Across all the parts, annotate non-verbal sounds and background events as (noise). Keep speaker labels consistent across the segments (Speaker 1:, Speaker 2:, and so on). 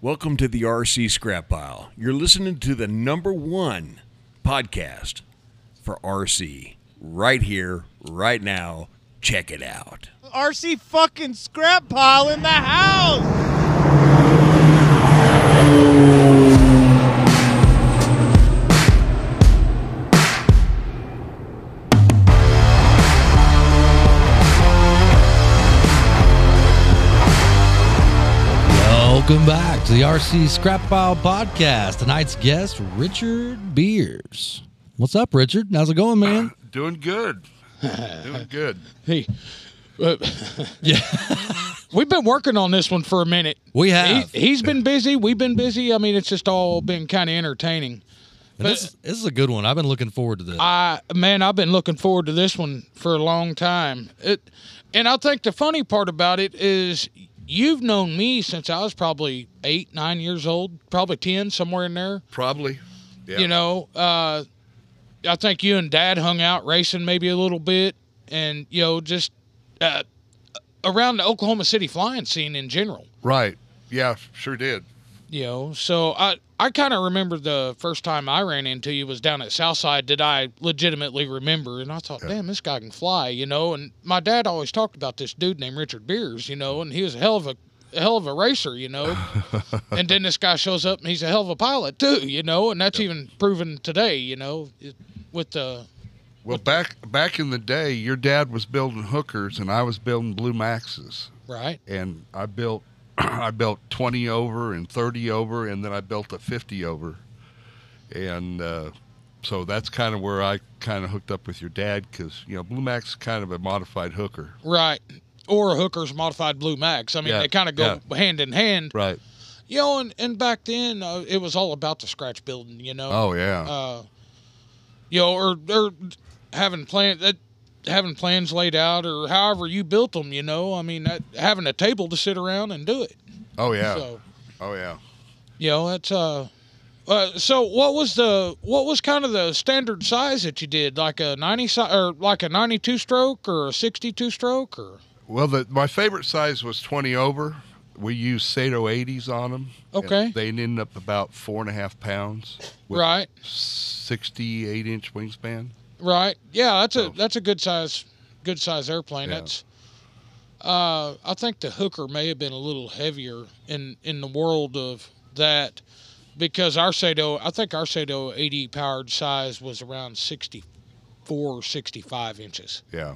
Speaker 1: Welcome to the RC Scrap Pile. You're listening to the number one podcast for RC right here, right now. Check it out.
Speaker 2: RC fucking scrap pile in the house.
Speaker 3: Welcome back to the RC Scrap Pile Podcast. Tonight's guest, Richard Beers. What's up, Richard? How's it going, man?
Speaker 4: Doing good. Doing good.
Speaker 5: Hey, uh, (laughs) yeah, we've been working on this one for a minute.
Speaker 3: We have.
Speaker 5: He, has been busy. We've been busy. I mean, it's just all been kind of entertaining.
Speaker 3: And this, this is a good one. I've been looking forward to this.
Speaker 5: I man, I've been looking forward to this one for a long time. It, and I think the funny part about it is you've known me since I was probably eight, nine years old, probably ten, somewhere in there.
Speaker 4: Probably. Yeah.
Speaker 5: You know, uh, I think you and Dad hung out racing maybe a little bit, and you know, just uh, around the Oklahoma City flying scene in general.
Speaker 4: Right. Yeah, sure did.
Speaker 5: You know, so I I kind of remember the first time I ran into you was down at Southside. Did I legitimately remember? And I thought, damn, this guy can fly. You know, and my dad always talked about this dude named Richard Beers. You know, and he was a hell of a a hell of a racer,
Speaker 4: (laughs)
Speaker 5: you know. and then this guy shows up and he's a hell of a pilot too, you know. And that's even proven today, you know, it- with the
Speaker 4: Well, back back in the day, your dad was building hookers and I was building blue maxes.
Speaker 5: right.
Speaker 4: And I built (clears throat) I built 20 over and 30 over and then I built a 50 over. And uh, so that's kind of where I kind of hooked up with your dad cuz you know, blue max is kind of a modified hooker.
Speaker 5: Right. Or a hooker's modified blue max. I mean,
Speaker 4: Yeah,
Speaker 5: they kind of go hand in hand.
Speaker 4: Right.
Speaker 5: You know, and, and back then uh, it was all about the scratch building, you know.
Speaker 4: Oh yeah.
Speaker 5: Uh, you know, or, or having plan that having plans laid out or however you built them, you know. I mean, that, having a table to sit around and do it.
Speaker 4: oh yeah.
Speaker 5: So,
Speaker 4: Oh yeah.
Speaker 5: you know, that's uh, uh so what was the what was kind of the standard size that you did? Like a 90 si- or like a 92 stroke or a 62 stroke or
Speaker 4: Well, the, my favorite size was 20 over. We used Sato 80s on them.
Speaker 5: Okay.
Speaker 4: And They ended up about four and a half pounds. With
Speaker 5: right?
Speaker 4: 68 inch wingspan.
Speaker 5: Right. Yeah, that's a
Speaker 4: So-
Speaker 5: that's a good size good size airplane.
Speaker 4: Yeah.
Speaker 5: That's uh I think the hooker may have been a little heavier in in the world of that because our Sato I think our Sato 80 powered size was around 64 or 65 inches.
Speaker 4: Yeah.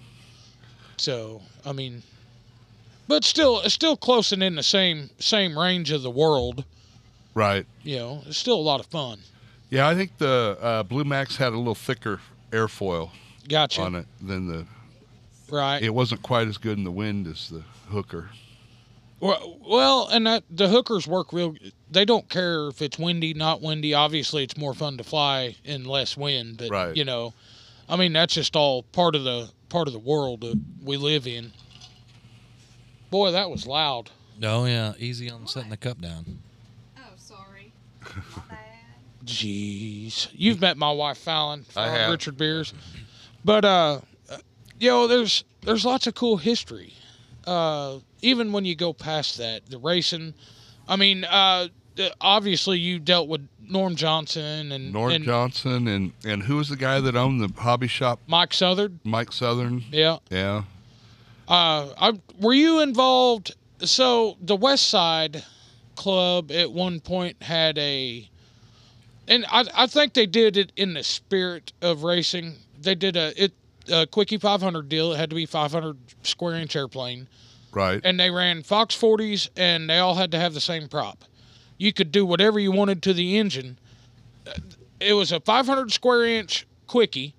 Speaker 5: So, I mean but still it's still close and in the same same range of the world,
Speaker 4: Right.
Speaker 5: you know. It's still a lot of fun.
Speaker 4: Yeah, I think the uh, Blue Max had a little thicker airfoil
Speaker 5: Gotcha.
Speaker 4: on it than the.
Speaker 5: Right.
Speaker 4: It wasn't quite as good in the wind as the hooker.
Speaker 5: Well, well, and that the hookers work real. They don't care if it's windy, not windy. Obviously, it's more fun to fly in less wind. But
Speaker 4: Right.
Speaker 5: you know, I mean, that's just all part of the part of the world that we live in. Boy, that was loud.
Speaker 3: oh, yeah. Easy on setting the cup down.
Speaker 6: Oh, sorry. My bad.
Speaker 5: Jeez, you've met my wife, Fallon,
Speaker 4: I
Speaker 5: Fallon
Speaker 4: have.
Speaker 5: Richard Beers. But uh, you know, there's there's lots of cool history. Uh, even when you go past that, the racing. I mean, uh, the- obviously you dealt with Norm Johnson and,
Speaker 4: Norm
Speaker 5: and
Speaker 4: Johnson and and who was the guy that owned the hobby shop?
Speaker 5: Mike Southard.
Speaker 4: Mike Southern.
Speaker 5: Yeah.
Speaker 4: Yeah.
Speaker 5: Uh, I were you involved? So the West Side Club at one point had a, and I I think they did it in the spirit of racing. They did a it a quickie 500 deal. It had to be 500 square inch airplane,
Speaker 4: Right.
Speaker 5: and they ran Fox 40s, and they all had to have the same prop. You could do whatever you wanted to the engine. Uh, It was a 500 square inch quickie,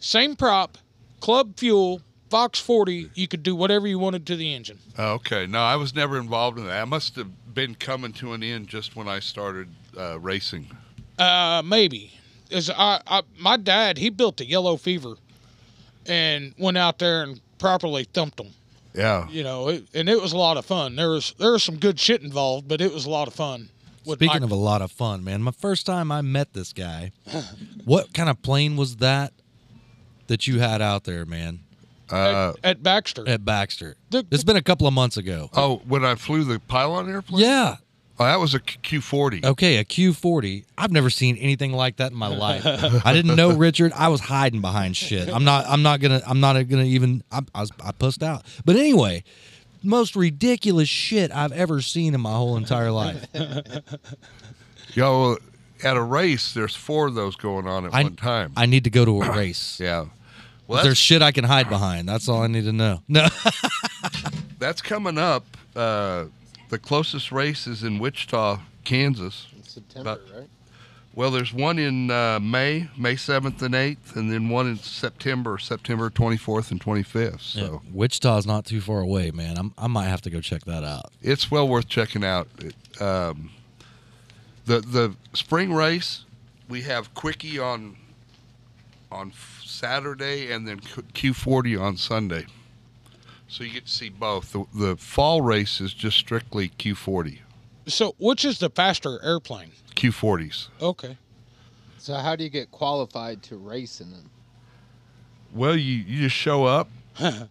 Speaker 5: same prop, club fuel, Fox 40. You could do whatever you wanted to the engine.
Speaker 4: Oh, okay. No, I was never involved in that. I must have been coming to an end just when I started uh, racing.
Speaker 5: Uh, maybe. Is I, I my dad he built a yellow fever, and went out there and properly thumped them.
Speaker 4: Yeah.
Speaker 5: You know, it, and it was a lot of fun. There was there was some good shit involved, but it was a lot of fun. with
Speaker 3: Speaking
Speaker 5: Mike-
Speaker 3: of a lot of fun, man, my first time I met this guy, (laughs) what kind of plane was that that you had out there, man,
Speaker 4: Uh,
Speaker 5: at Baxter.
Speaker 3: at Baxter?
Speaker 5: The-
Speaker 3: it's been a couple of months ago.
Speaker 4: oh, when I flew the pylon airplane.
Speaker 3: yeah.
Speaker 4: Oh, that was a Q- Q40.
Speaker 3: Okay, a Q40. I've never seen anything like that in my life. I didn't know Richard. I was hiding behind shit. I'm not. I'm not gonna. I'm not gonna even. I, I, was, I pussed out. But anyway, most ridiculous shit I've ever seen in my whole entire life.
Speaker 4: Yo, at a race, there's four of those going on at
Speaker 3: I-
Speaker 4: one time.
Speaker 3: I need to go to a race.
Speaker 4: yeah. Well,
Speaker 3: If There's
Speaker 4: that's,
Speaker 3: shit I can hide behind. That's all I need to know. No.
Speaker 4: that's coming up. Uh, the closest race is in Wichita, Kansas.
Speaker 7: In September,
Speaker 4: But-
Speaker 7: right?
Speaker 4: Well, there's one in uh, May, May 7th and 8th, and then one in September, September 24th and 25th. So
Speaker 3: Yeah, (laughs) Wichita's not too far away, man. I'm, I might have to go check that out.
Speaker 4: it's well worth checking out. It, um, the the spring race we have quickie on on f- Saturday and then Q forty on Sunday, so you get to see both. The, the fall race is just strictly Q forty,
Speaker 5: So, which is the faster airplane?
Speaker 4: Q forties.
Speaker 5: Okay.
Speaker 7: So how do you get qualified to race in them?
Speaker 4: Well, you you just show up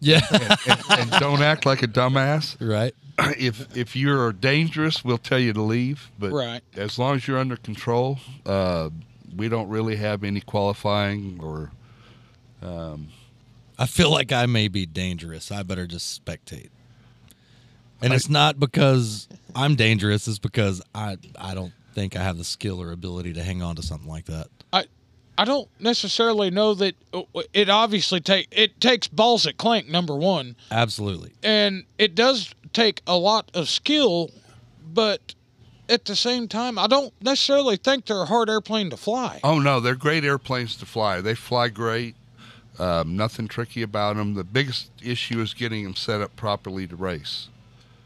Speaker 3: Yeah. (laughs)
Speaker 4: and, and don't act like a dumbass. (clears throat)
Speaker 3: right.
Speaker 4: if if you're dangerous, we'll tell you to leave. But
Speaker 5: Right.
Speaker 4: as long as you're under control, uh, we don't really have any qualifying or
Speaker 3: I feel like I may be dangerous. I better just spectate. And it's not because I'm dangerous, it's because I I don't think I have the skill or ability to hang on to something like that.
Speaker 5: I I don't necessarily know that uh, it obviously take it takes balls at clank number one,
Speaker 3: Absolutely.
Speaker 5: and it does take a lot of skill, but at the same time, I don't necessarily think they're a hard airplane to fly.
Speaker 4: Oh no, they're great airplanes to fly. They fly great. Um, nothing tricky about them. The biggest issue is getting them set up properly to race.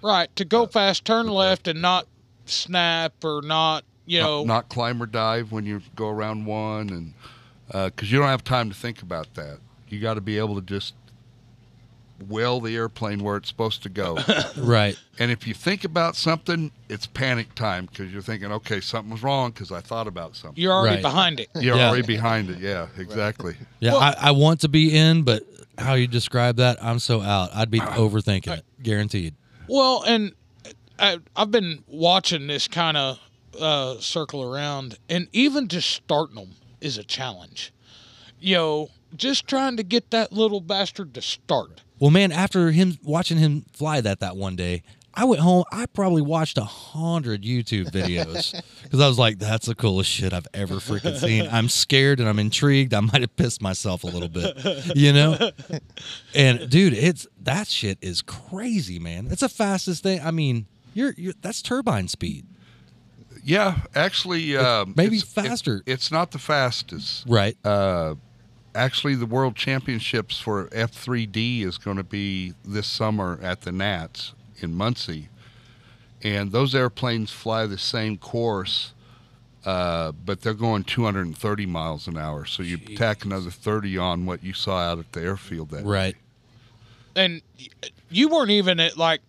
Speaker 5: Right to go fast, turn left, and not snap or not you know
Speaker 4: Not, not climb or dive when you go around one, and because you don't have time to think about that. You got to be able to just will the airplane where it's supposed to go.
Speaker 5: (laughs)
Speaker 3: Right.
Speaker 4: And if you think about something, it's panic time because you're thinking, okay, something was wrong because I thought about something.
Speaker 5: you're already
Speaker 3: Right.
Speaker 5: behind it.
Speaker 4: You're
Speaker 3: Yeah.
Speaker 4: already behind it. Yeah, exactly.
Speaker 3: Yeah,
Speaker 5: Well-
Speaker 3: I, I want to be in, but how you describe that, I'm so out. I'd be overthinking it. Guaranteed.
Speaker 5: Well, and I, I've been watching this kind of uh, circle around, and even just starting them is a challenge. Yo, just trying to get that little bastard to start.
Speaker 3: Well, man, after him watching him fly that that one day, I went home. I probably watched a hundred YouTube videos because I was like, "That's the coolest shit I've ever freaking seen." I'm scared and I'm intrigued. I might have pissed myself a little bit, you know. And dude, it's that shit is crazy, man. It's the fastest thing. I mean, you're, you're that's turbine speed,
Speaker 4: Yeah, actually, um,
Speaker 3: maybe
Speaker 4: it's-
Speaker 3: faster.
Speaker 4: It's, it's not the fastest.
Speaker 3: right?
Speaker 4: Uh, actually, the World Championships for F3D is going to be this summer at the Nats in Muncie, and those airplanes fly the same course. Uh, but they're going 230 miles an hour, so you tack another 30 on what you saw out at the airfield that
Speaker 3: right.
Speaker 5: And y- you weren't even at like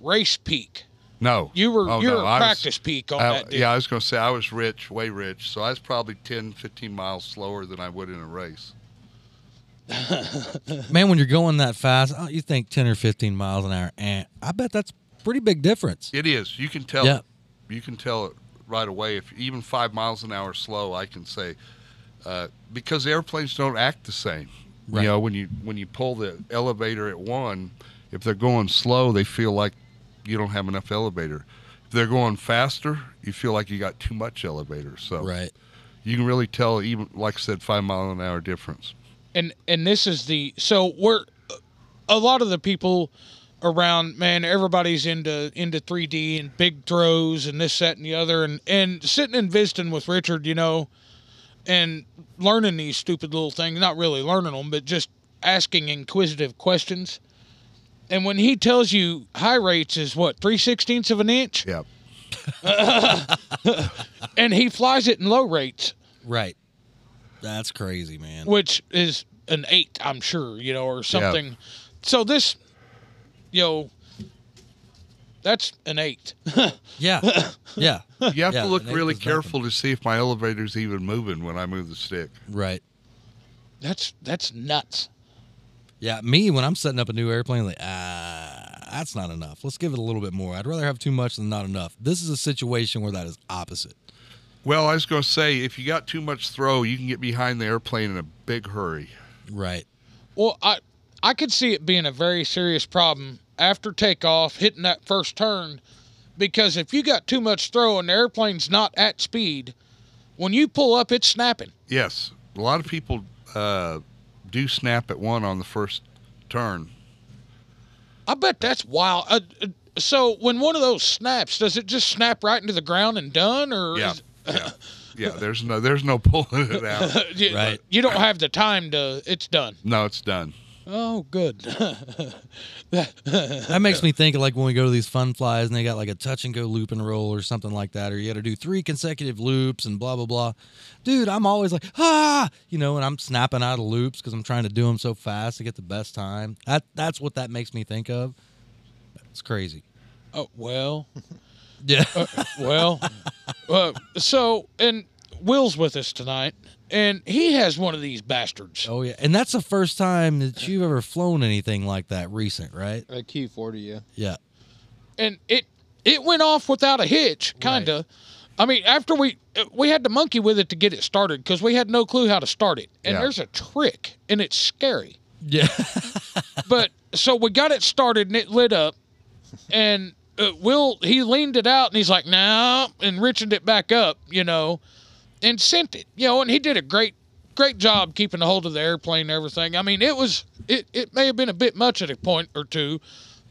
Speaker 5: race peak.
Speaker 4: No,
Speaker 5: You were
Speaker 4: Oh,
Speaker 5: you
Speaker 4: no,
Speaker 5: were
Speaker 4: I was-
Speaker 5: practice peak on
Speaker 4: I-
Speaker 5: that deal.
Speaker 4: yeah, I was going to say I was rich, way rich. So I was probably 10, 15 miles slower than I would in a race.
Speaker 3: Man, when you're going that fast, oh, you think ten or fifteen miles an hour, and I bet that's pretty big difference.
Speaker 4: It is. You can tell.
Speaker 3: Yeah.
Speaker 4: You can tell it right away. If even five miles an hour slow, I can say, uh, because airplanes don't act the same.
Speaker 3: Right.
Speaker 4: You know, when you when you pull the elevator at one, if they're going slow, they feel like you don't have enough elevator. If they're going faster, you feel like you got too much elevator. So
Speaker 3: Right.
Speaker 4: you can really tell, even like I said, five mile an hour difference.
Speaker 5: and and this is the so we're a lot of the people around man everybody's into into 3d and big throws and this that and the other and and sitting and visiting with richard you know and learning these stupid little things not really learning them but just asking inquisitive questions and when he tells you high rates is what three sixteenths of an inch
Speaker 4: Yeah.
Speaker 5: and he flies it in low rates
Speaker 3: Right. That's crazy, man.
Speaker 5: which is an eight, I'm sure, you know, or something. So this, you know, that's an eight.
Speaker 3: Yeah. Yeah.
Speaker 4: You have
Speaker 3: Yeah,
Speaker 4: to look
Speaker 3: an eighth
Speaker 4: really
Speaker 3: is nothing.
Speaker 4: careful to see if my elevator's even moving when I move the stick.
Speaker 3: Right.
Speaker 5: that's that's nuts.
Speaker 3: Yeah. Me, when I'm setting up a new airplane, like, ah, that's not enough. Let's give it a little bit more. I'd rather have too much than not enough. This is a situation where that is opposite.
Speaker 4: Well, I was going to say, if you got too much throw, you can get behind the airplane in a big hurry.
Speaker 3: Right.
Speaker 5: Well, I I could see it being a very serious problem after takeoff, hitting that first turn, because if you got too much throw and the airplane's not at speed, when you pull up, it's snapping.
Speaker 4: Yes, a lot of people uh, do snap at one on the first turn.
Speaker 5: I bet that's wild. Uh, uh, so when one of those snaps, does it just snap right into the ground and done, or
Speaker 4: Yeah,
Speaker 5: is- (laughs)
Speaker 4: yeah, yeah. There's no, there's no pulling it out.
Speaker 5: you,
Speaker 3: Right.
Speaker 5: you don't have the time to? It's done.
Speaker 4: No, it's done.
Speaker 5: Oh, (laughs) good.
Speaker 3: That makes me think of like when we go to these fun flies and they got like a touch and go loop and roll or something like that, or you got to do three consecutive loops and blah blah blah. Dude, I'm always like ah, you know, and I'm snapping out of loops because I'm trying to do them so fast to get the best time. That that's what that makes me think of. It's crazy.
Speaker 5: oh well,
Speaker 3: Yeah.
Speaker 5: well. (laughs) Uh, so and Will's with us tonight, and he has one of these bastards.
Speaker 3: (laughs) oh yeah, and that's the first time that you've ever flown anything like that recent, right?
Speaker 7: A Q forty, yeah.
Speaker 3: Yeah.
Speaker 5: and it it went off without a hitch, kind of. I mean, after we uh, we had to monkey with it to get it started because we had no clue how to start it. And
Speaker 4: Yeah.
Speaker 5: there's a trick, and it's scary.
Speaker 3: (laughs) Yeah.
Speaker 5: but so we got it started, and it lit up. And uh, Will he leaned it out, and he's like, "Nah," and richened it back up, you know, and sent it, you know. And he did a great great job keeping a hold of the airplane and everything. I mean, it was it it may have been a bit much at a point or two.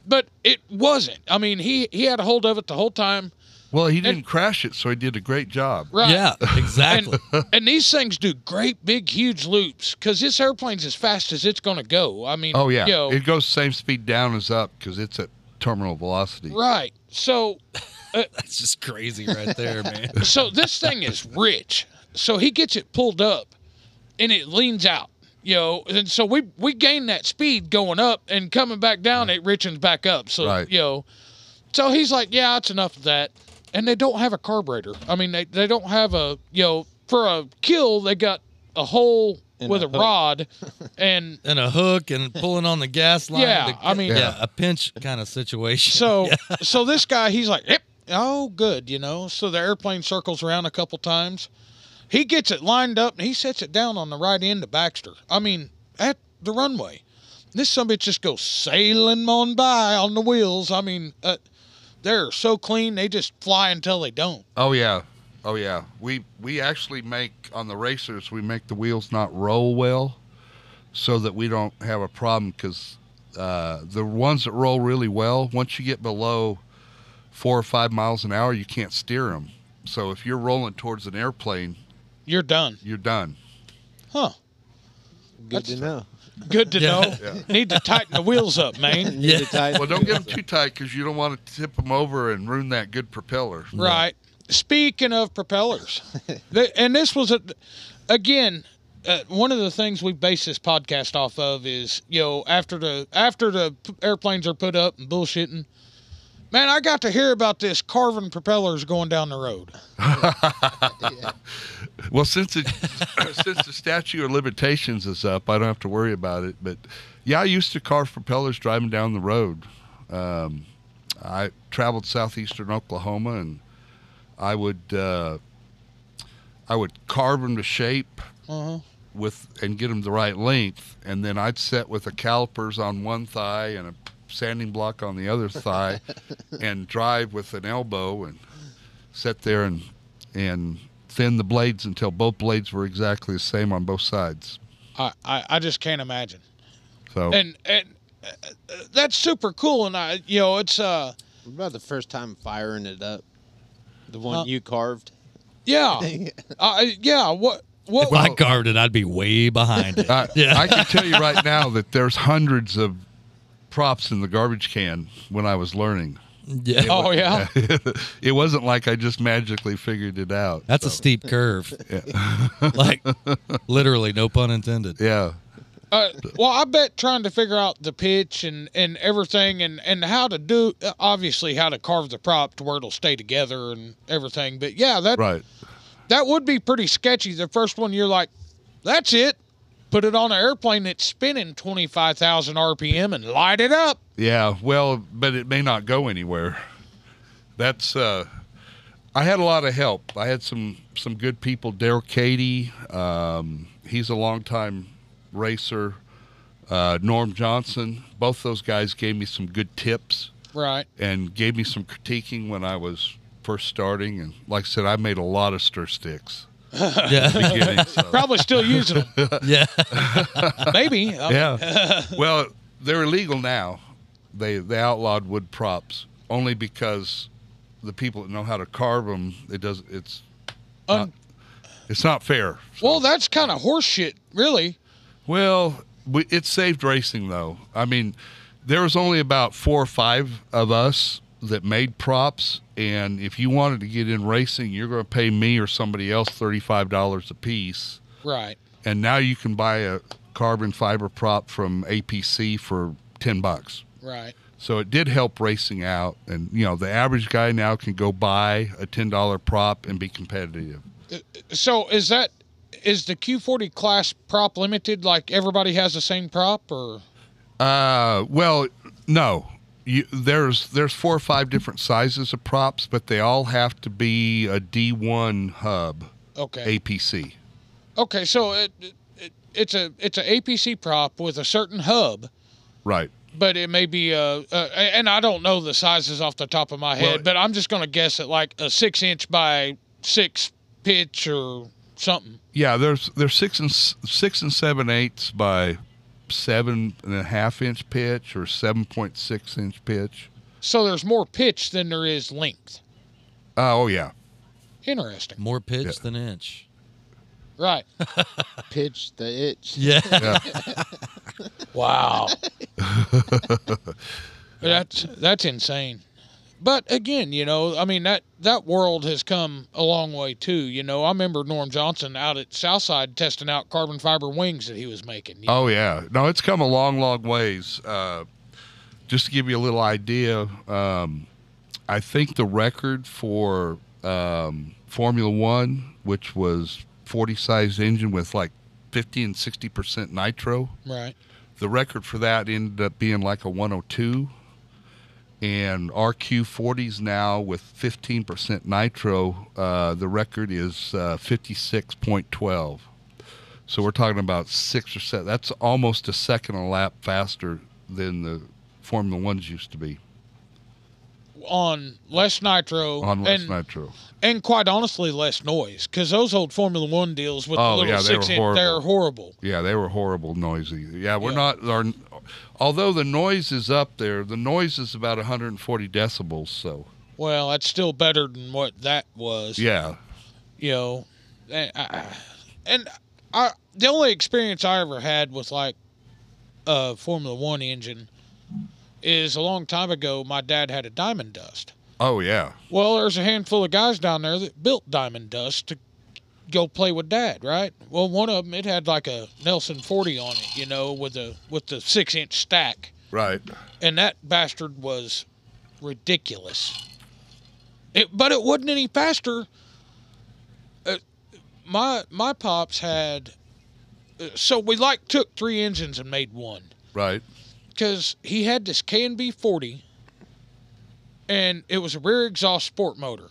Speaker 5: But it wasn't. I mean, he, he had a hold of it the whole time.
Speaker 4: Well, he didn't crash it, so he did a great job.
Speaker 5: Right.
Speaker 3: Yeah. Exactly.
Speaker 5: And, and these things do great big huge loops because this airplane's as fast as it's going to go. I mean,
Speaker 4: Oh yeah,
Speaker 5: you know,
Speaker 4: it goes the same speed down as up because it's at terminal velocity.
Speaker 5: right. So
Speaker 3: that's just crazy right there, man.
Speaker 5: so this thing is rich. So he gets it pulled up, and it leans out. You know, and so we we gain that speed going up and coming back down. It richens back up. So
Speaker 4: Right.
Speaker 5: you know, so he's like, yeah, it's enough of that. And they don't have a carburetor. I mean, they they don't have a you know for a kill. They got a hole
Speaker 7: And
Speaker 5: with
Speaker 7: a
Speaker 5: a
Speaker 7: hook. (laughs)
Speaker 5: rod, and
Speaker 3: and a hook and pulling on the gas line.
Speaker 5: Yeah,
Speaker 3: to-
Speaker 5: I mean-
Speaker 3: yeah,
Speaker 4: Yeah.
Speaker 3: a pinch kind of situation.
Speaker 5: So so this guy, he's like, yep, oh good, you know. So the airplane circles around a couple times. He gets it lined up and he sets it down on the right end of Baxter. I mean, at the runway. This some bitch just goes sailing on by on the wheels. I mean, uh, they're so clean they just fly until they don't.
Speaker 4: Oh yeah, oh yeah. We we actually make on the racers we make the wheels not roll well, so that we don't have a problem because uh, the ones that roll really well once you get below four or five miles an hour you can't steer them. So if you're rolling towards an airplane,
Speaker 5: You're done,
Speaker 4: you're done.
Speaker 5: huh?
Speaker 7: Good to know.
Speaker 5: Good to
Speaker 3: Yeah.
Speaker 5: know. Need to tighten the wheels up,
Speaker 7: (laughs)
Speaker 5: man.
Speaker 7: Need to
Speaker 3: Yeah.
Speaker 7: tie-
Speaker 4: Well, don't get them too tight because you don't want to tip them over and ruin that good propeller.
Speaker 5: Right. Speaking of propellers, th- and this was a, again uh, one of the things we base this podcast off of is you know after the after the p- airplanes are put up and bullshitting. Man, I got to hear about this carving propellers going down the road.
Speaker 4: Well, since it, since the (coughs) statute of limitations is up, I don't have to worry about it. But yeah, I used to carve propellers driving down the road. Um, I traveled southeastern Oklahoma, and I would uh, I would carve them to shape
Speaker 5: Uh-huh.
Speaker 4: with and get them the right length, and then I'd set with the calipers on one thigh and a sanding block on the other thigh, and drive with an elbow and sit there and and thin the blades until both blades were exactly the same on both sides.
Speaker 5: I, I, I just can't imagine.
Speaker 4: So
Speaker 5: And and uh, uh, that's super cool. And I you know it's uh
Speaker 7: What about the first time firing it up? The one
Speaker 5: Huh?
Speaker 7: you carved?
Speaker 5: yeah uh, yeah what what
Speaker 3: If I carved it, I'd be way behind
Speaker 4: (laughs)
Speaker 3: it.
Speaker 4: I,
Speaker 3: yeah.
Speaker 4: I can tell you right now that there's hundreds of props in the garbage can when I was learning. (laughs)
Speaker 3: yeah.
Speaker 5: oh yeah
Speaker 4: it wasn't like I just magically figured it out.
Speaker 3: That's a
Speaker 4: so,
Speaker 3: steep curve. (laughs) like, literally, no pun
Speaker 5: (laughs)
Speaker 3: intended.
Speaker 4: yeah.
Speaker 5: Uh, well, I bet trying to figure out the pitch and, and everything and, and how to do obviously how to carve the prop to where it'll stay together and everything. But yeah, that
Speaker 4: Right.
Speaker 5: that would be pretty sketchy. The first one you're like, that's it, put it on an airplane that's spinning 25,000 RPM and light it up.
Speaker 4: Yeah, well, but it may not go anywhere. That's uh I had a lot of help. I had some some good people. Daryl Cady, um, he's a longtime racer. Uh, Norm Johnson, both those guys gave me some good tips
Speaker 5: Right.
Speaker 4: and gave me some critiquing when I was first starting. And like I said, I made a lot of stir sticks.
Speaker 3: Yeah.
Speaker 4: Beginning, so.
Speaker 5: Probably still using them.
Speaker 3: yeah.
Speaker 5: Maybe. I
Speaker 4: (laughs)
Speaker 5: mean,
Speaker 4: Yeah. well, they're illegal now. They they outlawed wood props only because the people that know how to carve them, it does it's
Speaker 5: un-
Speaker 4: it's not fair. So-
Speaker 5: Um, well, that's kind of horse shit, really.
Speaker 4: well, we, it saved racing though. I mean, there was only about four or five of us that made props, and if you wanted to get in racing, you're going to pay me or somebody else thirty five dollars a piece.
Speaker 5: Right.
Speaker 4: And now you can buy a carbon fiber prop from APC for ten bucks.
Speaker 5: Right.
Speaker 4: So it did help racing out, and you know the average guy now can go buy a ten dollar prop and be competitive.
Speaker 5: So is that is the Q40 class prop limited? Like everybody has the same prop, or
Speaker 4: Uh, well, no, you, there's there's four or five different sizes of props, but they all have to be a D one hub
Speaker 5: okay,
Speaker 4: APC.
Speaker 5: okay. So it, it it's a it's a APC prop with a certain hub,
Speaker 4: Right.
Speaker 5: but it may be a, a and I don't know the sizes off the top of my head,
Speaker 4: Well-
Speaker 5: but I'm just gonna guess at like a six inch by six pitch or something.
Speaker 4: Yeah, there's there's six and s- six and seven eighths by seven and a half inch pitch or seven point six inch pitch.
Speaker 5: So there's more pitch than there is length.
Speaker 4: Uh, oh yeah,
Speaker 5: Interesting.
Speaker 3: More pitch
Speaker 4: Yeah.
Speaker 3: than inch.
Speaker 5: Right.
Speaker 7: Pitch the itch.
Speaker 3: Yeah.
Speaker 4: yeah.
Speaker 5: Wow. that's that's insane. But again, you know, I mean that that world has come a long way too. You know, I remember Norm Johnson out at Southside testing out carbon fiber wings that he was making. you
Speaker 4: Oh yeah, no, it's come a long, long ways. Uh, just to give you a little idea, um, I think the record for um, Formula One, which was 40 size engine with like 50 and 60 percent nitro,
Speaker 5: know? Right.
Speaker 4: the record for that ended up being like a 102. And RQ40s now with 15% nitro, uh, the record is uh, 56.12. So we're talking about six or seven. That's almost a second a lap faster than the Formula Ones used to be
Speaker 5: On less nitro
Speaker 4: on less
Speaker 5: and,
Speaker 4: nitro.
Speaker 5: and quite honestly less noise because those old Formula One deals with
Speaker 4: Oh,
Speaker 5: the little
Speaker 4: yeah, they were
Speaker 5: six inch they're
Speaker 4: horrible.
Speaker 5: horrible.
Speaker 4: Yeah, they were horrible noisy. Yeah, we're
Speaker 5: Yeah.
Speaker 4: not. Our, although the noise is up there, the noise is about 140 decibels. So
Speaker 5: Well, that's still better than what that was.
Speaker 4: yeah,
Speaker 5: you know, and I, and I the only experience I ever had with like a Formula One engine is a long time ago. My dad had a Diamond Dust.
Speaker 4: oh yeah.
Speaker 5: Well, there's a handful of guys down there that built Diamond Dust to go play with Dad, right? Well, one of them it had like a Nelson 40 on it, you know, with a with the six inch stack,
Speaker 4: Right.
Speaker 5: and that bastard was ridiculous. It, but it wasn't any faster. Uh, my my pops had, uh, so we like took three engines and made one
Speaker 4: Right.
Speaker 5: because he had this K and B forty, and it was a rear exhaust sport motor.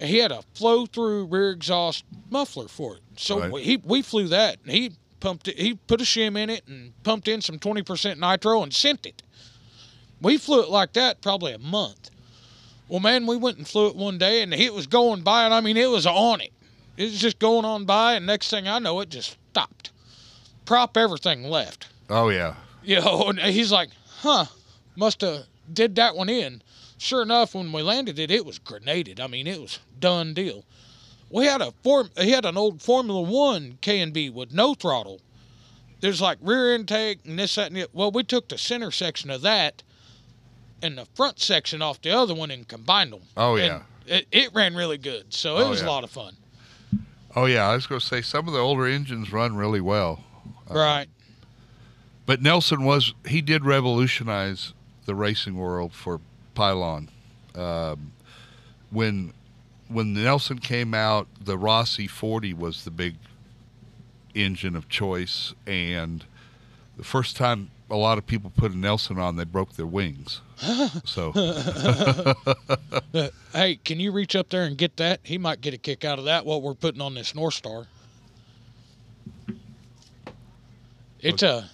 Speaker 5: And he had a flow through rear exhaust muffler for it. So
Speaker 4: Right.
Speaker 5: we, he we flew that, and he pumped it. He put a shim in it and pumped in some twenty percent nitro and sent it. We flew it like that probably a month. Well, man, we went and flew it one day, and it was going by, and I mean, it was on it. It was just going on by, and next thing I know, it just stopped. Prop everything left.
Speaker 4: Oh yeah.
Speaker 5: (laughs) You know, and he's like, huh, must have did that one in. Sure enough, when we landed it, it was grenaded. I mean, it was done deal. We had a form. He had an old Formula One K and B with no throttle. There's like rear intake and this that and the. Well, we took the center section of that and the front section off the other one and combined them.
Speaker 4: Oh,
Speaker 5: And
Speaker 4: yeah.
Speaker 5: it, it ran really good, so it
Speaker 4: Oh,
Speaker 5: was
Speaker 4: yeah.
Speaker 5: a lot of fun.
Speaker 4: Oh yeah. I was going to say some of the older engines run really well, Uh-huh.
Speaker 5: right.
Speaker 4: but Nelson was he did revolutionize the racing world for pylon. Um, when when Nelson came out, the Rossi 40 was the big engine of choice. And the first time a lot of people put a Nelson on, they broke their wings. so
Speaker 5: Hey, can you reach up there and get that? He might get a kick out of that. What we're putting on this North Star. It's a,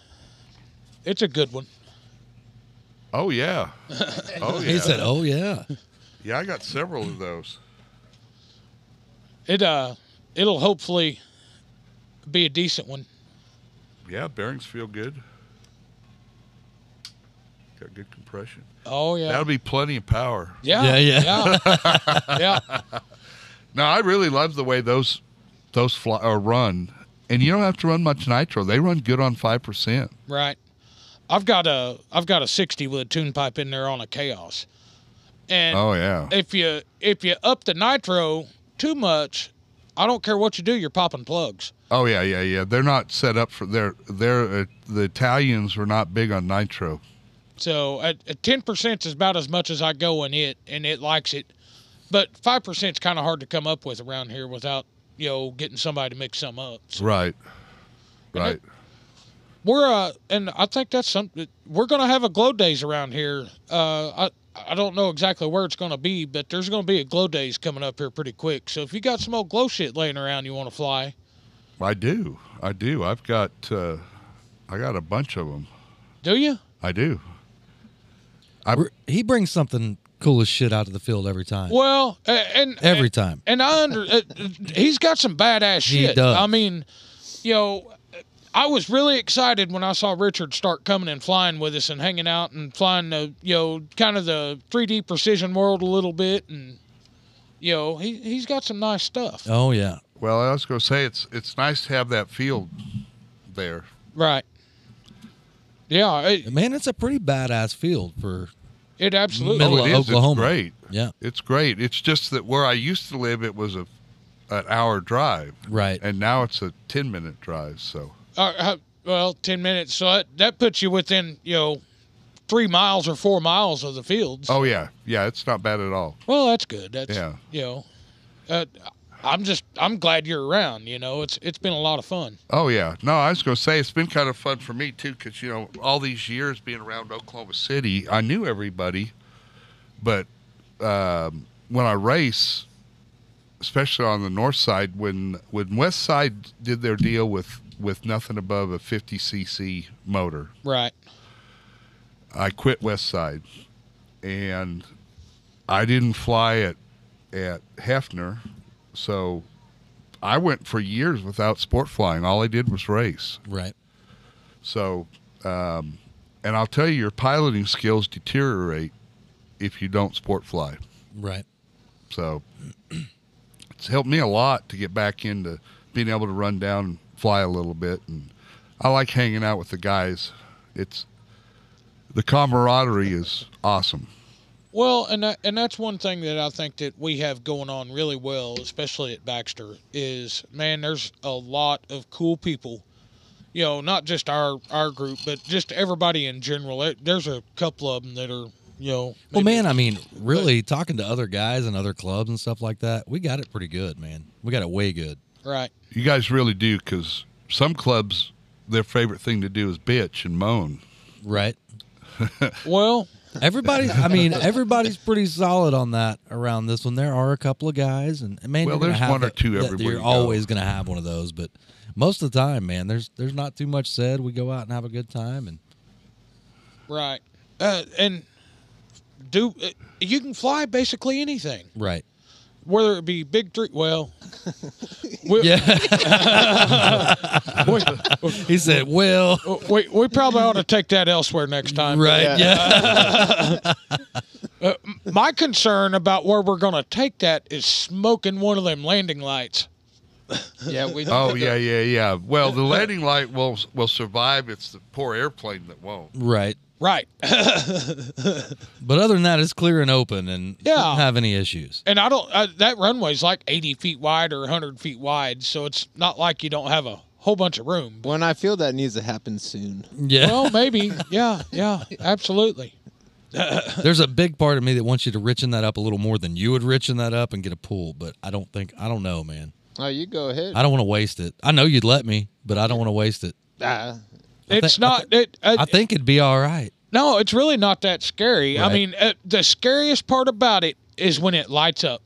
Speaker 5: it's a good one.
Speaker 4: oh yeah, oh
Speaker 3: He
Speaker 4: yeah,
Speaker 3: said, "Oh yeah,
Speaker 4: yeah. I got several of those.
Speaker 5: It uh, it'll hopefully be a decent one.
Speaker 4: Yeah, bearings feel good. Got good compression.
Speaker 5: Oh yeah.
Speaker 4: That'll be plenty of power.
Speaker 5: yeah,
Speaker 3: Yeah, yeah. (laughs)
Speaker 5: yeah, yeah.
Speaker 4: No, I really love the way those those fly or run, and you don't have to run much nitro. They run good on five percent.
Speaker 5: Right. I've got a I've got a sixty with a tune pipe in there on a chaos, and
Speaker 4: Oh yeah,
Speaker 5: if you if you up the nitro too much, I don't care what you do, you're popping plugs.
Speaker 4: oh yeah, yeah, yeah. They're not set up for their their uh, the Italians were not big on nitro.
Speaker 5: So at ten percent is about as much as I go in it, and it likes it. But five percent is kind of hard to come up with around here without you know getting somebody to mix some up. So
Speaker 4: Right, right.
Speaker 5: we're uh, and I think that's something we're gonna have a glow days around here. Uh, I I don't know exactly where it's gonna be, but there's gonna be a glow days coming up here pretty quick. So if you got some old glow shit laying around, you want to fly.
Speaker 4: I do, I do. I've got uh, I got a bunch of them.
Speaker 5: Do you?
Speaker 4: I do.
Speaker 3: We're- he brings something cool as shit out of the field every time.
Speaker 5: Well, a- and
Speaker 3: Every
Speaker 5: and-
Speaker 3: time.
Speaker 5: and I under uh, he's got some badass
Speaker 3: He
Speaker 5: shit.
Speaker 3: does.
Speaker 5: I mean, you know, I was really excited when I saw Richard start coming and flying with us and hanging out and flying the you know kind of the 3D precision world a little bit and you know he he's got some nice stuff.
Speaker 3: Oh yeah,
Speaker 4: Well, I was going to say it's it's nice to have that field there.
Speaker 5: Right. Yeah, it,
Speaker 3: man, it's a pretty badass field for
Speaker 5: it absolutely
Speaker 3: middle
Speaker 4: Oh, it
Speaker 3: of
Speaker 4: is. It's
Speaker 3: Oklahoma.
Speaker 4: great.
Speaker 3: Yeah,
Speaker 4: It's great. It's just that where I used to live, it was a an hour drive,
Speaker 3: right.
Speaker 4: and now it's a ten minute drive. So
Speaker 5: Uh, uh, well, 10 minutes. So that, that puts you within, you know, three miles or four miles of the fields.
Speaker 4: oh yeah, yeah, it's not bad at all.
Speaker 5: Well, that's good. That's,
Speaker 4: Yeah.
Speaker 5: you know, uh, I'm just, I'm glad you're around. You know, it's, it's been a lot of fun.
Speaker 4: Oh yeah, no, I was going to say it's been kind of fun for me too, because you know all these years being around Oklahoma City, I knew everybody, but um, when I race, especially on the north side, when when West Side did their deal with with nothing above a 50 cc motor,
Speaker 5: Right.
Speaker 4: I quit West Side, and I didn't fly at at Hefner, so I went for years without sport flying. All I did was race.
Speaker 3: Right.
Speaker 4: So, um, and I'll tell you, your piloting skills deteriorate if you don't sport fly.
Speaker 3: Right.
Speaker 4: So, it's helped me a lot to get back into being able to run down and fly a little bit, and I like hanging out with the guys. It's the camaraderie is awesome.
Speaker 5: Well, and that, and that's one thing that I think that we have going on really well, especially at Baxter, is man, there's a lot of cool people. You know, not just our our group, but just everybody in general. There- There's a couple of them that are, you know.
Speaker 3: Well,
Speaker 5: maybe-
Speaker 3: man, I mean, really talking to other guys and other clubs and stuff like that, we got it pretty good, man. We got it way good.
Speaker 5: right?
Speaker 4: You guys really do, because some clubs, their favorite thing to do is bitch and moan.
Speaker 3: Right.
Speaker 5: Well,
Speaker 3: Everybody, I
Speaker 4: (laughs)
Speaker 3: mean, everybody's pretty solid on that around this one. There are a couple of guys, and man,
Speaker 4: Well,
Speaker 3: you're gonna
Speaker 4: there's
Speaker 3: have
Speaker 4: one or
Speaker 3: that-
Speaker 4: two
Speaker 3: that-
Speaker 4: everywhere
Speaker 3: You're
Speaker 4: you go.
Speaker 3: always going to have one of those, but most of the time, man, there's there's not too much said. We go out and have a good time, and
Speaker 5: right, uh, and do uh, you can fly basically anything,
Speaker 3: right,
Speaker 5: whether it be big three. Well, we,
Speaker 3: yeah. (laughs)
Speaker 5: we,
Speaker 3: he said, "Well,
Speaker 5: we we probably ought to take that elsewhere next time.
Speaker 3: right, yeah,
Speaker 7: Yeah.
Speaker 5: My concern about where we're going to take that is smoking one of them landing
Speaker 3: (laughs)
Speaker 5: lights.
Speaker 7: Yeah, we.
Speaker 4: Oh yeah, yeah, yeah. Well, the landing light will will survive. It's the poor airplane that won't.
Speaker 3: (laughs) right."
Speaker 5: Right.
Speaker 3: But other than that, it's clear and open, and
Speaker 5: Yeah.
Speaker 3: shouldn't have any issues.
Speaker 5: and I don't, uh, that runway's like 80 feet wide or 100 feet wide. So it's not like you don't have a whole bunch
Speaker 3: (laughs)
Speaker 5: of room.
Speaker 7: When I feel that needs to happen soon.
Speaker 3: Yeah, (laughs)
Speaker 5: Well, maybe. Yeah. Yeah. Absolutely.
Speaker 3: there's a big part of me that wants you to richen that up a little more than you would richen that up and get a pool, but I don't think I don't know, man.
Speaker 7: Oh, you go ahead.
Speaker 3: I don't want to waste it. I know you'd let me, but I don't want to waste it.
Speaker 7: Ah,
Speaker 3: I thi- I
Speaker 5: It's not. It, uh,
Speaker 3: I think it'd be all right.
Speaker 5: no, it's really not that scary.
Speaker 3: Right.
Speaker 5: I mean, uh, the scariest part about it is when it lights up.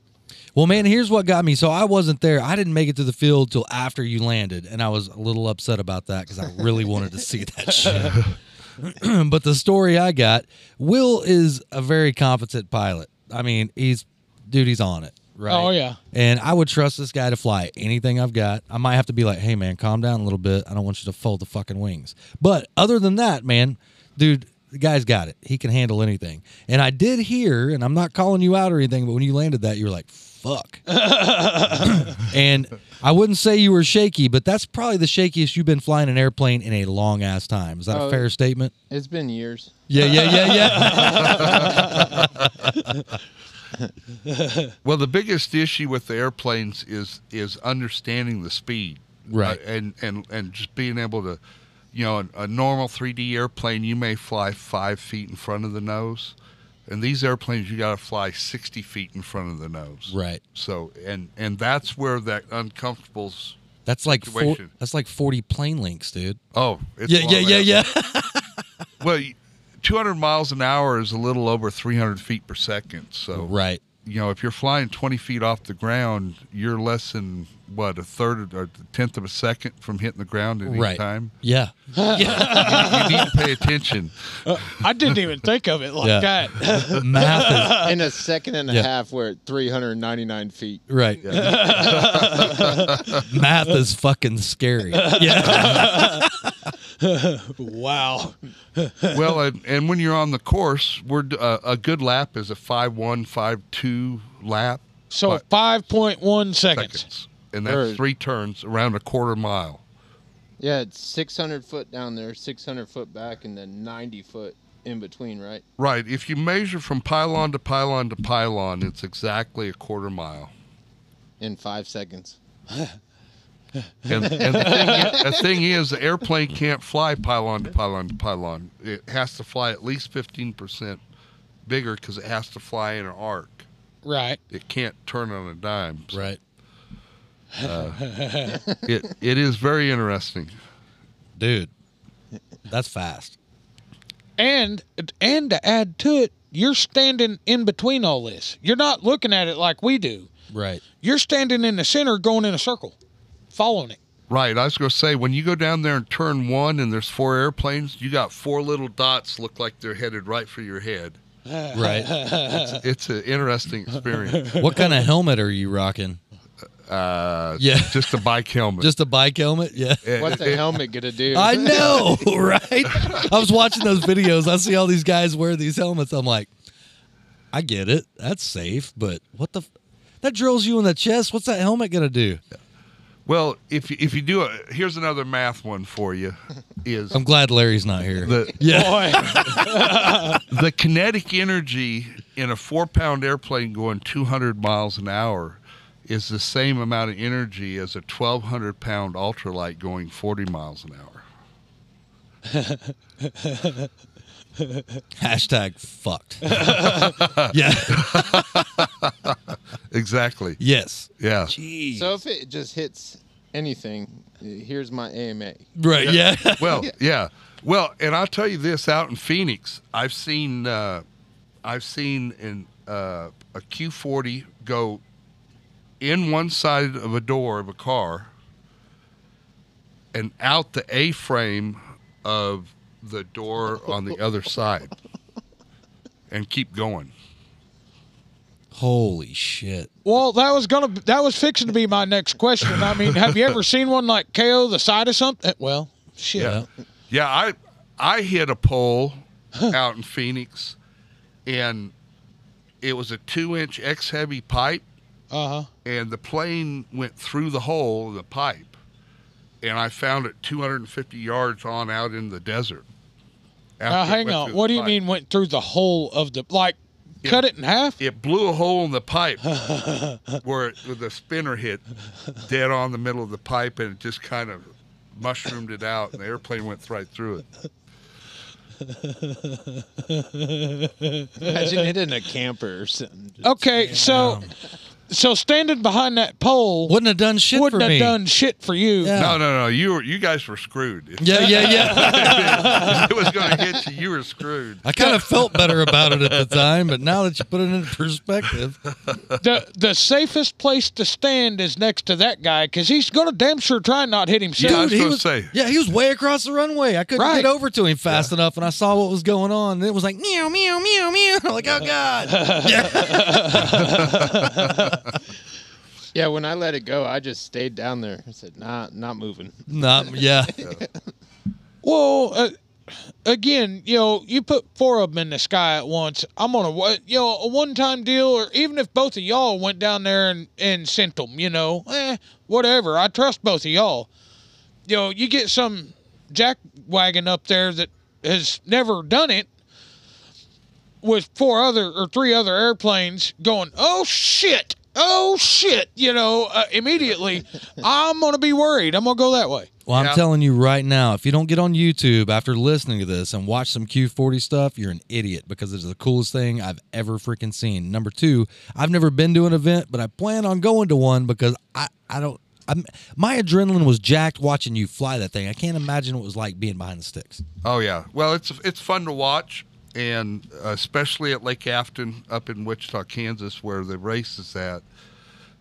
Speaker 3: Well, man, here's what got me. So I wasn't there. I didn't make it to the field till after you landed, and I was a little upset about that because I really wanted to see that shit. (clears throat) but the story I got, Will is a very competent pilot. I mean, he's dude, he's on it, right?
Speaker 5: Oh yeah.
Speaker 3: And I would trust this guy to fly anything I've got. I might have to be like, hey, man, calm down a little bit. I don't want you to fold the fucking wings. But other than that, man, dude, the guy's got it. He can handle anything. And I did hear, and I'm not calling you out or anything, but when you landed that, you were like, fuck. and I wouldn't say you were shaky, but that's probably the shakiest you've been flying an airplane in a long ass time. Is that a
Speaker 7: Oh.
Speaker 3: fair statement?
Speaker 7: it's been years.
Speaker 3: Yeah, yeah, yeah, yeah.
Speaker 4: (laughs) Well, the biggest issue with the airplanes is is understanding the speed,
Speaker 3: Right.
Speaker 4: Uh, and and and just being able to, you know, a, a normal 3D airplane you may fly five feet in front of the nose, and these airplanes you got to fly 60 feet in front of the nose.
Speaker 3: right.
Speaker 4: So and and that's where that uncomfortable's.
Speaker 3: That's like four,
Speaker 4: Situation.
Speaker 3: that's like 40 plane links, dude.
Speaker 4: Oh, it's
Speaker 3: Yeah,
Speaker 4: long
Speaker 3: yeah, yeah,
Speaker 4: hours.
Speaker 3: yeah.
Speaker 4: Well, you- 200 miles an hour is a little over 300 feet per second. So
Speaker 3: Right.
Speaker 4: you know, if you're flying 20 feet off the ground, you're less than what a third or a tenth of a second from hitting the ground at any
Speaker 3: Right.
Speaker 4: time.
Speaker 3: Yeah.
Speaker 4: You need to
Speaker 3: (laughs)
Speaker 4: pay attention.
Speaker 5: I didn't even think of it like
Speaker 3: Yeah.
Speaker 5: that. (laughs)
Speaker 3: Math
Speaker 7: In a second and a
Speaker 3: Yeah.
Speaker 7: half, we're at 399 feet.
Speaker 3: is right. Math is fucking scary. Yeah.
Speaker 5: wow.
Speaker 4: Well, and, and when you're on the course, we're d- uh, a good lap is a five one five two lap
Speaker 5: So
Speaker 4: But-
Speaker 5: 5.1 seconds.
Speaker 4: seconds, and that's
Speaker 7: Or-
Speaker 4: three turns around a quarter mile.
Speaker 7: Yeah, it's 600 foot down there, 600 foot back, and then 90 foot in between, right?
Speaker 4: Right. If you measure from pylon to pylon to pylon, it's exactly a quarter mile.
Speaker 7: In five seconds.
Speaker 4: And, and the, thing, the thing is, the airplane can't fly pylon to pylon to pylon. It has to fly at least 15% bigger because it has to fly in an arc.
Speaker 5: Right.
Speaker 4: It can't turn on a dime. So
Speaker 3: right.
Speaker 4: It, it is very interesting.
Speaker 3: Dude. That's fast.
Speaker 5: And and to add to it, you're standing in between all this. You're not looking at it like we do.
Speaker 3: Right.
Speaker 5: You're standing in the center going in a circle, following it.
Speaker 4: Right. I was going to say, when you go down there and turn one and there's four airplanes, you got four little dots look like they're headed right for your head.
Speaker 3: Right.
Speaker 4: It's an interesting
Speaker 3: (laughs)
Speaker 4: experience.
Speaker 3: What kind of helmet are you rocking?
Speaker 4: Uh,
Speaker 3: Yeah.
Speaker 4: Just a bike helmet. Eh,
Speaker 3: Just a bike helmet? Yeah.
Speaker 4: It-
Speaker 7: What's the
Speaker 4: it-
Speaker 7: helmet gonna (laughs) do?
Speaker 3: I know, (laughs) right? I was watching those videos. I see all these guys wear these helmets. I'm like, I get it. That's safe, but what the f- that drills you in the chest. What's that helmet gonna do?
Speaker 4: Well, if you- if you do a here's another math one
Speaker 3: (laughs)
Speaker 4: for you, is
Speaker 3: I'm glad Larry's not here.
Speaker 4: the
Speaker 3: yeah.
Speaker 5: Boy,
Speaker 4: the kinetic energy in a four pound airplane going 200 miles an hour is the same amount of energy as a 1200 pound ultralight going 40 miles an hour.
Speaker 3: Hashtag fucked. yeah.
Speaker 4: Exactly.
Speaker 3: Yes.
Speaker 4: Yeah.
Speaker 1: Jeez.
Speaker 7: So if it just hits anything, here's my AMA.
Speaker 3: Right. Yeah.
Speaker 5: (laughs)
Speaker 4: Well, yeah. Well, and I'll tell you this out in Phoenix, I've seen uh, I've seen in uh, a Q40 go in one side of a door of a car and out the A frame of the door on the other side and keep going.
Speaker 3: Holy shit.
Speaker 5: well, that was gonna that was fixing to be my next question. I mean, have
Speaker 4: (laughs)
Speaker 5: you ever seen one like KO the side of something? Eh, Well, shit.
Speaker 4: Yeah. Yeah, I I hit a pole out in Phoenix and it was a 2-inch X heavy pipe
Speaker 5: Uh huh.
Speaker 4: and the plane went through the hole in the pipe and i found it 250 yards on out in the desert
Speaker 5: Now
Speaker 4: after it
Speaker 5: hang
Speaker 4: went
Speaker 5: on.
Speaker 4: through the
Speaker 5: What do you
Speaker 4: pipe.
Speaker 5: mean went through the whole of the like cut it in half?
Speaker 4: it blew a hole in the
Speaker 5: (laughs)
Speaker 4: pipe where, it, where the spinner hit dead on the middle of the pipe and it just kind of mushroomed it out and the airplane went right through
Speaker 5: (laughs)
Speaker 4: it
Speaker 7: Imagine it in a camper or something.
Speaker 5: Okay, so So standing behind that pole
Speaker 3: Wouldn't have done shit
Speaker 5: wouldn't
Speaker 3: for
Speaker 5: have
Speaker 3: me.
Speaker 5: done shit for you.
Speaker 3: Yeah.
Speaker 4: No, no, no. You were, you guys were screwed.
Speaker 3: (laughs)
Speaker 4: If
Speaker 3: yeah, yeah, yeah.
Speaker 5: (laughs)
Speaker 4: if it was going to hit you, you were screwed.
Speaker 3: I kind of felt better about it at the time, but now that you put it in
Speaker 5: (laughs)
Speaker 3: perspective,
Speaker 5: The the safest place to stand is next to that guy because he's gonna damn sure try and not hit himself.
Speaker 4: I was
Speaker 3: he
Speaker 4: gonna
Speaker 3: was
Speaker 4: say.
Speaker 3: yeah, he was way across the runway. I couldn't
Speaker 5: Right.
Speaker 3: get over to him fast enough, and I saw what was going on. And it was like meow, meow, meow, meow. (laughs) I'm like, oh god.
Speaker 5: (laughs)
Speaker 3: Yeah.
Speaker 7: Yeah, when I let it go, I just stayed down there. I said, "Nah, not moving."
Speaker 3: Not yeah.
Speaker 5: Well, uh, again, you know, you put four of them in the sky at once. I'm on a wa- you know a one time deal, or even if both of y'all went down there and and sent them, you know, eh, whatever. I trust both of y'all. You know, you get some jackwagon up there that has never done it with four other or three other airplanes going, oh shit. Oh shit! You know, uh, immediately, I'm gonna be worried. I'm gonna go that way.
Speaker 3: Well, I'm
Speaker 4: Yeah.
Speaker 3: telling you right now, if you don't get on YouTube after listening to this and watch some Q40 stuff, you're an idiot because it's the coolest thing I've ever freaking seen. Number two, I've never been to an event, but I plan on going to one because I, I don't. I'm, my adrenaline was jacked watching you fly that thing. I can't imagine what it was like being behind the sticks.
Speaker 4: Oh yeah. Well, it's it's fun to watch, and uh, especially at Lake Afton up in Wichita, Kansas, where the race is at.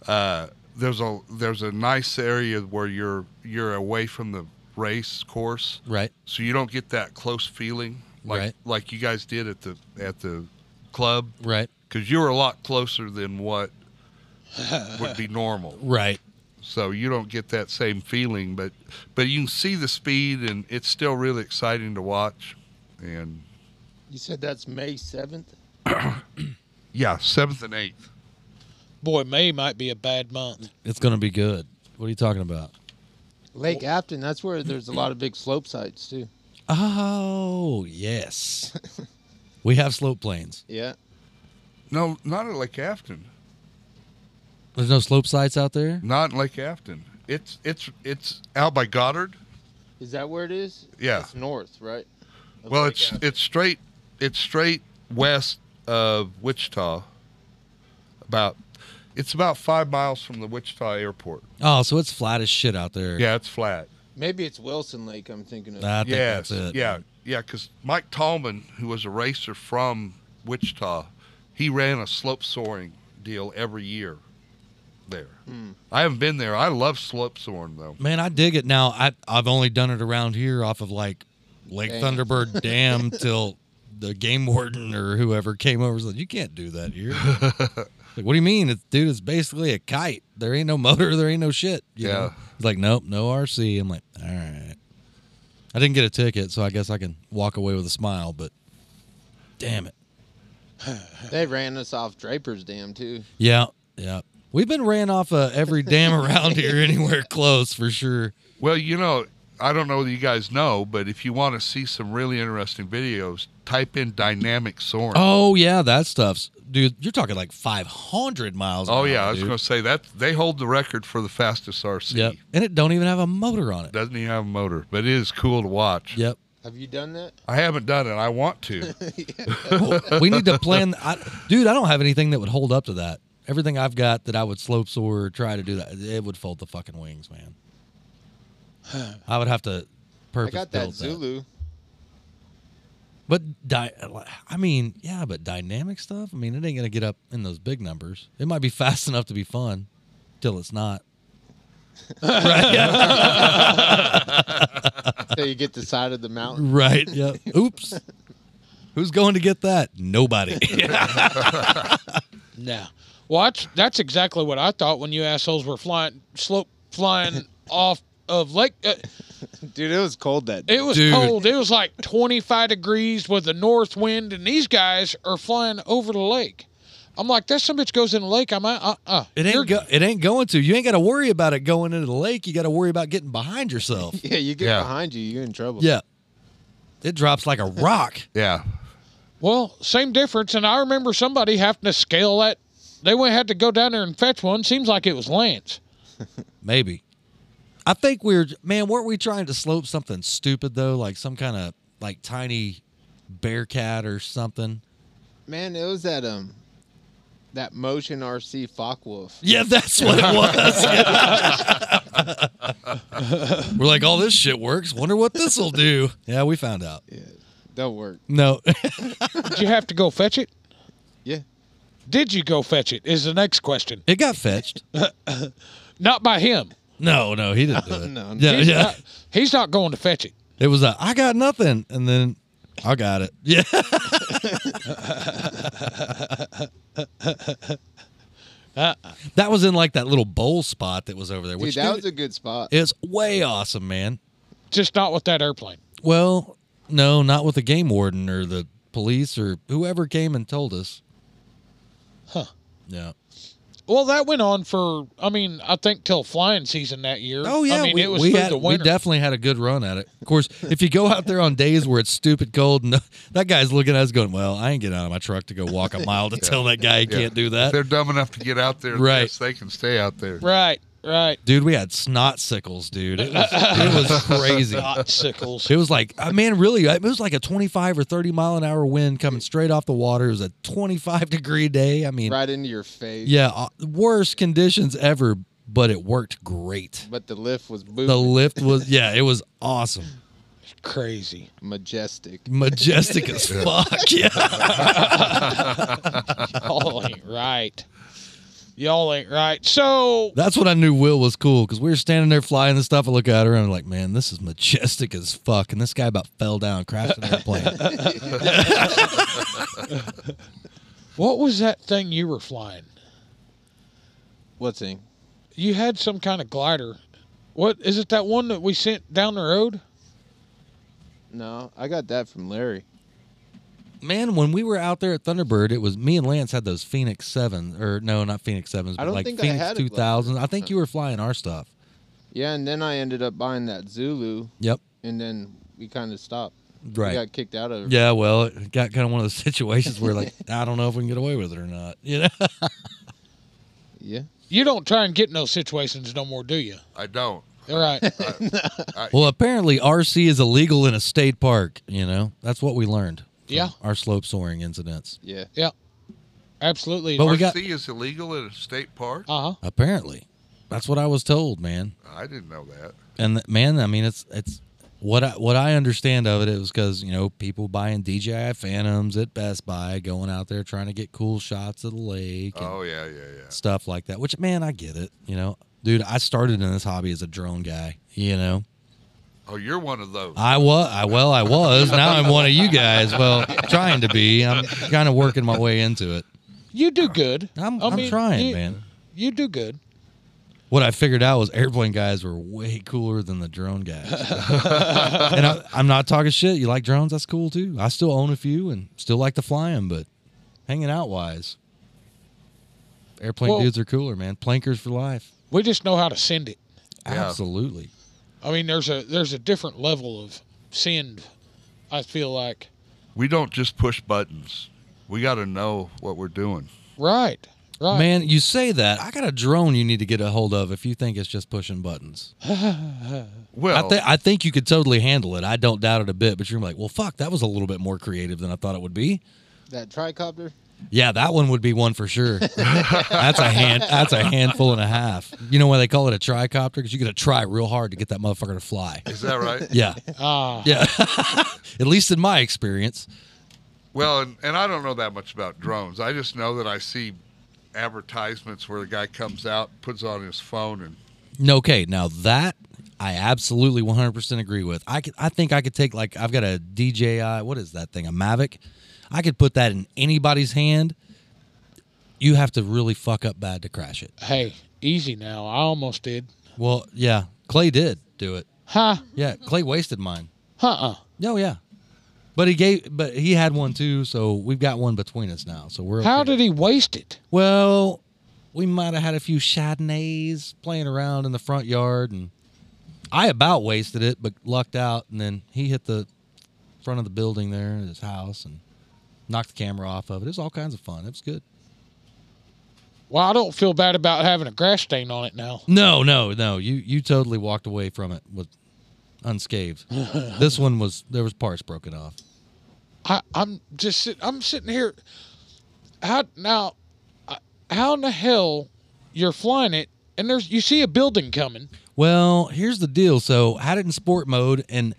Speaker 4: Uh, there's a there's a nice area where you're you're away from the race course,
Speaker 3: Right.
Speaker 4: so you don't get that close feeling like
Speaker 3: Right.
Speaker 4: like you guys did at the at the club
Speaker 3: Right.
Speaker 4: because you were a lot closer than what would be normal
Speaker 3: Right.
Speaker 4: so you don't get that same feeling but but you can see the speed and it's still really exciting to watch and
Speaker 7: You said that's May seventh.
Speaker 4: yeah seventh and eighth
Speaker 5: Boy, May might be a bad month.
Speaker 3: It's gonna be good. What are you talking about?
Speaker 7: Lake Afton. That's where there's a lot of big slope sites too.
Speaker 3: Oh (laughs) yes. we have slope planes.
Speaker 7: Yeah.
Speaker 4: no not at lake afton
Speaker 3: There's no slope sites out there.
Speaker 4: not in lake afton it's it's it's out by goddard
Speaker 7: Is that where it is?
Speaker 4: Yeah.
Speaker 7: It's north, right? Of
Speaker 4: well
Speaker 7: Lake
Speaker 4: it's
Speaker 7: Afton.
Speaker 4: it's straight it's straight west of wichita about it's about five miles from the wichita airport
Speaker 3: Oh, so it's flat as shit out there.
Speaker 4: yeah it's flat
Speaker 7: maybe it's Wilson Lake. I'm thinking of.
Speaker 3: I think
Speaker 4: Yes,
Speaker 3: that's it.
Speaker 4: Yeah, yeah, because Mike Tallman, who was a racer from Wichita, he ran a slope soaring deal every year there. I haven't been there. I love slope soaring though.
Speaker 3: Man, I dig it. Now I I've only done it around here off of like Lake
Speaker 7: Dang.
Speaker 3: Thunderbird Dam till the game warden or whoever came over and said, You can't do that
Speaker 4: (laughs)
Speaker 3: here. like, what do you mean? It's dude, it's basically a kite. There ain't no motor, there ain't no shit. you
Speaker 4: Yeah.
Speaker 3: know? He's like, Nope, no RC. I'm like, All right. I didn't get a ticket, so I guess I can walk away with a smile, but damn it.
Speaker 7: They ran us off Draper's Dam too.
Speaker 3: Yeah, yeah. We've been ran off uh, every dam around here anywhere close for sure.
Speaker 4: Well, you know, I don't know that you guys know, but if you want to see some really interesting videos, type in dynamic soaring.
Speaker 3: Oh yeah, that stuff's dude. You're talking like 500 miles. an
Speaker 4: Oh,
Speaker 3: hour,
Speaker 4: yeah, I was
Speaker 3: dude.
Speaker 4: going to say that they hold the record for the fastest RC.
Speaker 3: Yep, and it don't even have a motor on
Speaker 4: (laughs)
Speaker 3: it.
Speaker 4: Doesn't even have a motor, but it is cool to watch.
Speaker 3: Yep.
Speaker 7: Have you done that?
Speaker 4: I haven't done it. I want to.
Speaker 3: Well, Oh, we need to plan, I, dude. I don't have anything that would hold up to that. Everything I've got that I would slope soar or try to do that, it would fold the fucking wings, man. I would have to
Speaker 7: I
Speaker 3: purpose
Speaker 7: got that
Speaker 3: build
Speaker 7: Zulu.
Speaker 3: But di- I mean, yeah, but dynamic stuff. I mean, it ain't gonna get up in those big numbers. It might be (laughs) fast enough to be fun, till it's not. right.
Speaker 7: So you get the side of the mountain.
Speaker 3: Right. Yeah. Oops. Who's going to get that? Nobody.
Speaker 5: No. Well, that's, that's exactly what I thought when you assholes were flying slope
Speaker 3: (laughs)
Speaker 5: flying off of Lake. Uh,
Speaker 7: (laughs) Dude, it was cold that day.
Speaker 5: it was
Speaker 3: Dude.
Speaker 5: cold. It was like 25 degrees with a north wind, and these guys are flying over the lake. I'm like, that some bitch goes in the lake. I'm uh uh.
Speaker 3: It
Speaker 5: You're-
Speaker 3: ain't go- it ain't going to. You ain't got to worry about it going into the lake. You got to worry about getting behind yourself.
Speaker 7: Yeah, you get
Speaker 4: Yeah.
Speaker 7: behind you, you're in trouble.
Speaker 3: yeah. It drops like a rock.
Speaker 4: yeah.
Speaker 5: Well, same difference. And I remember somebody having to scale that. They went had to go down there and fetch one. Seems like it was Lance.
Speaker 3: Maybe. I think we we're man, weren't we trying to slope something stupid though? Like some kind of like tiny bear cat or something.
Speaker 7: Man, it was at um that motion RC Focke-Wulf.
Speaker 3: Yeah, that's what it was. (laughs) We're like, all this shit works. Wonder what this will do. Yeah, we found out.
Speaker 7: Yeah, don't work.
Speaker 3: No, (laughs)
Speaker 5: Did you have to go fetch it?
Speaker 7: Yeah,
Speaker 5: Did you go fetch it? Is the next question.
Speaker 3: it got fetched.
Speaker 5: Not by him.
Speaker 3: No, no,
Speaker 7: (laughs)
Speaker 3: he didn't do it.
Speaker 7: No, no.
Speaker 3: yeah,
Speaker 5: He's,
Speaker 3: yeah.
Speaker 5: not, he's not going to fetch it.
Speaker 3: It was a, I got nothing, and then I got it. Yeah, (laughs) that was in like that little bowl spot that was over there.
Speaker 7: dude,
Speaker 3: Which
Speaker 7: that
Speaker 3: dude,
Speaker 7: was a good spot.
Speaker 3: it's way awesome, man.
Speaker 5: Just not with that airplane.
Speaker 3: Well, no, not with the game warden or the police or whoever came and told us.
Speaker 5: Huh.
Speaker 3: Yeah.
Speaker 5: Well, that went on for, I mean, I think till flying season that year.
Speaker 3: Oh yeah,
Speaker 5: I mean,
Speaker 3: we,
Speaker 5: it was
Speaker 3: we
Speaker 5: through
Speaker 3: had,
Speaker 5: the
Speaker 3: we
Speaker 5: winter.
Speaker 3: definitely had a good run at it. Of course, if you go out there on days where it's stupid cold, and that guy's looking at us going, "Well, I ain't getting out of my truck to go walk a mile
Speaker 5: (laughs)
Speaker 3: to tell that guy he
Speaker 4: Yeah.
Speaker 3: can't do
Speaker 4: If they're
Speaker 3: that."
Speaker 4: dumb enough to get out there.
Speaker 3: Right.
Speaker 4: Yes, they can stay out there.
Speaker 5: right, right.
Speaker 3: Dude, we had snot sickles, dude. It was, it
Speaker 5: (laughs)
Speaker 3: was crazy.
Speaker 5: Not sickles.
Speaker 3: It was like, uh, man, really, it was like a 25 or 30 mile an hour wind coming straight off the water. It was a 25 degree day. I mean,
Speaker 7: Right into your face.
Speaker 3: Yeah, uh, worst conditions ever, but it worked great.
Speaker 7: But the lift was
Speaker 3: The
Speaker 7: booming,
Speaker 3: lift was yeah, it was awesome,
Speaker 5: (laughs) Crazy.
Speaker 7: majestic.
Speaker 3: majestic
Speaker 5: (laughs)
Speaker 3: as fuck. Yeah,
Speaker 5: Y'all ain't right. Y'all ain't right. So,
Speaker 3: that's what I knew. Will was cool because we were standing there flying the stuff. I look at her and I'm like, man, this is majestic as fuck. And this guy about fell down, crashed an
Speaker 7: (laughs)
Speaker 3: airplane.
Speaker 5: what was that thing you were flying?
Speaker 7: What thing?
Speaker 5: You had some kind of glider. What is it? That one that we sent down the road?
Speaker 7: No, I got that from Larry.
Speaker 3: man, when we were out there at Thunderbird, it was me and Lance had those Phoenix Seven or no, not Phoenix Sevens,
Speaker 7: I
Speaker 3: but
Speaker 7: don't
Speaker 3: like
Speaker 7: think I
Speaker 3: Phoenix
Speaker 7: had a
Speaker 3: Two
Speaker 7: glider.
Speaker 3: Thousand. I think you were flying our stuff.
Speaker 7: Yeah, and then I ended up buying that Zulu,
Speaker 3: Yep.
Speaker 7: and then we kind of stopped.
Speaker 3: Right.
Speaker 7: We got kicked out of it.
Speaker 3: Yeah, well, it got kind of one of those (laughs) situations where like I don't know if we can get away with it or not. You know. (laughs)
Speaker 7: Yeah.
Speaker 5: You don't try and get in those situations no more, do you?
Speaker 4: I don't.
Speaker 5: All right.
Speaker 3: (laughs) Well, apparently RC is illegal in a state park. You know, that's what we learned. from
Speaker 5: Yeah.
Speaker 3: our slope soaring incidents.
Speaker 7: Yeah.
Speaker 5: yeah. Absolutely.
Speaker 3: But we
Speaker 4: RC
Speaker 3: got-
Speaker 4: is illegal at a state park.
Speaker 5: uh huh.
Speaker 3: Apparently, that's what I was told, man.
Speaker 4: I didn't know that.
Speaker 3: And th- man, I mean, it's it's what I what I understand of it. It was because you know people buying DJI Phantoms at Best Buy, going out there trying to get cool shots of the lake. and-
Speaker 4: Oh yeah, yeah, yeah.
Speaker 3: stuff like that. Which man, I get it. You know, dude, I started in this hobby as a drone guy. You know,
Speaker 4: Oh, you're one of those.
Speaker 3: I was, I well, I was. Now I'm one of you guys. Well, trying to be. I'm kind of working my way into it.
Speaker 5: You do good.
Speaker 3: I'm, I
Speaker 5: I
Speaker 3: am
Speaker 5: mean,
Speaker 3: trying,
Speaker 5: you-
Speaker 3: man.
Speaker 5: You do good.
Speaker 3: What I figured out was airplane guys were way cooler than the drone guys. (laughs) and I, I'm not talking shit. You like drones? That's cool too. I still own a few and still like to fly them, but hanging out wise, airplane
Speaker 5: Well-
Speaker 3: dudes are cooler, man. Plankers for life.
Speaker 5: We just know how to send it.
Speaker 4: Yeah.
Speaker 3: Absolutely.
Speaker 5: I mean, there's a there's a different level of send. I feel like
Speaker 4: we don't just push buttons. We got to know what we're doing.
Speaker 5: right, right.
Speaker 3: Man, you say that. I got a drone you need to get a hold of if you think it's just pushing buttons.
Speaker 4: Well,
Speaker 5: Oh.
Speaker 3: I, th- I think you could totally handle it. I don't doubt it a bit, but you're like, well, fuck, that was a little bit more creative than I thought it would be.
Speaker 7: That tricopter.
Speaker 3: Yeah, that one would be one for sure. that's a hand. That's a handful and a half. You know why they call it a tricopter? Because you got to try real hard to get that motherfucker to fly.
Speaker 4: is
Speaker 3: (laughs)
Speaker 4: that right?
Speaker 3: Yeah,
Speaker 5: Ah,
Speaker 3: yeah. At least in my experience.
Speaker 4: Well, and, and I don't know that much about drones. I just know that I see advertisements where the guy comes out, puts on his phone, and
Speaker 3: Okay, now that I absolutely 100% agree with. I could, I think I could take like I've got a DJI, what is that thing? A Mavic. I could put that in anybody's hand. You have to really fuck up bad to crash it.
Speaker 5: hey, easy now. I almost did.
Speaker 3: Well, yeah, Clay did do it.
Speaker 5: Huh?
Speaker 3: Yeah, Clay wasted mine.
Speaker 5: Huh?
Speaker 3: No, Oh, yeah. But he gave but he had one too, so we've got one between us now. So we're
Speaker 5: How
Speaker 3: okay.
Speaker 5: did he waste it?
Speaker 3: Well, we might have had a few Chardonnays playing around in the front yard, and I about wasted it, but lucked out. And then he hit the front of the building there at his house and knocked the camera off of it. It was all kinds of fun. It was good.
Speaker 5: Well, I don't feel bad about having a grass stain on it now.
Speaker 3: No, no, no. You you totally walked away from it with unscathed. this one was there was parts broken off.
Speaker 5: I, I'm just sit, I'm sitting here. How now? I, how in the hell you're flying it and there's you see a building coming.
Speaker 3: Well, here's the deal. So had it in sport mode, and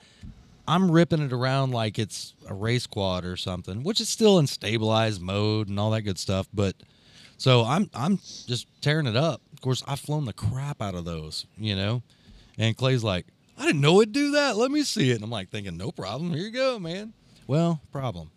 Speaker 3: I'm ripping it around like it's a race quad or something, which is still in stabilized mode and all that good stuff. But so I'm I'm just tearing it up. Of course, I've flown the crap out of those, you know. And Clay's like, I didn't know it'd do that. Let me see it. And I'm like thinking, no problem. Here you go, man. Well, problem.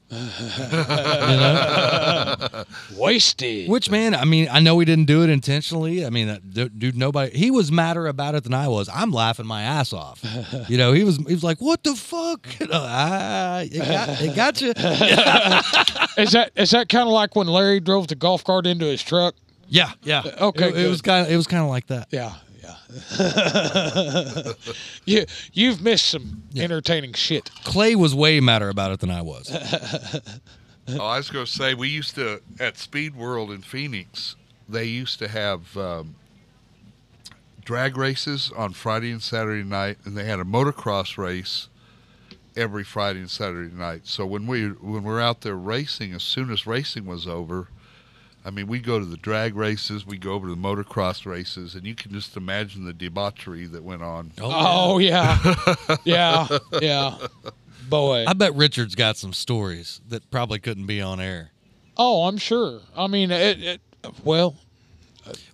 Speaker 5: Wasted.
Speaker 3: Which man? I mean, I know he didn't do it intentionally. I mean, that du- dude, nobody. He was madder about it than I was. I'm laughing my ass
Speaker 5: (laughs)
Speaker 3: off. You know, he was. He was like, "What the fuck?" (laughs) You know, ah, it got, it got
Speaker 5: (laughs)
Speaker 3: you.
Speaker 5: Is that is that kind of like when Larry drove the golf cart into his truck?
Speaker 3: Yeah, yeah.
Speaker 5: Okay,
Speaker 3: It, it was
Speaker 5: good.
Speaker 3: kind. Of, it was kind of like that.
Speaker 5: Yeah, yeah. (laughs) you you've missed some entertaining shit.
Speaker 3: Clay was way madder about it than I
Speaker 5: (laughs)
Speaker 3: was.
Speaker 4: Oh, I was going to say we used to at Speed World in Phoenix. They used to have um, drag races on Friday and Saturday night, and they had a motocross race every Friday and Saturday night. So when we when we're out there racing, as soon as racing was over, I mean, we go to the drag races, we go over to the motocross races, and you can just imagine the debauchery that went on.
Speaker 5: Oh yeah,
Speaker 3: (laughs)
Speaker 5: yeah, yeah. Boy.
Speaker 3: I bet Richard's got some stories that probably couldn't be on air.
Speaker 5: Oh, I'm sure. I mean, it, it well,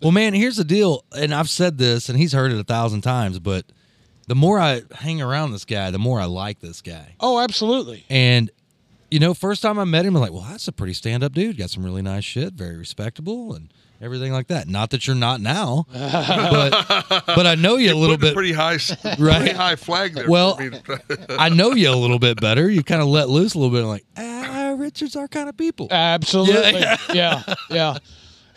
Speaker 3: Well, man, here's the deal, and I've said this, and he's heard it a thousand times, but the more I hang around this guy, the more I like this guy.
Speaker 5: oh, absolutely.
Speaker 3: And you know, first time I met him, I'm like, well, that's a pretty stand up dude. Got some really nice shit, very respectable, and everything like that. Not that you're not now, but but I know you a little
Speaker 4: Putting
Speaker 3: bit.
Speaker 4: pretty high, s-
Speaker 3: (laughs) Right.
Speaker 4: pretty high flag there. for
Speaker 3: Well,
Speaker 4: me to try-
Speaker 3: I know you a little bit better. You kind of let loose a little bit, and like, ah, Richard's our kind of people.
Speaker 5: Ah, Absolutely.
Speaker 3: Yeah. (laughs)
Speaker 5: Yeah, yeah.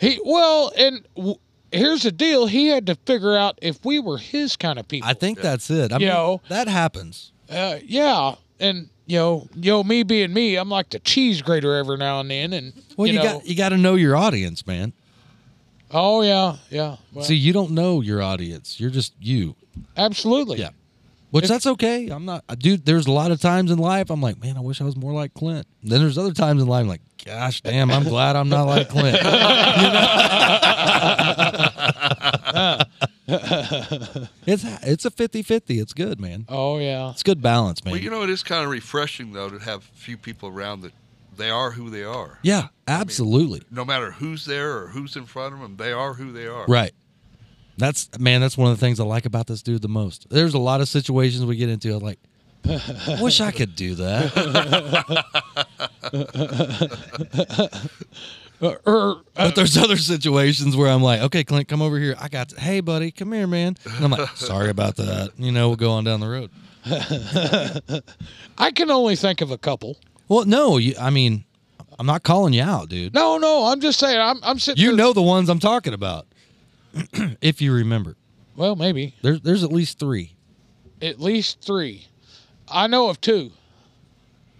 Speaker 5: He well, and w- here's the deal. He had to figure out if we were his kind of people.
Speaker 3: I think that's it. I mean,
Speaker 5: Yo.
Speaker 3: that happens.
Speaker 5: Uh, yeah, and yo, yo, me being me, I'm like the cheese grater every now and then, and
Speaker 3: Well, you,
Speaker 5: you, know,
Speaker 3: got you got to know your audience, man.
Speaker 5: oh yeah, yeah. Well,
Speaker 3: See, you don't know your audience. You're just you.
Speaker 5: absolutely.
Speaker 3: Yeah. Which that's okay. I'm not, dude. There's a lot of times in life I'm like, man, I wish I was more like Clint. Then there's other times in life I'm like, gosh, damn, I'm glad I'm not like Clint. (laughs) You know? (laughs) it's it's a 50-50. It's good, man.
Speaker 5: Oh yeah.
Speaker 3: It's good balance, man.
Speaker 4: Well, you know, it is kind of refreshing though to have a few people around that they are who they are.
Speaker 3: yeah, absolutely.
Speaker 4: No matter who's there or who's in front of them, they are who they are.
Speaker 3: Right. That's man. That's one of the things I like about this dude the most. There's a lot of situations we get into. I'm like, I wish I could do that.
Speaker 5: Uh, or uh,
Speaker 3: But there's other situations where I'm like, okay, Clint, come over here. I got. Hey, buddy, come here, man. And I'm
Speaker 5: (laughs)
Speaker 3: like, sorry about that. You know, we'll go on down the road.
Speaker 5: I can only think of a couple.
Speaker 3: Well, no, you, I mean, I'm not calling you out, dude.
Speaker 5: No, no, I'm just saying. I'm, I'm sitting.
Speaker 3: You
Speaker 5: there-
Speaker 3: know the ones I'm talking about, (clears throat) if you remember.
Speaker 5: Well, maybe
Speaker 3: There's there's at least three.
Speaker 5: at least three. I know of two.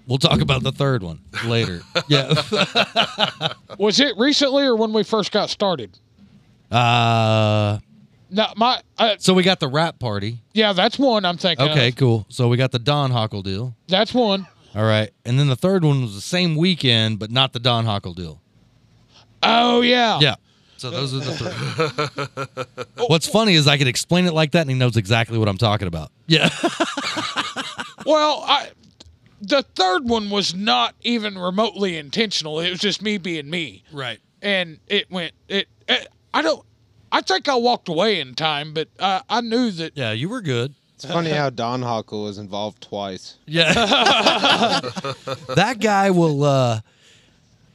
Speaker 3: We'll talk about the third one
Speaker 5: (laughs)
Speaker 3: later. Yeah. (laughs)
Speaker 5: Was it recently or when we first got started?
Speaker 3: Uh,
Speaker 5: No, my uh,
Speaker 3: so we got the rap party.
Speaker 5: yeah, that's one I'm thinking.
Speaker 3: Okay,
Speaker 5: of.
Speaker 3: cool. So we got the Don Hockle deal.
Speaker 5: that's one.
Speaker 3: All right. And then the third one was the same weekend, but not the Don Hockle deal.
Speaker 5: Oh yeah,
Speaker 3: Yeah. So those are the three. What's funny is I could explain it like that and he knows exactly what I'm talking about. (laughs) Yeah.
Speaker 5: Well, I, the third one was not even remotely intentional. It was just me being me,
Speaker 3: Right.
Speaker 5: and it went. It, it I don't. I think I walked away in time, but uh, I knew that.
Speaker 3: Yeah, you were good.
Speaker 7: It's funny how Don Hockle was involved twice.
Speaker 3: Yeah. (laughs) that guy will uh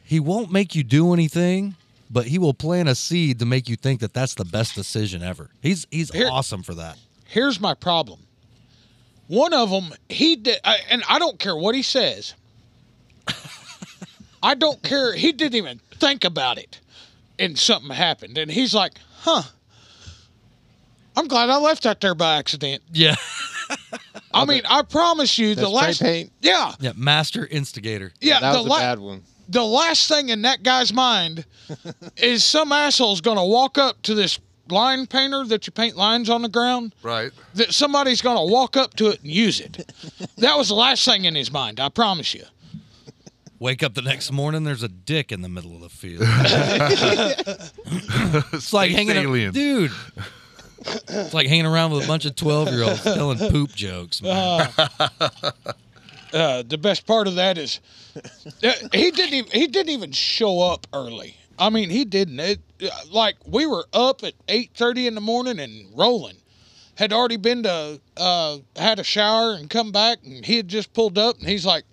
Speaker 3: he won't make you do anything, but he will plant a seed to make you think that that's the best decision ever. He's he's
Speaker 5: Here-
Speaker 3: awesome for that.
Speaker 5: Here's my problem. One of them, he did, I, and I don't care what he says. I don't care. He didn't even think about it, and something happened, and he's like, "Huh." I'm glad I left that there by accident.
Speaker 3: Yeah.
Speaker 5: I mean, I promise you, the
Speaker 7: That spray
Speaker 5: last
Speaker 7: paint?
Speaker 5: yeah,
Speaker 3: Yeah, master instigator.
Speaker 5: yeah,
Speaker 7: that
Speaker 5: the
Speaker 7: was a
Speaker 5: la-
Speaker 7: bad one.
Speaker 5: the last thing in that guy's
Speaker 7: (laughs)
Speaker 5: mind is some asshole's gonna walk up to this line painter that you paint lines on the ground.
Speaker 4: Right.
Speaker 5: That somebody's gonna walk up to it and use it. That was the last thing in his mind. I promise you.
Speaker 3: Wake up the next morning, there's a dick in the middle of the field. (laughs) It's like hanging
Speaker 4: aliens.
Speaker 3: out, dude. It's like hanging around with a bunch of twelve-year-olds telling poop jokes. Man.
Speaker 5: Uh, the best part of that is uh, he didn't even, he didn't even show up early. I mean, he didn't. It, uh, like we were up at eight thirty in the morning and rolling. Had already been to uh, had a shower and come back, and he had just pulled up, and he's like,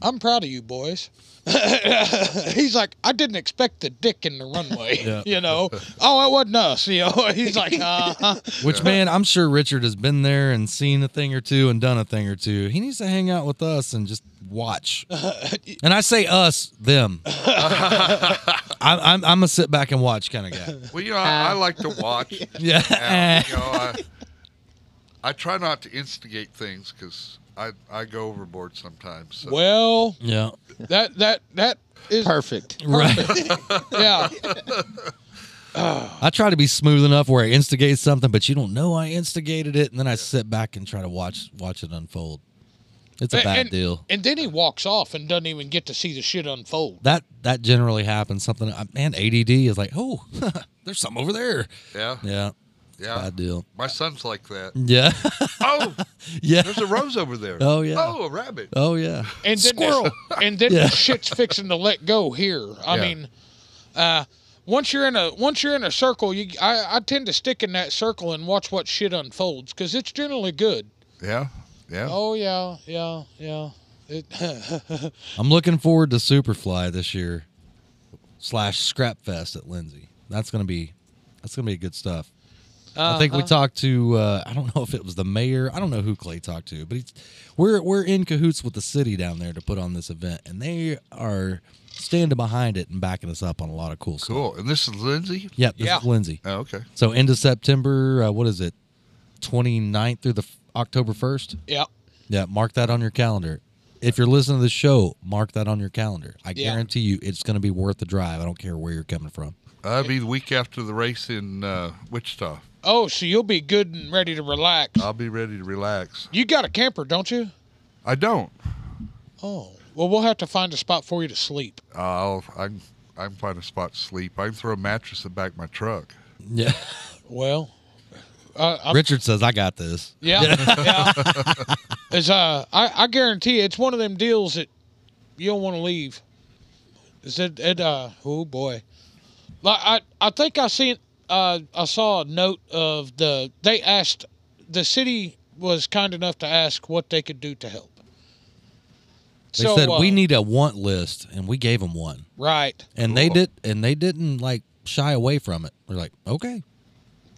Speaker 5: "I'm proud of you boys." (laughs) he's like, "I didn't expect the dick in the runway."
Speaker 3: Yeah.
Speaker 5: (laughs) You know, oh, it wasn't us. (laughs) You know, he's like, uh
Speaker 3: Which man, I'm sure Richard has been there and seen a thing or two and done a thing or two. He needs to hang out with us and just (laughs) watch. And I say us, them. (laughs) I'm, I'm I'm a sit back and watch kind of (laughs) guy.
Speaker 4: Well, you know, I, I like to watch.
Speaker 3: Yeah.
Speaker 4: Yeah, you know, I, I try not to instigate things because I, I go overboard sometimes. So.
Speaker 5: "Well,
Speaker 3: Yeah.
Speaker 5: that that that
Speaker 3: (laughs)
Speaker 5: is
Speaker 7: Perfect.
Speaker 3: Right.
Speaker 5: yeah."
Speaker 3: I try to be smooth enough where I instigate something, but you don't know I instigated it, and then I sit back and try to watch watch it unfold. It's a
Speaker 5: And-
Speaker 3: bad
Speaker 5: and,
Speaker 3: deal.
Speaker 5: And then he walks off and doesn't even get to see the shit unfold.
Speaker 3: That that generally happens. Something uh, man, ADD is like, oh, (laughs) there's something over there.
Speaker 4: yeah,
Speaker 3: Yeah.
Speaker 4: yeah.
Speaker 3: Bad deal.
Speaker 4: My son's like that.
Speaker 3: (laughs) Yeah.
Speaker 4: Oh,
Speaker 3: yeah.
Speaker 4: there's a rose over there.
Speaker 3: Oh, yeah.
Speaker 4: Oh, a rabbit.
Speaker 3: Oh yeah.
Speaker 5: And then
Speaker 3: Squirrel.
Speaker 5: (laughs) and then
Speaker 3: Yeah.
Speaker 5: the shit's fixing to let go here. I
Speaker 4: Yeah.
Speaker 5: mean, uh, once you're in a once you're in a circle, you I, I tend to stick in that circle and watch what shit unfolds because it's generally good.
Speaker 4: Yeah, yeah.
Speaker 5: Oh yeah, yeah, yeah. It, (laughs)
Speaker 3: I'm looking forward to Superfly this year slash Scrap Fest at Lindsay. That's gonna be that's gonna be good stuff. I think we
Speaker 5: Uh-huh.
Speaker 3: talked to uh, I don't know if it was the mayor. I don't know who Clay talked to, but he's, we're we're in cahoots with the city down there to put on this event, and they are standing behind it and backing us up on a lot of cool stuff.
Speaker 4: Cool. And this is Lindsay.
Speaker 3: Yep, this
Speaker 5: Yeah.
Speaker 3: is Lindsay.
Speaker 4: Oh, okay.
Speaker 3: So end of September, uh, what is it? 29th through the f- October 1st?
Speaker 5: yeah.
Speaker 3: Yeah, mark that on your calendar. If you're listening to the show, mark that on your calendar. I
Speaker 5: Yeah.
Speaker 3: guarantee you it's going to be worth the drive. I don't care where you're coming from.
Speaker 4: That'd be the week after the race in uh, Wichita.
Speaker 5: Oh, so you'll be good and ready to relax.
Speaker 4: I'll be ready to relax.
Speaker 5: You got a camper, don't you?
Speaker 4: I don't.
Speaker 5: Oh. Well, we'll have to find a spot for you to sleep.
Speaker 4: I'll. I can, I can find a spot to sleep. I can throw a mattress in the back of my truck.
Speaker 3: Yeah.
Speaker 5: Well, uh, I'm
Speaker 3: Richard says, I got this.
Speaker 5: Yeah, (laughs) yeah. It's, uh, I, I guarantee you, it's one of them deals that you don't want to leave. Is it? It uh, oh boy. Like I, I think I seen. Uh, I saw a note of the. They asked. The city was kind enough to ask what they could do to help.
Speaker 3: They said,
Speaker 5: uh,
Speaker 3: we need a want list, and we gave them one.
Speaker 5: right.
Speaker 3: And they
Speaker 4: Cool.
Speaker 3: did, and they didn't like shy away from it. They're like, okay.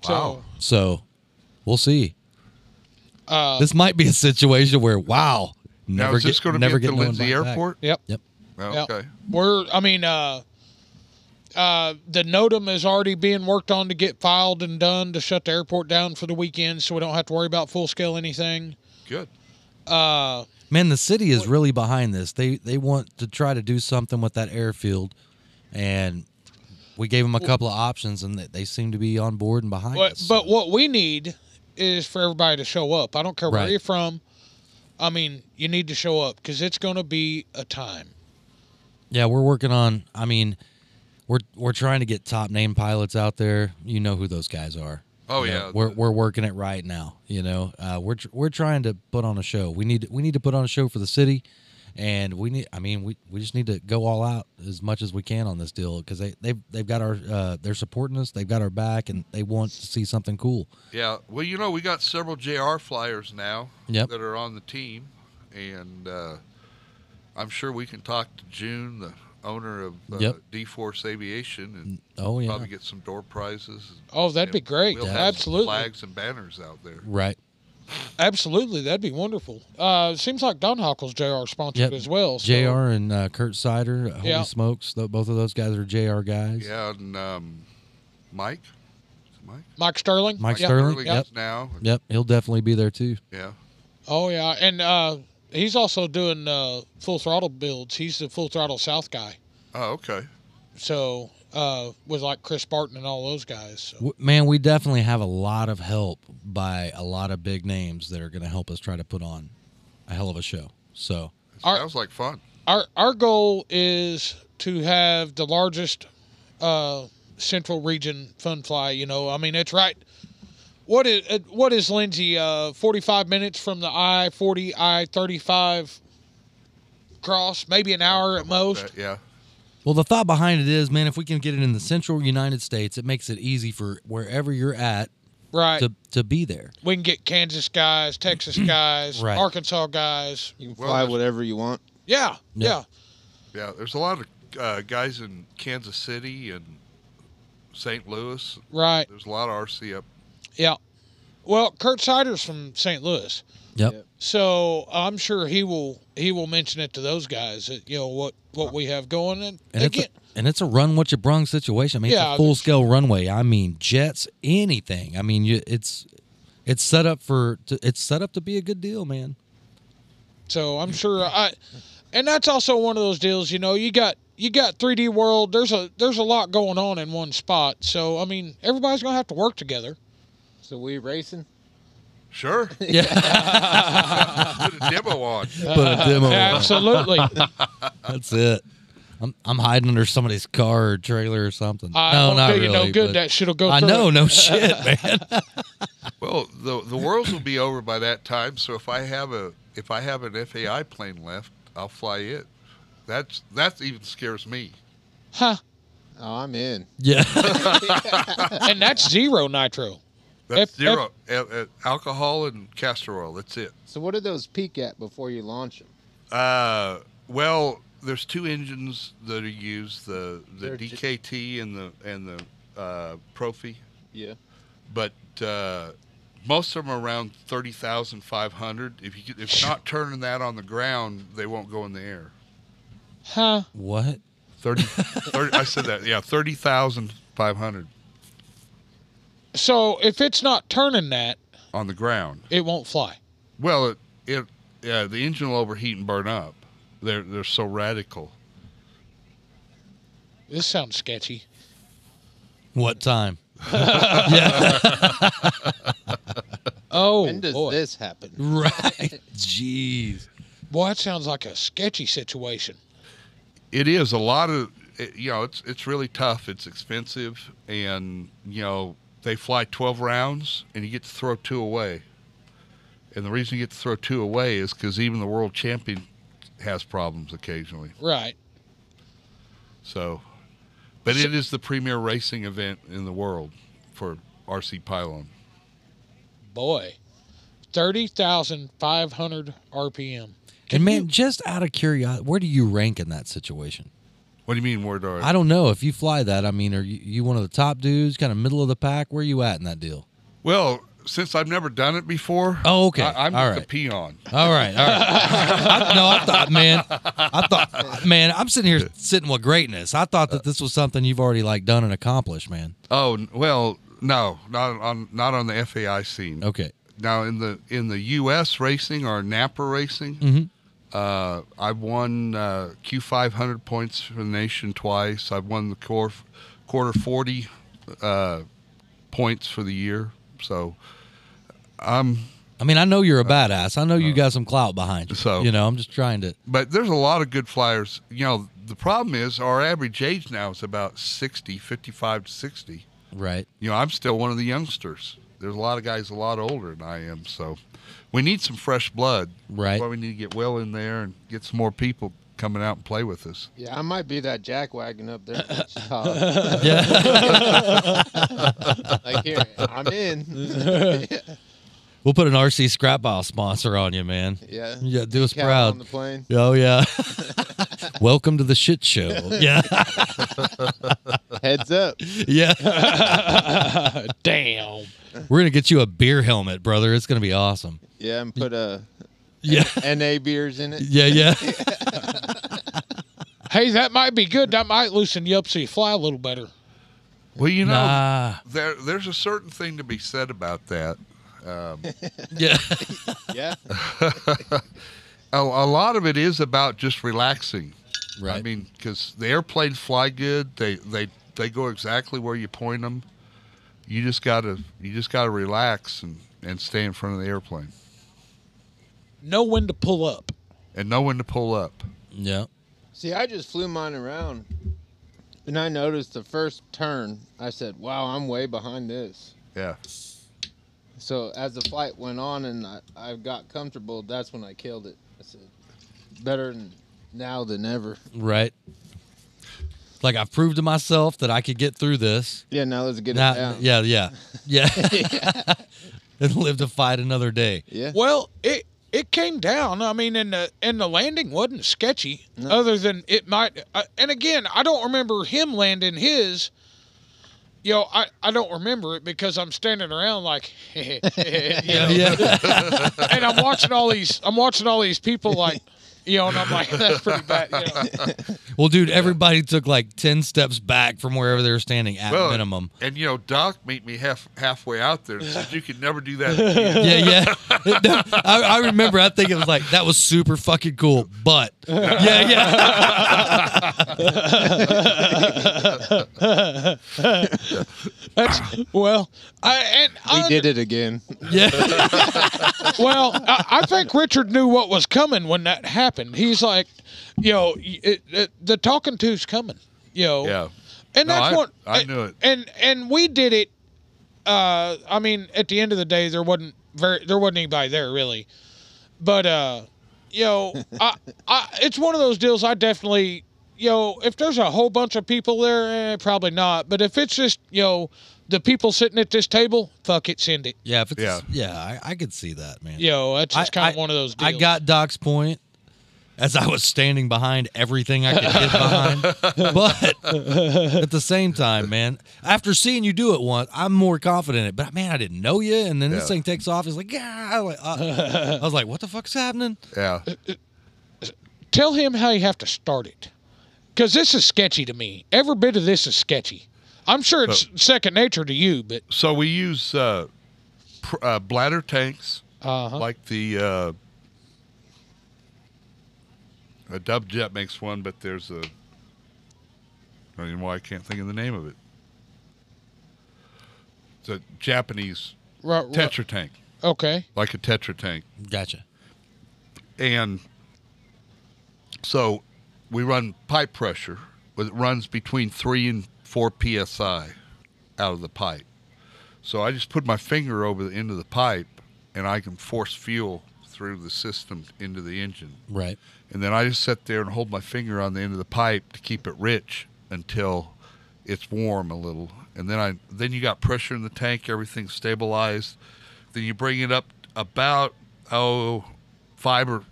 Speaker 4: Wow.
Speaker 3: So we'll see.
Speaker 5: So, uh,
Speaker 3: This might be a situation where, wow,
Speaker 4: Now,
Speaker 3: never
Speaker 4: is this
Speaker 3: get,
Speaker 4: going to be
Speaker 3: never
Speaker 4: at
Speaker 3: get
Speaker 4: the
Speaker 3: no one
Speaker 4: Lindsay
Speaker 3: back.
Speaker 4: Airport?
Speaker 5: yep.
Speaker 3: Yep.
Speaker 4: Oh,
Speaker 5: Yeah.
Speaker 4: okay.
Speaker 5: We're, I mean, uh, uh, the NOTAM is already being worked on to get filed and done to shut the airport down for the weekend so we don't have to worry about full scale anything.
Speaker 4: Good.
Speaker 5: Uh,
Speaker 3: Man, the city is really behind this. They they want to try to do something with that airfield, and we gave them a couple of options, and they, they seem to be on board and behind
Speaker 5: but,
Speaker 3: us.
Speaker 5: but what we need is for everybody to show up. I don't care where
Speaker 3: Right.
Speaker 5: you're from. I mean, you need to show up because it's going to be a time.
Speaker 3: yeah, we're working on. I mean, we're we're trying to get top name pilots out there. You know who those guys are.
Speaker 4: Oh,
Speaker 3: You know,
Speaker 4: yeah.
Speaker 3: we're we're working it right now. You know, uh, we're tr- we're trying to put on a show. We need we need to put on a show for the city, and we need. I mean, we, we just need to go all out as much as we can on this deal because they they've they've got our uh, they're supporting us. They've got our back, and they want to see something cool.
Speaker 4: Yeah. Well, you know, we got several JR flyers now
Speaker 3: Yep.
Speaker 4: that are on the team, and uh, I'm sure we can talk to June, the owner of uh,
Speaker 3: Yep.
Speaker 4: D Force Aviation, and
Speaker 3: Oh yeah,
Speaker 4: probably get some door prizes.
Speaker 5: Oh, that'd be
Speaker 4: And
Speaker 5: great.
Speaker 4: We'll have some
Speaker 5: Absolutely.
Speaker 4: flags and banners out there.
Speaker 3: right.
Speaker 5: Absolutely. That'd be wonderful. Uh, seems like Don Hockles JR sponsored
Speaker 3: Yep.
Speaker 5: as well. So,
Speaker 3: Jr. and uh, Kurt Sider, holy
Speaker 5: Yeah.
Speaker 3: smokes, th- both of those guys are Jr. guys.
Speaker 4: Yeah, and um, Mike, Is it Mike,
Speaker 5: Mike Sterling.
Speaker 3: Mike
Speaker 5: Yeah.
Speaker 3: Sterling,
Speaker 4: Early
Speaker 3: yep.
Speaker 4: now.
Speaker 3: Yep, he'll definitely be there too.
Speaker 4: Yeah.
Speaker 5: Oh yeah, and uh, he's also doing uh, full throttle builds. He's the full throttle South guy,
Speaker 4: Oh, okay.
Speaker 5: so uh, with like Chris Barton and all those guys. So.
Speaker 3: W- Man, we definitely have a lot of help by a lot of big names that are going to help us try to put on a hell of a show. So
Speaker 4: That
Speaker 5: Our-
Speaker 4: sounds like fun.
Speaker 5: our our goal is to have the largest uh, central region fun fly. You know, I mean, it's right. What is uh, what is Lindsay? Uh, Forty five minutes from the I forty I thirty five cross, maybe an hour at most.
Speaker 4: That- yeah.
Speaker 3: Well, the thought behind it is, man, if we can get it in the central United States, it makes it easy for wherever you're at
Speaker 5: Right.
Speaker 3: to, to be there.
Speaker 5: we can get Kansas guys, Texas guys,
Speaker 3: Right.
Speaker 5: Arkansas guys.
Speaker 7: You can
Speaker 4: Well,
Speaker 7: fly
Speaker 4: that's-
Speaker 7: whatever you want.
Speaker 5: Yeah,
Speaker 3: Yeah.
Speaker 5: yeah.
Speaker 4: Yeah, there's a lot of uh, guys in Kansas City and St. Louis.
Speaker 5: Right.
Speaker 4: There's a lot of RC up.
Speaker 5: Yeah. Well, Kurt Sider's from St. Louis,
Speaker 3: Yep.
Speaker 7: Yep.
Speaker 5: so I'm sure he will he will mention it to those guys that you know what what we have going and,
Speaker 3: And it's, a,
Speaker 5: again
Speaker 3: and it's a run what you brung situation. I mean,
Speaker 5: Yeah,
Speaker 3: it's a full scale runway. I mean, jets, anything. I mean, you, it's it's set up for to, it's set up to be a good deal,
Speaker 5: (laughs)
Speaker 3: man.
Speaker 5: so I'm sure I and that's also one of those deals you know you got you got 3D World there's a there's a lot going on in one spot so I mean everybody's gonna have to work together
Speaker 7: So we racing?
Speaker 4: Sure. (laughs)
Speaker 3: Yeah,
Speaker 4: Put a demo on.
Speaker 3: put a demo. on. (laughs)
Speaker 5: absolutely
Speaker 3: That's it. I'm I'm hiding under somebody's car or trailer or something.
Speaker 5: I
Speaker 3: no,
Speaker 5: won't
Speaker 3: not
Speaker 5: do you
Speaker 3: really.
Speaker 5: no good
Speaker 3: but-
Speaker 5: that shit'll go
Speaker 3: I
Speaker 5: through
Speaker 3: know, no shit, (laughs) man.
Speaker 4: Well, the the worlds will be over by that time. So if I have a if I have an FAI plane left, I'll fly it. That's that even scares me.
Speaker 5: huh
Speaker 7: Oh, I'm in.
Speaker 3: (laughs) Yeah,
Speaker 5: and that's zero nitro
Speaker 4: That's
Speaker 5: F-
Speaker 4: zero a- a- alcohol and castor oil. That's it.
Speaker 7: So what did those peak at before you launch them?
Speaker 4: Uh, well, there's two engines that are used the the
Speaker 7: They're j-
Speaker 4: DKT and the and the uh, Profi.
Speaker 7: Yeah.
Speaker 4: but uh, most of them are around thirty thousand five hundred. If you if you're not turning that on the ground, they won't go in the air.
Speaker 5: huh
Speaker 3: what?
Speaker 4: 30, 30 I said that. Yeah, thirty thousand five hundred
Speaker 5: so if it's not turning that
Speaker 4: on the ground.
Speaker 5: it won't fly
Speaker 4: Well, it it yeah, the engine will overheat and burn up. They're they're so radical.
Speaker 5: This sounds sketchy.
Speaker 3: What time?
Speaker 5: Oh,
Speaker 7: When does
Speaker 5: boy.
Speaker 7: this happen?
Speaker 3: Right. Jeez.
Speaker 5: boy, that sounds like a sketchy situation.
Speaker 4: It is a lot of it, you know. It's it's really tough. It's expensive, and you know they fly twelve rounds, and you get to throw two away. And the reason you get to throw two away is because even the world champion has problems occasionally.
Speaker 5: Right.
Speaker 4: So, but it is the premier racing event in the world for RC Pylon.
Speaker 5: Boy. 30,500 RPM.
Speaker 3: And man, just out of curiosity, where do you rank in that situation?
Speaker 4: What do you mean, where do I?
Speaker 3: I don't know if you fly that. I mean, are you, you one of the top dudes, kind of middle of the pack? Where are you at in that deal?
Speaker 4: Well, since I've never done it before,
Speaker 3: Oh, okay.
Speaker 4: I, am
Speaker 3: All
Speaker 4: just
Speaker 3: right.
Speaker 4: a peon.
Speaker 3: All right, all right. I, no, I thought, man, I thought, man, I'm sitting here sitting with greatness. I thought that this was something you've already like done and accomplished, man.
Speaker 4: Oh n- well, no, not on not on the FAI scene.
Speaker 3: Okay,
Speaker 4: Now in the in the U.S. racing or Napa racing,
Speaker 3: Mhm.
Speaker 4: uh, I've won uh, Q500 points for the nation twice. I've won the core, quarter 40 uh, points for the year. So
Speaker 3: I mean, I know you're a badass. I know you got some clout behind you.
Speaker 4: So-
Speaker 3: you know, I'm just trying to.
Speaker 4: but there's a lot of good flyers. You know, the problem is our average age now is about 60, 55 to 60.
Speaker 3: Right.
Speaker 4: You know, I'm still one of the youngsters. There's a lot of guys a lot older than I am. So we need some fresh blood.
Speaker 3: Right.
Speaker 4: Well, we need to get well in there and get some more people coming out and play with us.
Speaker 7: Yeah, I might be that jack wagon up there. at Wichita.
Speaker 3: Yeah.
Speaker 7: (laughs) like here, I'm in.
Speaker 3: we'll put an RC scrap pile sponsor on you, man.
Speaker 7: Yeah.
Speaker 3: Yeah, do us
Speaker 7: Cat
Speaker 3: proud.
Speaker 7: on the plane.
Speaker 3: Oh yeah. Welcome to the shit show. Yeah.
Speaker 7: Heads up.
Speaker 3: Yeah.
Speaker 5: Damn.
Speaker 3: We're gonna get you a beer helmet, brother. It's gonna be awesome.
Speaker 7: Yeah, and put uh,
Speaker 3: Yeah.
Speaker 7: NA beers in
Speaker 3: (laughs)
Speaker 7: it.
Speaker 3: Yeah, yeah.
Speaker 5: Hey, that might be good. That might loosen you up so you fly a little better.
Speaker 4: Well, you know,
Speaker 3: Nah.
Speaker 4: there there's a certain thing to be said about that.
Speaker 3: Yeah.
Speaker 7: Yeah.
Speaker 4: A, a lot of it is about just relaxing.
Speaker 3: (laughs) Right.
Speaker 4: I mean, because the airplanes fly good. They they they go exactly where you point them. You just gotta you just gotta relax and and stay in front of the airplane
Speaker 5: Know when to pull up.
Speaker 4: and know when to pull up.
Speaker 3: Yeah.
Speaker 7: See, I just flew mine around, and I noticed the first turn. I said, "Wow, I'm way behind this."
Speaker 4: Yeah.
Speaker 7: So as the flight went on and I, I got comfortable, that's when I killed it. I said, "Better than now than ever."
Speaker 3: Right. Like I've proved to myself that I could get through this.
Speaker 7: Yeah, now let's get
Speaker 3: Now-
Speaker 7: it down.
Speaker 3: yeah, yeah, yeah, (laughs) and live to fight another day.
Speaker 7: yeah.
Speaker 5: Well, it it came down. I mean, and the and the landing wasn't sketchy,
Speaker 7: No.
Speaker 5: other than it might. Uh, and again, I don't remember him landing his. You know, I, I don't remember it because I'm standing around like, (laughs) you know,
Speaker 3: Yeah,
Speaker 5: and I'm watching all these I'm watching all these people like, you know, and I'm like, (laughs) that's pretty bad. You know?
Speaker 3: well, dude, everybody took like ten steps back from wherever they were standing at
Speaker 4: Well,
Speaker 3: minimum.
Speaker 4: And you know, Doc meet me half halfway out there and
Speaker 3: (laughs)
Speaker 4: said, "You can never do that." again."
Speaker 3: Yeah, yeah. (laughs) No, I, I remember. I think it was like that was super fucking cool, but yeah, (laughs) yeah.
Speaker 5: That's well, I and
Speaker 7: We
Speaker 5: I
Speaker 7: did it again.
Speaker 3: (laughs)
Speaker 7: (laughs)
Speaker 3: Yeah.
Speaker 5: (laughs) well, I, I think Richard knew what was coming when that happened. He's like, you know, it, it, the talking to's coming. You know,
Speaker 4: yeah.
Speaker 5: and
Speaker 4: No,
Speaker 5: that's
Speaker 4: I-
Speaker 5: what
Speaker 4: I knew it.
Speaker 5: And and we did it. Uh, I mean, at the end of the day, there wasn't very there wasn't anybody there really, but uh, you
Speaker 4: (laughs)
Speaker 5: know, I, I it's one of those deals. I definitely, you know, if there's a whole bunch of people there, eh, probably not. But if it's just you know the people sitting at this table, fuck it, send it.
Speaker 3: Yeah, if it's, yeah,
Speaker 4: Yeah.
Speaker 3: I, I could see that, man.
Speaker 5: You know, that's just
Speaker 3: I-
Speaker 5: kind of
Speaker 3: I-
Speaker 5: one of those.
Speaker 3: I
Speaker 5: deals.
Speaker 3: got Doc's point as I was standing behind everything I could get (laughs) behind. But at the same time, man, after seeing you do it once, I'm more confident in it. But man, I didn't know you. And then this
Speaker 4: Yeah.
Speaker 3: thing takes off. It's like, yeah. I was like, uh, I was like, what the fuck's happening?
Speaker 4: Yeah.
Speaker 5: tell him how you have to start it because this is sketchy to me every bit of this is sketchy i'm sure it's second nature to you but
Speaker 4: So we use uh, pr- uh, bladder tanks
Speaker 5: uh-huh.
Speaker 4: like the uh, a Dub Jet makes one, but there's a I don't even know why I can't think of the name of it. It's a Japanese
Speaker 5: Ru- ru-
Speaker 4: tetra tank,
Speaker 5: okay
Speaker 4: like a tetra tank.
Speaker 3: Gotcha.
Speaker 4: and so we run pipe pressure. It runs between three and four psi out of the pipe. So I just put my finger over the end of the pipe, and I can force fuel through the system into the engine.
Speaker 3: Right.
Speaker 4: And then I just sit there and hold my finger on the end of the pipe to keep it rich until it's warm a little. And then I then you got pressure in the tank, everything's stabilized. Then you bring it up about oh five or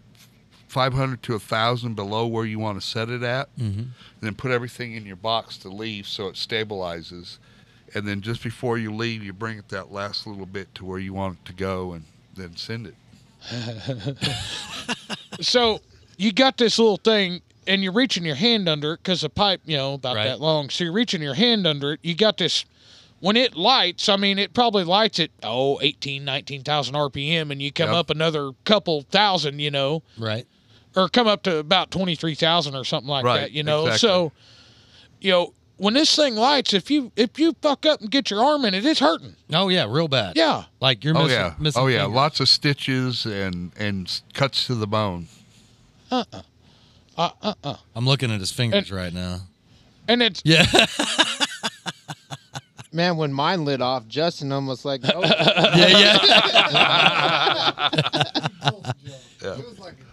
Speaker 4: five hundred to a thousand below where you want to set it at. Mm-hmm. And then put everything in your box to leave so it stabilizes. And then just before you leave, you bring it that last little bit to where you want it to go, and then send it.
Speaker 5: so you got this little thing and you're reaching your hand under it because the pipe you know about
Speaker 3: Right.
Speaker 5: that long so you're reaching your hand under it you got this when it lights i mean it probably lights at oh 18 19000 rpm and you come
Speaker 4: Yep.
Speaker 5: up another couple thousand you know
Speaker 3: Right.
Speaker 5: or come up to about 23,000 or something like
Speaker 4: Right,
Speaker 5: that, you know.
Speaker 4: exactly.
Speaker 5: So, you know, when this thing lights, if you if you fuck up and get your arm in it, it's hurting.
Speaker 3: Oh, yeah. Real bad.
Speaker 5: Yeah.
Speaker 3: Like you're
Speaker 4: Oh
Speaker 3: missing.
Speaker 4: yeah,
Speaker 3: missing
Speaker 4: oh yeah,
Speaker 3: fingers.
Speaker 4: lots of stitches and and s- cuts to the bone.
Speaker 3: I'm looking at his fingers
Speaker 5: And-
Speaker 3: right now.
Speaker 5: And it's
Speaker 3: Yeah.
Speaker 7: Man, when mine lit off, Justin almost like,
Speaker 3: (laughs)
Speaker 7: oh,
Speaker 3: yeah. Yeah.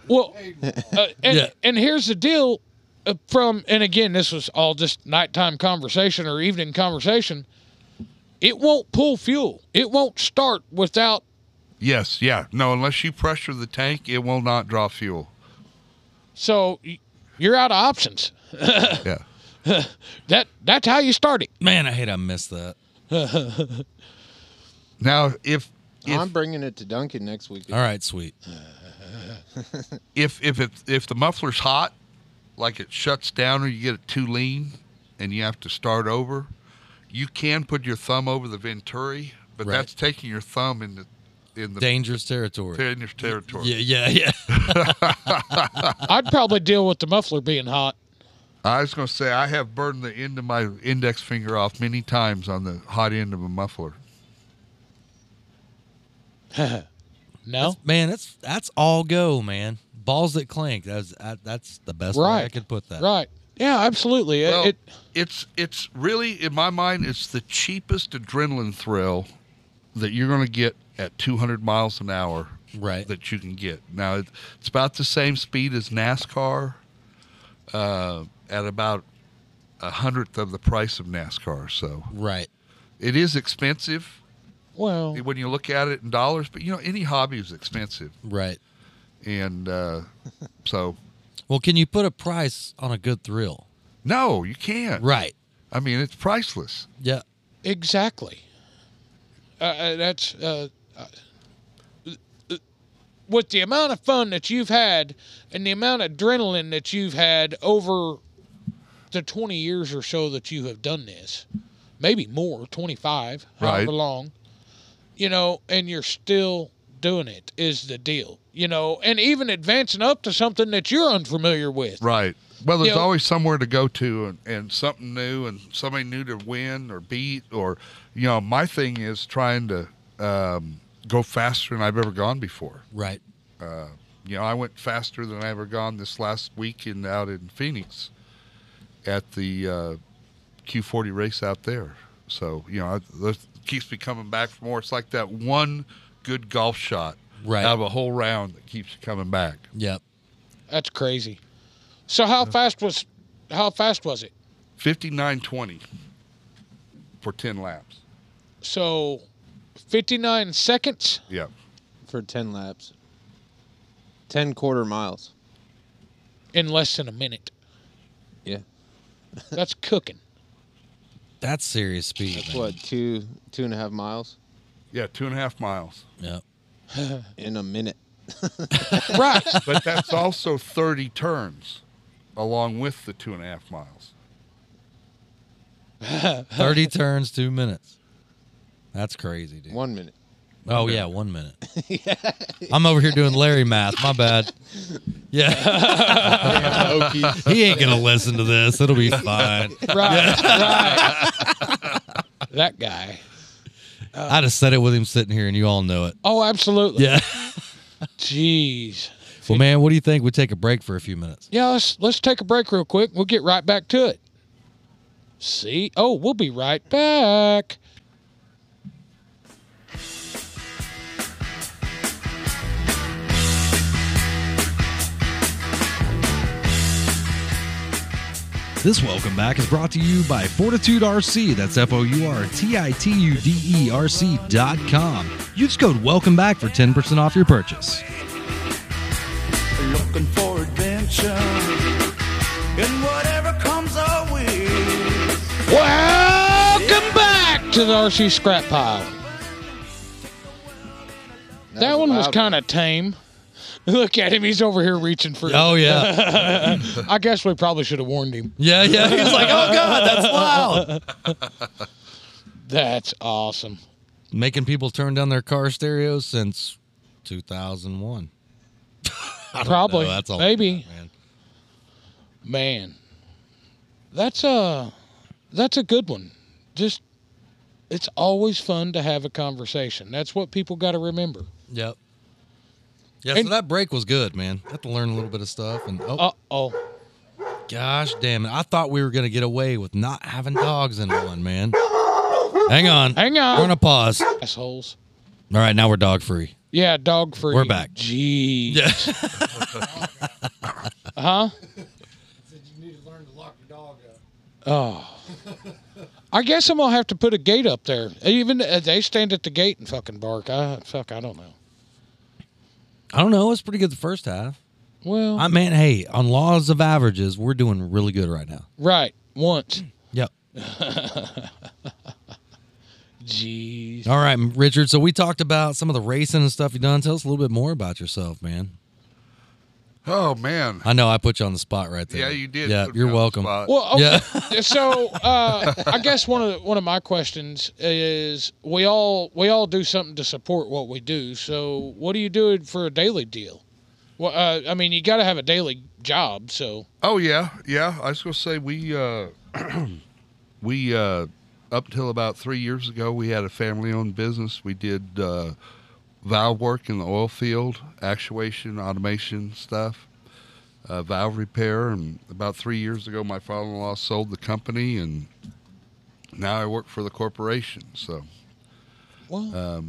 Speaker 5: well, uh, and
Speaker 3: Yeah.
Speaker 5: and here's the deal uh, from and again, this was all just nighttime conversation or evening conversation. It won't pull fuel. It won't start without
Speaker 4: Yes, yeah, no, unless you pressure the tank, it will not draw fuel.
Speaker 5: so y- you're out of options.
Speaker 4: Yeah,
Speaker 5: That that's how you start it.
Speaker 3: Man, I hate I missed that.
Speaker 4: now if if
Speaker 7: I'm bringing it to Duncan next week.
Speaker 3: All right, sweet.
Speaker 4: if if it, if the muffler's hot, like it shuts down or you get it too lean, and you have to start over, you can put your thumb over the venturi, but
Speaker 3: Right.
Speaker 4: that's taking your thumb in the in the
Speaker 3: Dangerous territory.
Speaker 4: in your territory.
Speaker 3: Yeah. Yeah. Yeah. (laughs)
Speaker 5: I'd probably deal with the muffler being hot.
Speaker 4: I was going to say I have burned the end of my index finger off many times on the hot end of a muffler.
Speaker 5: No.
Speaker 3: Man, that's that's all go, man. balls that clank. That's that, that's the best way I
Speaker 5: Right.
Speaker 3: could put that.
Speaker 5: Right. Yeah, absolutely. It-
Speaker 4: Well,
Speaker 5: it,
Speaker 4: it's it's really in my mind it's the cheapest adrenaline thrill that you're going to get at 200 miles an hour
Speaker 3: Right.
Speaker 4: that you can get. Now it- it's about the same speed as NASCAR uh, at about a hundredth of the price of NASCAR. So
Speaker 3: Right.
Speaker 4: it is expensive
Speaker 5: well,
Speaker 4: when you look at it in dollars, but you know any hobby is expensive,
Speaker 3: Right.
Speaker 4: and uh, so
Speaker 3: Well, can you put a price on a good thrill?
Speaker 4: no, you can't.
Speaker 3: Right.
Speaker 4: I mean, it's priceless.
Speaker 3: Yeah.
Speaker 5: Exactly. Uh, Uh, that's uh, uh, with the amount of fun that you've had and the amount of adrenaline that you've had over the 20 years or so that you have done this, maybe more, 25,
Speaker 4: Right.
Speaker 5: however long, you know, and you're still doing it is the deal, you know, and even advancing up to something that you're unfamiliar with.
Speaker 4: Right. Well, there's
Speaker 5: You know-
Speaker 4: always somewhere to go to and, and something new and somebody new to win or beat or, you know, my thing is trying to um, go faster than I've ever gone before.
Speaker 3: Right.
Speaker 4: You know, I went faster than I ever gone this last weekend out in Phoenix at the uh, Q40 race out there. So, you know, I, that keeps me coming back for more. It's like that one good golf shot
Speaker 3: Right.
Speaker 4: out of a whole round that keeps you coming back.
Speaker 3: Yep.
Speaker 5: That's crazy. So how fast was how fast was it?
Speaker 4: 59.20 for 10 laps.
Speaker 5: So 59 seconds.
Speaker 4: Yeah.
Speaker 7: for 10 laps. 10 quarter miles.
Speaker 5: in less than a minute.
Speaker 7: Yeah.
Speaker 5: That's cooking.
Speaker 3: That's serious speed.
Speaker 7: That's
Speaker 3: man.
Speaker 7: what, two, two and a half miles
Speaker 4: Yeah, two and a half miles.
Speaker 3: Yep.
Speaker 7: in a minute.
Speaker 5: Right.
Speaker 4: But that's also 30 turns along with the two and a half miles.
Speaker 3: (laughs) Thirty turns, two minutes. That's crazy, dude.
Speaker 7: One minute.
Speaker 3: Oh yeah, one minute. I'm over here doing Larry math. My bad. Yeah,
Speaker 7: Okies.
Speaker 3: he ain't gonna listen to this. It'll be fine.
Speaker 5: Right. right. That guy.
Speaker 3: I'd have said it with him sitting here, and you all know it.
Speaker 5: Oh, absolutely.
Speaker 3: Yeah.
Speaker 5: (laughs) Jeez.
Speaker 3: Well, man, what do you think? We take a break for a few minutes.
Speaker 5: Yeah, let's let's take a break real quick. We'll get right back to it. See? Oh, we'll be right back.
Speaker 8: This welcome back is brought to you by Fortitude RC. That's F O U R T I T U D E R C dot com. Use code Welcome Back for 10% off your purchase.
Speaker 9: looking for adventure and whatever comes our way.
Speaker 5: Welcome back to the RC scrap pile. That,
Speaker 7: was a
Speaker 5: one was
Speaker 7: loud
Speaker 5: kind of tame. (laughs) Look at him. He's over here reaching for
Speaker 3: Oh yeah,
Speaker 5: I guess we probably should have warned him.
Speaker 3: yeah, yeah. He's like, oh god, that's loud.
Speaker 5: That's awesome.
Speaker 3: Making people turn down their car stereos since 2001.
Speaker 5: Probably.
Speaker 3: No, that's all.
Speaker 5: Maybe.
Speaker 3: man.
Speaker 5: Man. That's a that's a good one. Just it's always fun to have a conversation. That's what people got to remember.
Speaker 3: Yep. Yeah, so
Speaker 5: And- Uh,
Speaker 3: that break was good, man. Got to learn a little bit of stuff, and oh
Speaker 5: Uh-oh.
Speaker 3: Gosh damn it. I thought we were going to get away with not having dogs in one, man. Hang on.
Speaker 5: Hang on.
Speaker 3: We're going to pause. All
Speaker 5: Assholes.
Speaker 3: right, now we're dog free.
Speaker 5: Yeah, dog free.
Speaker 3: We're back.
Speaker 5: Gee.
Speaker 3: Yeah.
Speaker 5: (laughs) Huh? Oh. I guess I'm gonna have to put a gate up there. Even uh, they stand at the gate and fucking bark. I fuck. I don't know.
Speaker 3: I don't know. It was pretty good the first half.
Speaker 5: Well,
Speaker 3: I mean, hey, on laws of averages, we're doing really good right now.
Speaker 5: right. Once.
Speaker 3: Yep.
Speaker 5: Jeez.
Speaker 3: All right, Richard. So we talked about some of the racing and stuff you've done. Tell us a little bit more about yourself, man.
Speaker 4: Oh, man.
Speaker 3: I know I put you on the spot right there.
Speaker 4: Yeah, you did.
Speaker 3: Yeah,
Speaker 4: put me
Speaker 3: you're
Speaker 4: on the
Speaker 3: welcome.
Speaker 4: spot.
Speaker 5: Well, okay.
Speaker 3: Yeah.
Speaker 5: so uh, I guess one of the, one of my questions is we all we all do something to support what we do. So what are you doing for a daily deal? Well, uh, I mean, you got to have a daily job. So
Speaker 4: Oh, yeah. Yeah. I was going to say, we, uh, (clears throat) we, uh, up till about three years ago, we had a family owned business. We did, uh, valve work in the oil field, actuation, automation stuff, uh, valve repair. And about three years ago, my father in law sold the company, and now I work for the corporation. So,
Speaker 5: Well,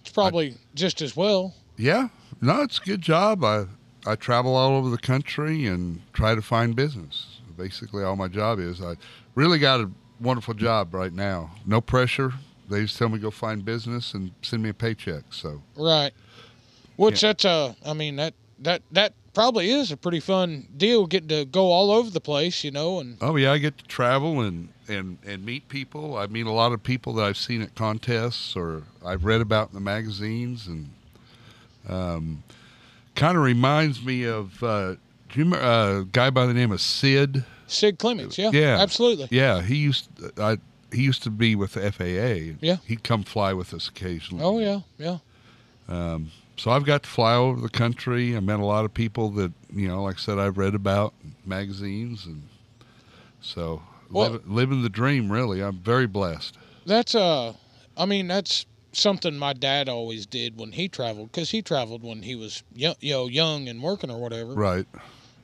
Speaker 5: it's probably just as well.
Speaker 4: yeah, no, it's a good job. I, I travel all over the country and try to find business. Basically, all my job is. I really got a wonderful job right now. No pressure. They just tell me go find business and send me a paycheck. So,
Speaker 5: Right. Which that's a, I mean that that that probably is a pretty fun deal getting to go all over the place, you know, and
Speaker 4: Oh yeah, I get to travel and and and meet people. I meet a lot of people that I've seen at contests or I've read about in the magazines, and um, kind of reminds me of uh, do you remember uh, a guy by the name of Sid?
Speaker 5: Sid Clements, yeah,
Speaker 4: Yeah.
Speaker 5: absolutely.
Speaker 4: Yeah, he used I he used to be with the FAA.
Speaker 5: Yeah.
Speaker 4: he'd come fly with us occasionally.
Speaker 5: Oh yeah, yeah.
Speaker 4: So I've got to fly over the country. I met a lot of people that you know, like I said, I've read about in magazines, and so
Speaker 5: Well-
Speaker 4: liv- living the dream. Really, I'm very blessed.
Speaker 5: That's uh, I mean that's something my dad always did when he traveled because he traveled when he was yo- you know young and working or whatever.
Speaker 4: Right.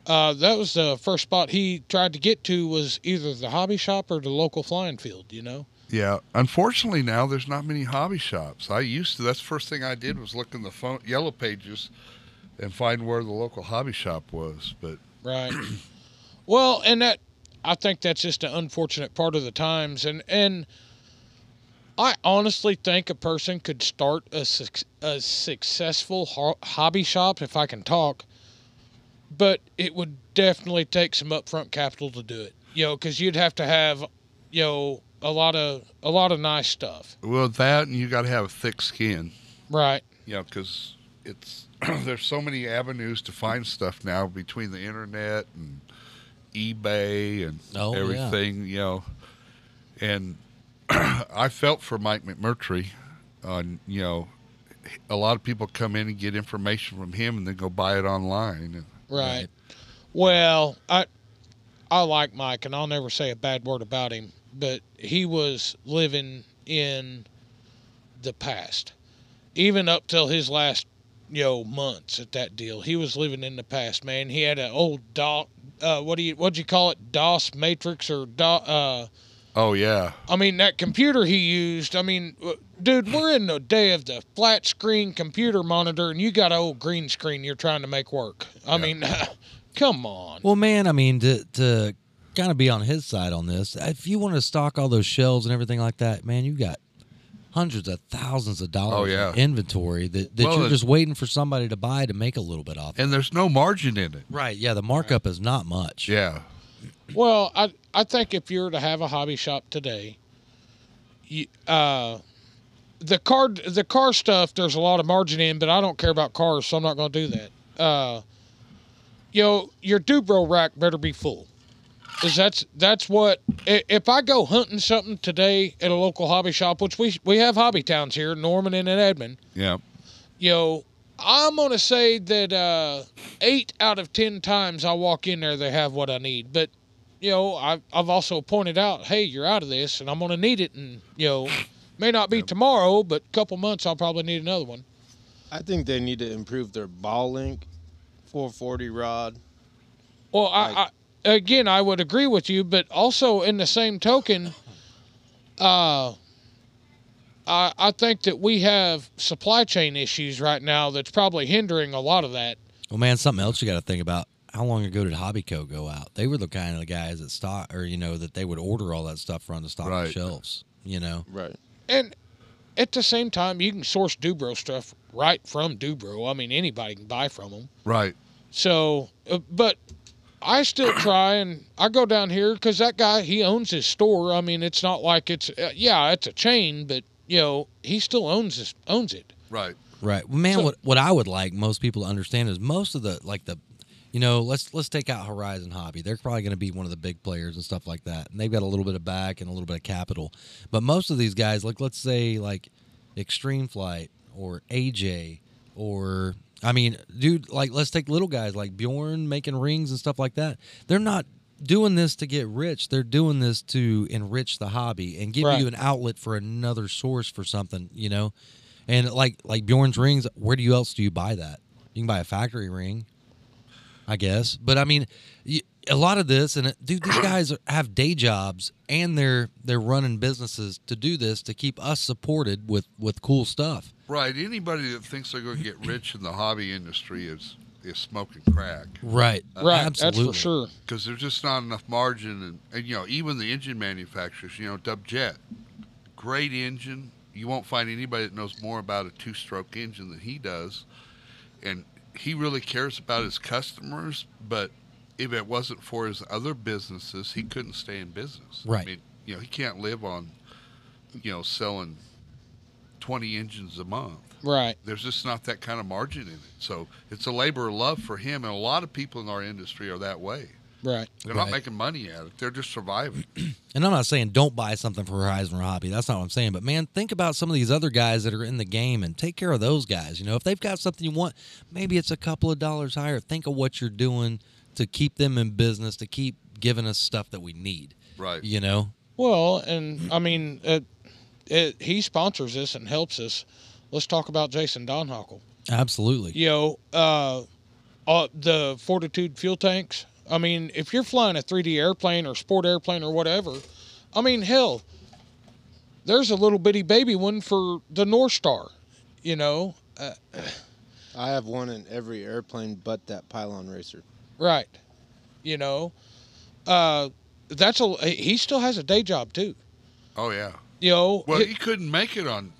Speaker 5: Uh, that was the first spot he tried to get to was either the hobby shop or the local flying field. You know.
Speaker 4: Yeah. Unfortunately, now there's not many hobby shops. I used to. That's the first thing I did was look in the phone, yellow pages, and find where the local hobby shop was. But
Speaker 5: Right. well, and that I think that's just an unfortunate part of the times, and and I honestly think a person could start a suc a successful ho- hobby shop if I can talk, but it would definitely take some upfront capital to do it. You know, because you'd have to have, you know, a lot of a lot of nice stuff.
Speaker 4: well, that and you got to have a thick skin.
Speaker 5: Right.
Speaker 4: you know, 'cause because it's (clears throat) there's so many avenues to find stuff now between the internet and eBay and
Speaker 3: Oh, yeah.
Speaker 4: everything, you know. And (clears throat) I felt for Mike McMurtry on, you know, a lot of people come in and get information from him and then go buy it online. And,
Speaker 5: Right. Well, I I like Mike and I'll never say a bad word about him, but he was living in the past. Even up till his last, you know, months at that deal, he was living in the past, man. He had an old DOS, uh, what do you what'd you call it? DOS matrix or do, uh
Speaker 4: oh, yeah.
Speaker 5: I mean that computer he used. I mean, w- dude, we're in the day of the flat screen computer monitor, and you got an old green screen you're trying to make work. I mean, (laughs) come on.
Speaker 3: Well, man, I mean, to to kind of be on his side on this, if you want to stock all those shelves and everything like that, man, you got hundreds of thousands of dollars
Speaker 4: Oh, yeah.
Speaker 3: in inventory that, that
Speaker 4: Well,
Speaker 3: you're
Speaker 4: it-
Speaker 3: just waiting for somebody to buy to make a little bit off.
Speaker 4: And there's no margin in it.
Speaker 3: Right. Yeah. The markup is not much.
Speaker 4: Yeah.
Speaker 5: Well, I I think if you were to have a hobby shop today, you, uh, the car the car stuff there's a lot of margin in, but I don't care about cars, so I'm not going to do that. Uh, you know, your Dubro rack better be full. Cause that's that's what i- if I go hunting something today at a local hobby shop, which we we have hobby towns here, Norman and in Edmond.
Speaker 4: Yeah.
Speaker 5: You know, I'm gonna say that uh, eight out of ten times I walk in there, they have what I need. But you know, I've I've also pointed out, hey, you're out of this, and I'm gonna need it, and you know, may not be tomorrow, but couple months I'll probably need another one.
Speaker 7: I think they need to improve their ball link, 440 rod.
Speaker 5: Well, I, I again, I would agree with you, but also in the same token, uh, I I think that we have supply chain issues right now that's probably hindering a lot of that.
Speaker 3: Well, man, something else you got to think about. How long ago did Hobbyco go out? They were the kind of the guys that stock, or you know, that they would order all that stuff from to stock the
Speaker 4: Right.
Speaker 3: shelves. You know.
Speaker 7: Right.
Speaker 5: And at the same time, you can source Dubro stuff right from Dubro. I mean, anybody can buy from them.
Speaker 4: Right.
Speaker 5: So, uh, but I still try and I go down here because that guy, he owns his store. I mean, it's not like it's, uh, yeah, it's a chain, but, you know, he still owns his, owns it.
Speaker 4: Right.
Speaker 3: Right. Well, man,
Speaker 5: So-
Speaker 3: what what I would like most people to understand is most of the like the you know, let's let's take out Horizon Hobby. They're probably going to be one of the big players and stuff like that. And they've got a little bit of back and a little bit of capital. But most of these guys, like let's say like Extreme Flight or AJ or I mean, dude, like let's take little guys like Bjorn making rings and stuff like that. They're not doing this to get rich. They're doing this to enrich the hobby and give
Speaker 5: Right.
Speaker 3: you an outlet for another source for something, you know. And like like Bjorn's rings, where do you else do you buy that? You can buy a factory ring, I guess. But I mean, y a a lot of this and it, dude, these guys are, have day jobs and they're they're running businesses to do this to keep us supported with with cool stuff.
Speaker 4: Right. Anybody that thinks they're going to get rich in the hobby industry is is smoking crack
Speaker 3: Right.
Speaker 5: Right, that's for sure.
Speaker 4: because there's just not enough margin. And, and you know, even the engine manufacturers, you know, Dubjet, great engine. You won't find anybody that knows more about a two-stroke engine than he does, and he really cares about his customers. But if it wasn't for his other businesses, he couldn't stay in business.
Speaker 3: Right.
Speaker 4: I mean, you know, he can't live on, you know, selling twenty engines a month
Speaker 5: Right.
Speaker 4: there's just not that kind of margin in it. So it's a labor of love for him, and a lot of people in our industry are that way.
Speaker 5: Right.
Speaker 4: They're
Speaker 3: Right.
Speaker 4: not making money at it; they're
Speaker 3: (clears throat)
Speaker 4: just surviving.
Speaker 3: And I'm not saying don't buy something for Horizon or Hobby. That's not what I'm saying. But man, think about some of these other guys that are in the game and take care of those guys. You know, if they've got something you want, maybe it's a couple of dollars higher. Think of what you're doing to keep them in business, to keep giving us stuff that we need.
Speaker 4: Right.
Speaker 3: You know?
Speaker 5: Well, and I mean, it, it, he sponsors us and helps us. Let's talk about Jason Donhockle.
Speaker 3: Absolutely.
Speaker 5: You know, uh, uh, the Fortitude fuel tanks. I mean, if you're flying a 3D airplane or sport airplane or whatever, I mean, hell, there's a little bitty baby one for the North Star. You know, uh,
Speaker 7: I have one in every airplane but that pylon racer.
Speaker 5: right? You know, uh, that's a. He still has a day job too.
Speaker 4: Oh yeah.
Speaker 5: You know,
Speaker 4: Well,
Speaker 5: he-
Speaker 4: he couldn't make it on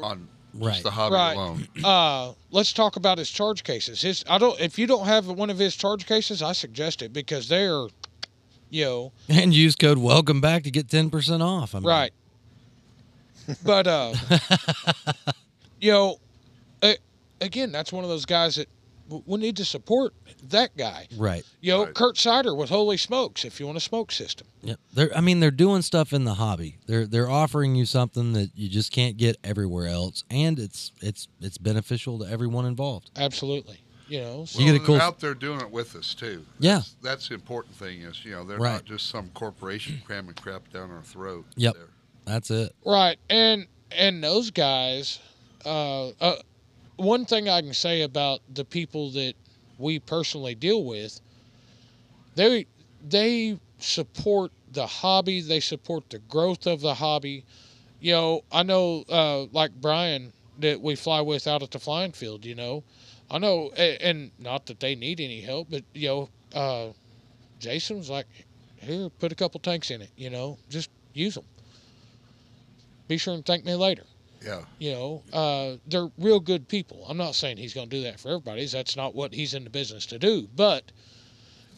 Speaker 4: on
Speaker 3: Right.
Speaker 4: just the hobby
Speaker 5: Right.
Speaker 4: alone.
Speaker 5: uh, let's talk about his charge cases. His I don't if you don't have one of his charge cases, I suggest it because they're, you know,
Speaker 3: (laughs) And use code welcome back to get 10% off. I mean,
Speaker 5: right.
Speaker 4: (laughs)
Speaker 5: But uh, you know, a- again, that's one of those guys that w- we need to support that guy.
Speaker 3: Right.
Speaker 5: You know,
Speaker 4: Right.
Speaker 5: Kurt Sider with Holy Smokes. If you want a smoke system,
Speaker 3: Yeah. They're, I mean, they're doing stuff in the hobby. They're they're offering you something that you just can't get everywhere else, and it's it's it's beneficial to everyone involved.
Speaker 5: absolutely. You know, so-
Speaker 3: You get a
Speaker 4: Well,
Speaker 3: cool-
Speaker 4: They're out there doing it with us too.
Speaker 3: Yeah.
Speaker 4: That's, that's the important thing is you know they're
Speaker 3: Right.
Speaker 4: not just some
Speaker 3: (clears throat)
Speaker 4: corporation cramming crap down our throat.
Speaker 3: Yep.
Speaker 4: They're-
Speaker 3: That's it.
Speaker 5: Right, and and those guys, uh, uh, one thing I can say about the people that we personally deal with, they they support the hobby, they support the growth of the hobby. You know, I know uh, like Brian that we fly with out at the flying field. You know, I know, a- and not that they need any help, but you know, uh, Jason was like, "Here, put a couple tanks in it. You know, just use them." be sure and thank me later.
Speaker 4: Yeah.
Speaker 5: You know, uh, they're real good people. I'm not saying he's going to do that for everybody. 'cause That's not what he's in the business to do. But,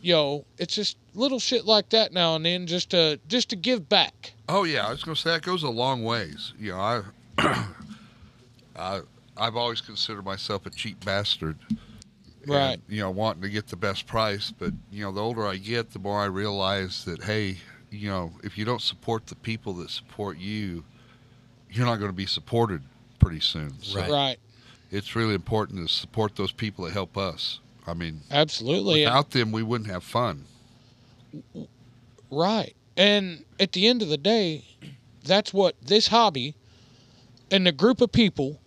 Speaker 5: you know, it's just little shit like that now and then, just to just to give back.
Speaker 4: Oh yeah, I was gonna say that goes a long ways. You know, I, (coughs) I, I've always considered myself a cheap bastard. and,
Speaker 5: Right.
Speaker 4: you know, wanting to get the best price, but you know, the older I get, the more I realize that hey, you know, if you don't support the people that support you, you're not going to be supported pretty soon. So
Speaker 3: Right.
Speaker 5: Right.
Speaker 4: it's really important to support those people that help us. I mean,
Speaker 5: Absolutely. And-
Speaker 4: without them, we wouldn't have fun.
Speaker 5: Right. And at the end of the day, that's what this hobby and the group of people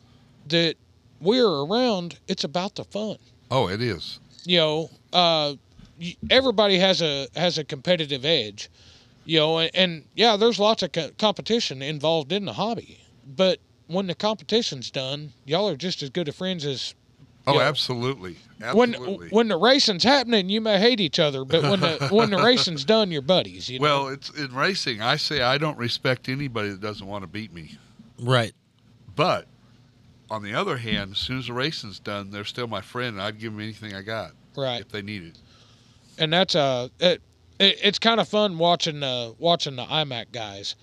Speaker 5: that we're around, it's about the fun.
Speaker 4: Oh, it is.
Speaker 5: you know, uh, y- everybody has a has a competitive edge, you know, and, and yeah, there's lots of co- competition involved in the hobby, but when the competition's done, y'all are just as good of friends as
Speaker 4: Oh,
Speaker 5: Yeah.
Speaker 4: absolutely.
Speaker 5: when
Speaker 4: Absolutely.
Speaker 5: when the racing's happening. You may hate each other, but when the when
Speaker 4: (laughs)
Speaker 5: the racing's done, you're buddies. You know?
Speaker 4: Well, it's in racing. I say I don't respect anybody that doesn't want to beat me.
Speaker 3: Right.
Speaker 4: But on the other hand, as soon as the racing's done, they're still my friend. and I'd give them anything I got
Speaker 5: right,
Speaker 4: if they need it.
Speaker 5: and that's uh, it, it, it's kind of fun watching uh watching the iMac guys.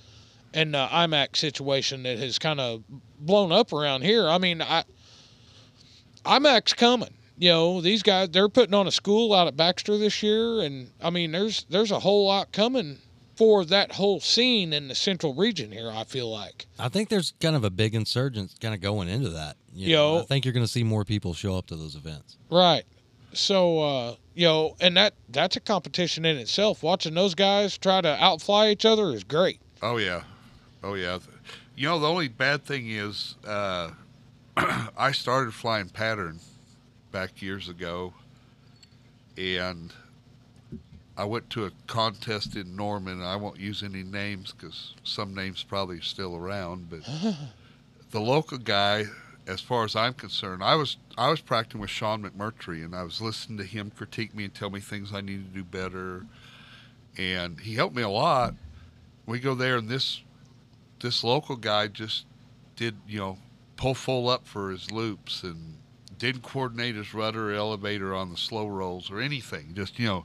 Speaker 5: And the iMac situation that has kind of blown up around here. I mean, I IMAX coming. You know, these guys they're putting on a school out at Baxter this year and I mean there's there's a whole lot coming for that whole scene in the central region here, I feel like.
Speaker 3: I think there's kind of a big insurgence kind of going into that. You
Speaker 5: Yo.
Speaker 3: know, I think you're going to see more people show up to those events.
Speaker 5: Right. So uh you know, and that that's a competition in itself. Watching those guys try to outfly each other is great.
Speaker 4: Oh yeah, oh yeah. You know the only bad thing is uh, (clears throat) I started flying pattern back years ago, and I went to a contest in Norman. I won't use any names because some names probably are still around, but the local guy, as far as I'm concerned, I was I was practicing with Sean McMurtry, and I was listening to him critique me and tell me things I needed to do better, and he helped me a lot. We go there, and this this local guy just did you know pull full up for his loops and didn't coordinate his rudder or elevator on the slow rolls or anything. Just you know,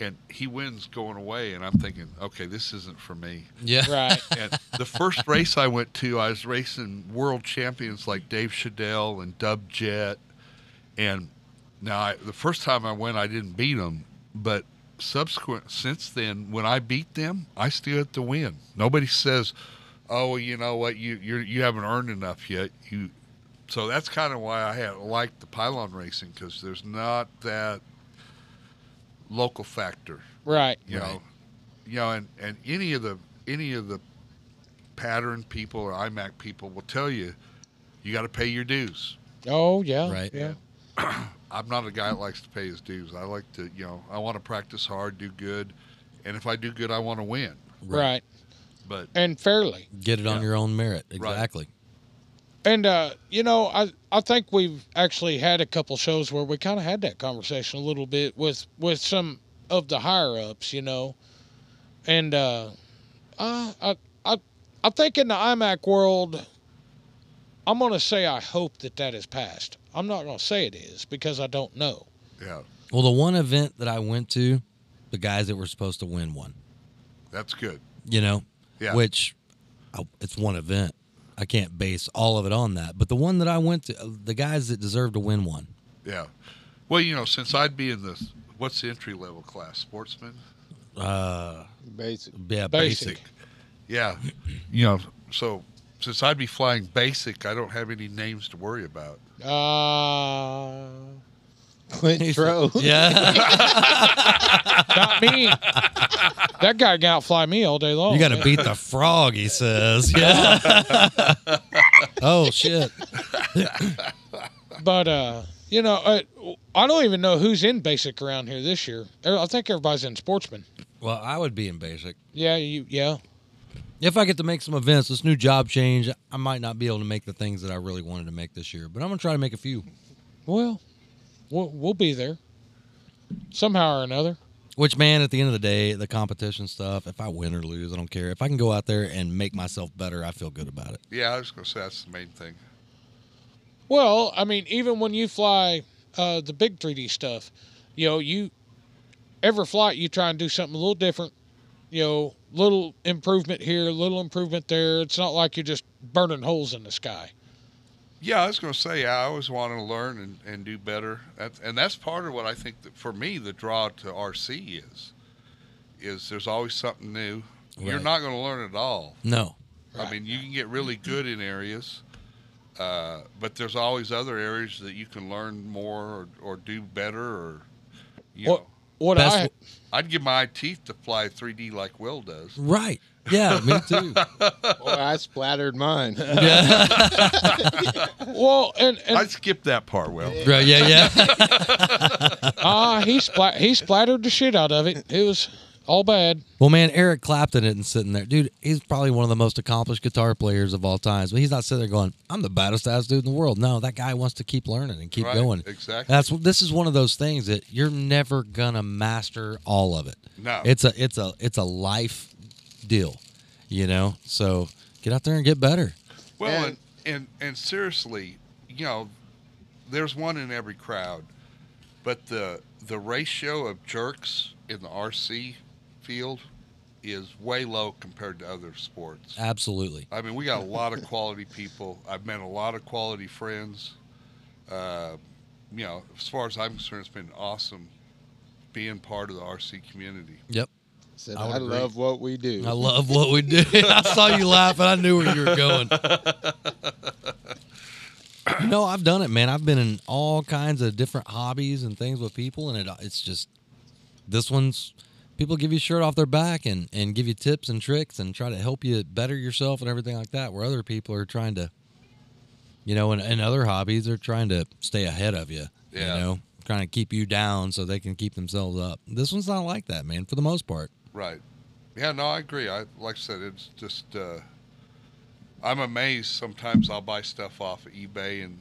Speaker 4: and he wins going away, and I'm thinking, okay, this isn't for me
Speaker 3: Yeah.
Speaker 5: Right.
Speaker 4: and the first race I went to, I was racing world champions like Dave Shadell and Dub Jet. And now, I, the first time I went, I didn't beat them. But subsequent, since then, when I beat them, I still had to win. Nobody says, "Oh, well, you know what? You you're, you haven't earned enough yet." You. So that's kind of why I had liked the pylon racing because there's not that local factor
Speaker 5: Right.
Speaker 4: you know, you know, and, and any of the any of the pattern people or IMAC people will tell you, you got to pay your dues.
Speaker 5: Oh yeah.
Speaker 3: Right.
Speaker 5: Yeah.
Speaker 4: I'm not a guy that likes to pay his dues. I like to, you know, I want to practice hard, do good, and if I do good, I want to win.
Speaker 5: Right.
Speaker 4: But
Speaker 5: And fairly.
Speaker 3: Get it on your own merit. Exactly.
Speaker 5: And uh, you know, I I think we've actually had a couple shows where we kind of had that conversation a little bit with with some of the higher ups, you know, and uh, I I I I think in the IMAC world, I'm gonna say I hope that that is passed. I'm not gonna say it is because I don't know.
Speaker 4: yeah,
Speaker 3: Well, the one event that I went to, the guys that were supposed to win won.
Speaker 4: that's good.
Speaker 3: You know,
Speaker 4: Yeah.
Speaker 3: which I, it's one event. I can't base all of it on that. But the one that I went to, uh, the guys that deserved to win won.
Speaker 4: Yeah. Well, you know, since I'd be in the what's the entry level class, sportsman.
Speaker 3: Uh,
Speaker 7: Basic. (laughs)
Speaker 3: yeah,
Speaker 5: Basic.
Speaker 3: basic.
Speaker 4: Yeah. (clears throat) You know, so since I'd be flying basic, I don't have any names to worry about.
Speaker 5: Uh,
Speaker 7: Clint Tro.
Speaker 3: (laughs) Yeah,
Speaker 5: not me. that guy can outfly me all day long.
Speaker 3: you got to
Speaker 5: Oh, man.
Speaker 3: beat the frog. He
Speaker 5: (laughs)
Speaker 3: says. Yeah. (laughs) oh shit.
Speaker 5: But uh, you know, I, I don't even know who's in basic around here this year. Er, I think everybody's in sportsman.
Speaker 3: Well, I would be in basic
Speaker 5: Yeah, you yeah.
Speaker 3: if I get to make some events. This new job change, I might not be able to make the things that I really wanted to make this year, but I'm gonna try to make a few.
Speaker 5: Well, we'll, we'll be there somehow or another.
Speaker 3: Which man, at the end of the day, the competition stuff. If I win or lose, I don't care. If I can go out there and make myself better, I feel good about it.
Speaker 4: Yeah, I was going to say that's the main thing.
Speaker 5: Well, I mean, even when you fly uh, the big 3D stuff, you know, you every flight you try and do something a little different. You know, little improvement here, little improvement there. It's not like you're just burning holes in the sky.
Speaker 4: Yeah, I was going to say I always want to learn and, and do better, that's, and that's part of what I think that for me the draw to RC is, is there's always something new. You're
Speaker 3: Right.
Speaker 4: not going to learn it all.
Speaker 3: No,
Speaker 4: I mean, you can get really good in areas, uh, but there's always other areas that you can learn more or, or do better. Or you
Speaker 5: What
Speaker 4: know,
Speaker 5: what
Speaker 3: Best-
Speaker 5: I
Speaker 4: I'd give my teeth to fly 3D like Will does.
Speaker 3: right? Yeah, me too.
Speaker 7: Boy, I splattered
Speaker 3: (laughs)
Speaker 7: mine.
Speaker 3: Yeah,
Speaker 5: well, and, and
Speaker 4: I skipped that part, Will.
Speaker 3: (laughs) right. Yeah, yeah.
Speaker 5: Ah, he splat he splattered the shit out of it. It was all bad.
Speaker 3: (laughs) Well, man, Eric Clapton isn't sitting there, dude. He's probably one of the most accomplished guitar players of all times, but he's not sitting there going, "I'm the baddest ass dude in the world." No, that guy wants to keep learning and keep
Speaker 4: Right,
Speaker 3: going.
Speaker 4: exactly.
Speaker 3: That's this is one of those things that you're never gonna master all of it.
Speaker 4: No.
Speaker 3: it's a it's a it's a life deal, you know. So get out there and get better.
Speaker 4: Well, and,
Speaker 7: And-
Speaker 4: and and seriously, you know, there's one in every crowd, but the the ratio of jerks in the RC field is way low compared to other sports.
Speaker 3: Absolutely.
Speaker 4: I mean, we got a lot of quality people. I've met a lot of quality friends. Uh, you know, as far as I'm concerned, it's been awesome being part of the RC community.
Speaker 3: Yep.
Speaker 7: Said, I,
Speaker 3: I would agree.
Speaker 7: love what we do.
Speaker 3: I love what we do. (laughs) I saw you laugh, and I knew where you were going. no, I've done it, man. I've been in all kinds of different hobbies and things with people, and it, it's just this one's people give you shirt off their back and and give you tips and tricks and try to help you better yourself and everything like that. Where other people are trying to You know, and, and other hobbies, they're trying to stay ahead of you.
Speaker 4: Yeah.
Speaker 3: You know, trying to keep you down so they can keep themselves up. This one's not like that, man, for the most part.
Speaker 4: Right. Yeah, no, I agree. I like I said, it's just uh, I'm amazed. Sometimes I'll buy stuff off of eBay and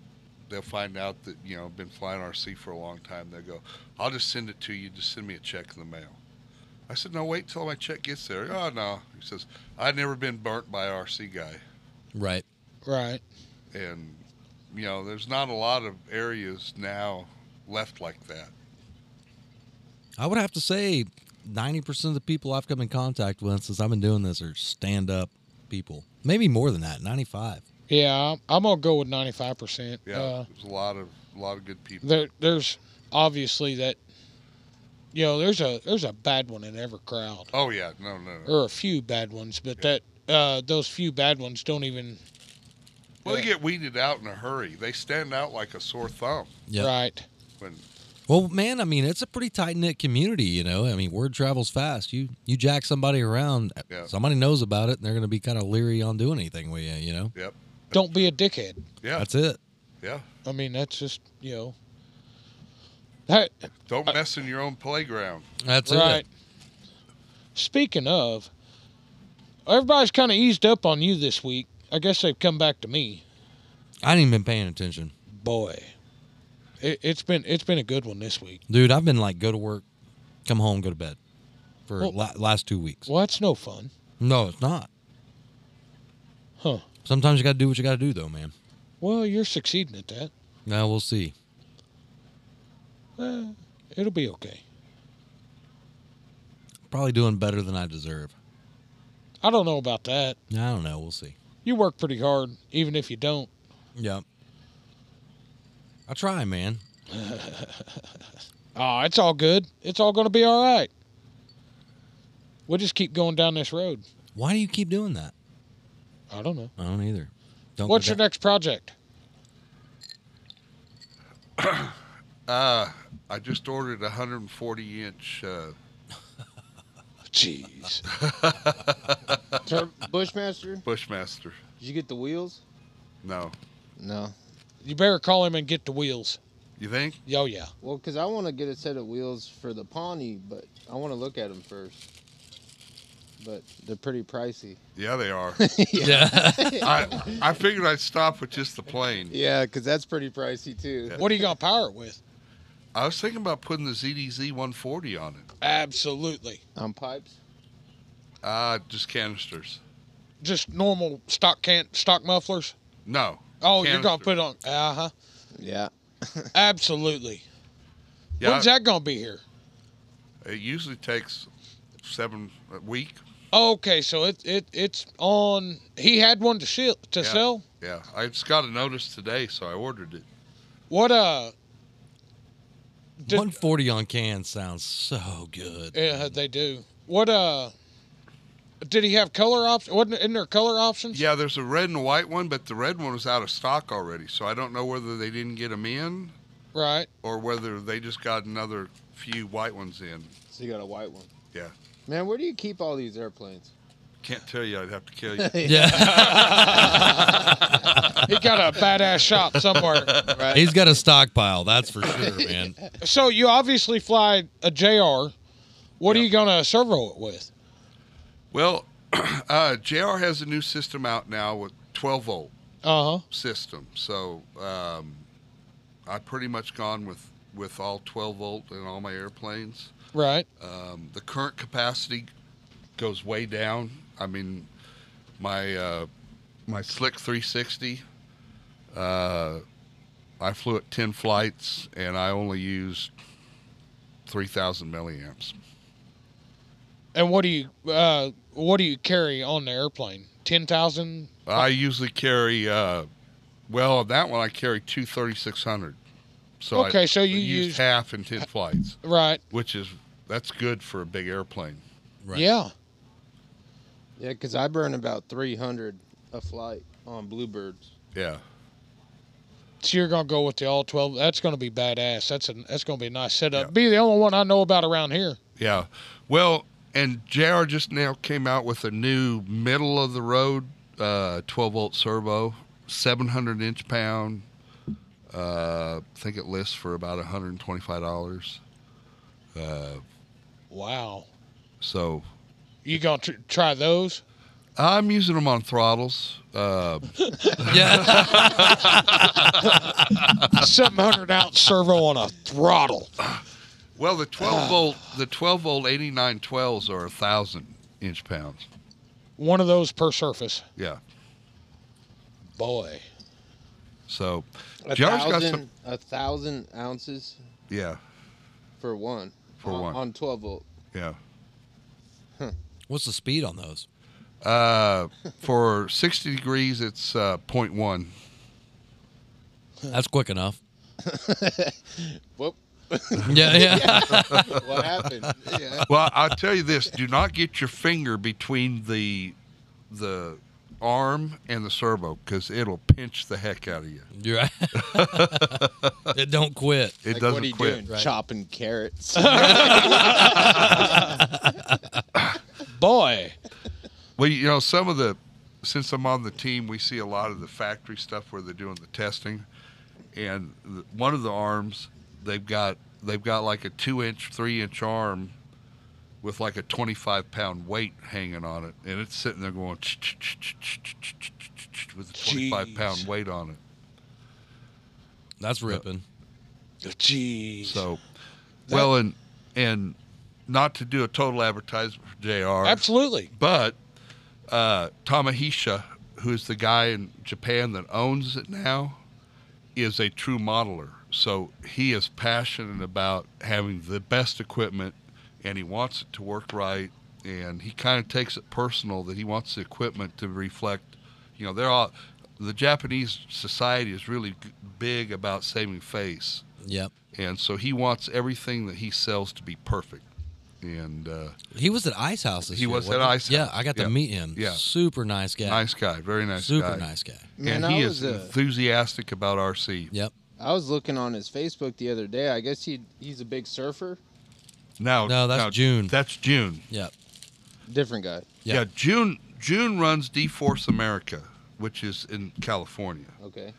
Speaker 4: they'll find out that you know I've been flying RC for a long time. They go, "I'll just send it to you. Just send me a check in the mail." I said, "No, wait till my check gets there." Oh no, he says, "I've never been burnt by a RC guy,"
Speaker 3: Right.
Speaker 5: Right.
Speaker 4: and you know, there's not a lot of areas now left like that.
Speaker 3: I would have to say 90% of the people I've come in contact with since I've been doing this are stand up people. Maybe more than that, 95.
Speaker 5: Yeah, I'm- I'm gonna go with 95%.
Speaker 4: Yeah,
Speaker 5: Uh,
Speaker 4: there's a lot of a lot of good people.
Speaker 5: there, there's obviously that. You know, there's a there's a bad one in every crowd,
Speaker 4: Oh yeah, no, no, no.
Speaker 5: or a few bad ones, but that uh, those few bad ones don't even
Speaker 4: Well, they get weeded out in a hurry. They stand out like a sore thumb.
Speaker 3: Yep.
Speaker 5: right.
Speaker 4: When
Speaker 3: Well, man, I mean, it's a pretty tight knit community, you know. I mean, word travels fast. You you jack somebody around, uh,
Speaker 4: Yeah.
Speaker 3: somebody knows about it, and they're going to be kind of leery on doing anything with you, you know.
Speaker 4: yep,
Speaker 5: Don't be a dickhead.
Speaker 4: yeah,
Speaker 3: That's it.
Speaker 4: yeah.
Speaker 5: I mean, that's just you know. That
Speaker 4: Don't mess in your own playground.
Speaker 3: That's
Speaker 5: right.
Speaker 3: it.
Speaker 5: Speaking of, everybody's kind of eased up on you this week. I guess they've come back to me.
Speaker 3: I ain't even been paying attention,
Speaker 5: Boy, it, it's been it's been a good one this week.
Speaker 3: dude. I've been like, go to work, come home, go to bed, for
Speaker 5: Well-
Speaker 3: la- last two weeks.
Speaker 5: Well, that's no fun,
Speaker 3: No, it's not.
Speaker 5: huh?
Speaker 3: Sometimes you got to do what you got to do, though, man.
Speaker 5: Well, you're succeeding at that.
Speaker 3: Now we'll see.
Speaker 5: Eh, it'll be okay.
Speaker 3: Probably doing better than I deserve.
Speaker 5: I don't know about that.
Speaker 3: I don't know. We'll see.
Speaker 5: You work pretty hard, even if you don't.
Speaker 3: Yep. I try, man.
Speaker 5: Ah, it's all good. It's all going to be all right. We'll just keep going down this road.
Speaker 3: Why do you keep doing that?
Speaker 5: I don't know.
Speaker 3: I don't either. Don't go
Speaker 5: What's your
Speaker 3: down-
Speaker 5: next
Speaker 3: (laughs)
Speaker 5: project?
Speaker 4: Uh, I just ordered a 140 inch. Uh,
Speaker 5: Jeez.
Speaker 7: Tur- Bushmaster,
Speaker 4: Bushmaster.
Speaker 7: did you get the wheels?
Speaker 4: No,
Speaker 7: No.
Speaker 5: You better call him and get the wheels.
Speaker 4: you think?
Speaker 5: Yo, yeah.
Speaker 7: Well, because I want to get a set of wheels for the Pawnee, but I want to look at them first. But they're pretty pricey.
Speaker 4: Yeah, they are.
Speaker 5: (laughs)
Speaker 3: Yeah.
Speaker 4: I I figured I'd stop with just the plane.
Speaker 7: Yeah, because that's pretty pricey too.
Speaker 5: What are you going to power it with?
Speaker 4: I was thinking about putting the ZDZ 140 on it.
Speaker 5: Absolutely.
Speaker 7: On pipes?
Speaker 4: Uh, just canisters.
Speaker 5: Just normal stock can stock mufflers.
Speaker 4: No.
Speaker 5: Oh, you're going
Speaker 4: canister.
Speaker 5: to put it on. Uh huh.
Speaker 7: Yeah.
Speaker 5: Absolutely.
Speaker 4: Yeah,
Speaker 5: When's that going to be here?
Speaker 4: It usually takes seven a week.
Speaker 5: Okay, so it, it it's on. He had one to ship to
Speaker 4: Yeah.
Speaker 5: sell.
Speaker 4: Yeah, I just got a notice today, so I ordered it.
Speaker 5: What uh? Did-
Speaker 3: 140 on can sounds so good.
Speaker 5: Yeah, they do. What uh? Did he have color options? Wasn't in there color options?
Speaker 4: Yeah, there's a red and white one, but the red one was out of stock already, so I don't know whether they didn't get them in
Speaker 5: Right.
Speaker 4: or whether they just got another few white ones in.
Speaker 7: So you got a white one.
Speaker 4: Yeah,
Speaker 7: Man, where do you keep all these airplanes?
Speaker 4: can't tell you. I'd have to kill you.
Speaker 3: (laughs) Yeah.
Speaker 5: He got a badass shop
Speaker 4: (laughs)
Speaker 5: somewhere.
Speaker 7: Right.
Speaker 3: He's got a stockpile, that's for sure, man.
Speaker 5: (laughs) So you obviously fly a JR. What are you gonna servo it with?
Speaker 4: well, (clears throat) uh, JR has a new system out now with 12 volt
Speaker 5: Uh huh.
Speaker 4: system, so um, I pretty much gone with with all 12 volt in all my airplanes.
Speaker 5: Right.
Speaker 4: Um, the current capacity goes way down. I mean, my uh, my slick 360. Uh, I flew it 10 flights and I only used 3,000 milliamps.
Speaker 5: And what do you uh what do you carry on the airplane? Ten thousand.
Speaker 4: I usually carry, uh, well, on that one I carry two 3600. So I
Speaker 5: Okay, so you
Speaker 4: used
Speaker 5: used-
Speaker 4: half in 10 flights,
Speaker 5: Right.
Speaker 4: which is that's good for a big airplane.
Speaker 3: Right.
Speaker 5: Yeah.
Speaker 7: Yeah, because I burn about 300 a flight on Bluebirds.
Speaker 4: Yeah.
Speaker 5: So you're gonna go with the all twelve. That's gonna be badass. That's a that's gonna be a nice setup. Be the only one I know about around here.
Speaker 4: Yeah. Well, and JR just now came out with a new middle of the road uh, 12 volt servo 700 inch pound. Uh, I think it lists for about 125 dollars.
Speaker 5: Wow.
Speaker 4: So
Speaker 5: You gonna tr- try those?
Speaker 4: I'm using them on throttles. Uh,
Speaker 3: Yeah.
Speaker 5: Seven hundred ounce servo on a throttle.
Speaker 4: well,
Speaker 7: (coughs)
Speaker 4: the 12 volt, the 12 volt 8912s are a thousand inch pounds.
Speaker 5: One of those per surface.
Speaker 4: Yeah.
Speaker 5: Boy.
Speaker 4: So
Speaker 7: A
Speaker 4: Jar's got
Speaker 7: thousand,
Speaker 4: some.
Speaker 7: a thousand ounces
Speaker 4: Yeah.
Speaker 7: for one.
Speaker 4: For
Speaker 7: on,
Speaker 4: one.
Speaker 7: on twelve
Speaker 4: (laughs)
Speaker 7: volt.
Speaker 4: Yeah.
Speaker 3: What's the speed on those?
Speaker 4: Uh, for 60 degrees, it's uh, 0.1.
Speaker 3: That's quick enough.
Speaker 7: Whoop!
Speaker 3: Yeah,
Speaker 5: (laughs)
Speaker 3: yeah.
Speaker 7: What happened? yeah.
Speaker 4: Well, I'll tell you this: do not get your finger between the the arm and the servo because it'll pinch the heck out of you.
Speaker 3: (laughs) You're right. (laughs) it don't quit.
Speaker 4: It
Speaker 7: Like,
Speaker 4: doesn't
Speaker 7: what are you
Speaker 4: quit.
Speaker 7: doing? Chopping
Speaker 4: (laughs)
Speaker 7: carrots.
Speaker 5: Boy.
Speaker 4: Well, you know, some of the since I'm on the team, we see a lot of the factory stuff where they're doing the testing, and the, one of the arms they've got they've got like a two inch, three inch arm with like a 25 pound weight hanging on it, and it's sitting there going with a 25 pound
Speaker 5: Jeez.
Speaker 4: weight on it.
Speaker 3: That's ripping.
Speaker 5: Jeez.
Speaker 4: So, well, and and not to do a total advertisement for Jr.
Speaker 5: Absolutely.
Speaker 4: But uh, Tamahisha, who is the guy in Japan that owns it now, is a true modeler. So he is passionate about having the best equipment, and he wants it to work right. And he kind of takes it personal that he wants the equipment to reflect. You know, they're all the Japanese society is really g- big about saving face,
Speaker 3: Yep.
Speaker 4: and so he wants everything that he sells to be perfect. And uh,
Speaker 3: He was at Ice House this
Speaker 4: He
Speaker 3: year,
Speaker 4: was at
Speaker 3: wasn't
Speaker 4: Ice
Speaker 3: Yeah,
Speaker 4: House.
Speaker 3: I got
Speaker 4: Yeah.
Speaker 3: to meet him.
Speaker 4: Yeah.
Speaker 3: Super nice guy.
Speaker 4: nice guy, very nice
Speaker 3: Super
Speaker 4: guy.
Speaker 3: nice guy.
Speaker 7: Man,
Speaker 4: and he
Speaker 7: I
Speaker 4: is
Speaker 7: was uh,
Speaker 4: enthusiastic about RC.
Speaker 3: Yep.
Speaker 7: I was looking on his Facebook the other day. I guess he he's a big surfer.
Speaker 4: Now,
Speaker 3: No, that's
Speaker 4: now,
Speaker 3: June.
Speaker 4: That's June.
Speaker 3: Yep.
Speaker 7: Different guy.
Speaker 3: Yeah.
Speaker 4: Yeah, June. June runs D Force America, which is in California,
Speaker 7: Okay,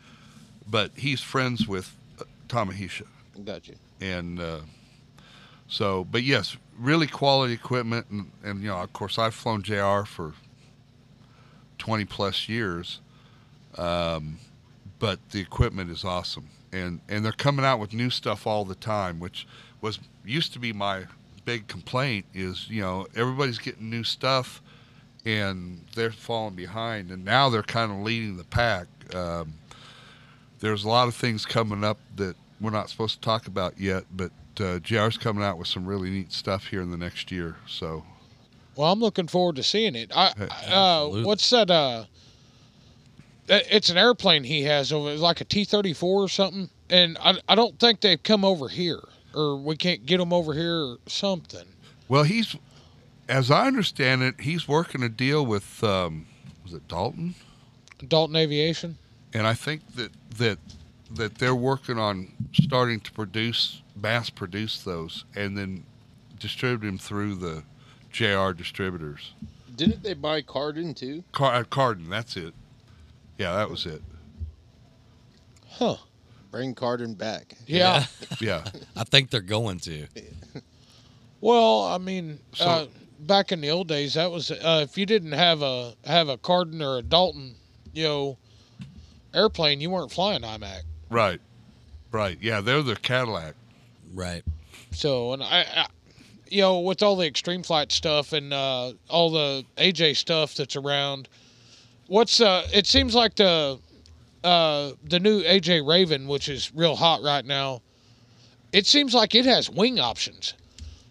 Speaker 4: but he's friends with uh, Tamahisha,
Speaker 7: got you.
Speaker 4: and uh, so. But yes, really quality equipment, and, and you know, of course, I've flown JR for twenty plus years, um, but the equipment is awesome, and and they're coming out with new stuff all the time, which was used to be my big complaint is you know everybody's getting new stuff and they're falling behind and now they're kind of leading the pack um, there's a lot of things coming up that we're not supposed to talk about yet but uh, jr's coming out with some really neat stuff here in the next year so
Speaker 5: Well, I'm looking forward to seeing it. I, I- uh,
Speaker 3: Absolutely.
Speaker 5: what's that? Uh, it- it's an airplane he has over, it's like a T-34 or something. And I, I don't think they've come over here, or we can't get them over here or something.
Speaker 4: Well, he's, as I understand it, he's working a deal with, um, was it Dalton?
Speaker 5: Dalton Aviation.
Speaker 4: And I think that that that they're working on starting to produce, mass produce those, and then distribute them through the JR distributors.
Speaker 7: Didn't they buy Cardin too?
Speaker 4: Car- uh, Cardin, that's it. Yeah, that was it.
Speaker 5: Huh.
Speaker 7: Bring Cardin back.
Speaker 5: Yeah.
Speaker 4: Yeah,
Speaker 3: (laughs)
Speaker 4: (laughs)
Speaker 3: I think they're going to.
Speaker 5: Well, I mean,
Speaker 4: So-
Speaker 5: uh, back in the old days, that was uh, if you didn't have a have a Cardin or a Dalton, you know, airplane, you weren't flying IMAC.
Speaker 4: right, right. Yeah, they're the Cadillac.
Speaker 3: Right.
Speaker 5: So, and I, I you know, with all the extreme flight stuff and uh, all the AJ stuff that's around, what's uh, it seems like the uh, the new AJ Raven, which is real hot right now, it seems like it has wing options.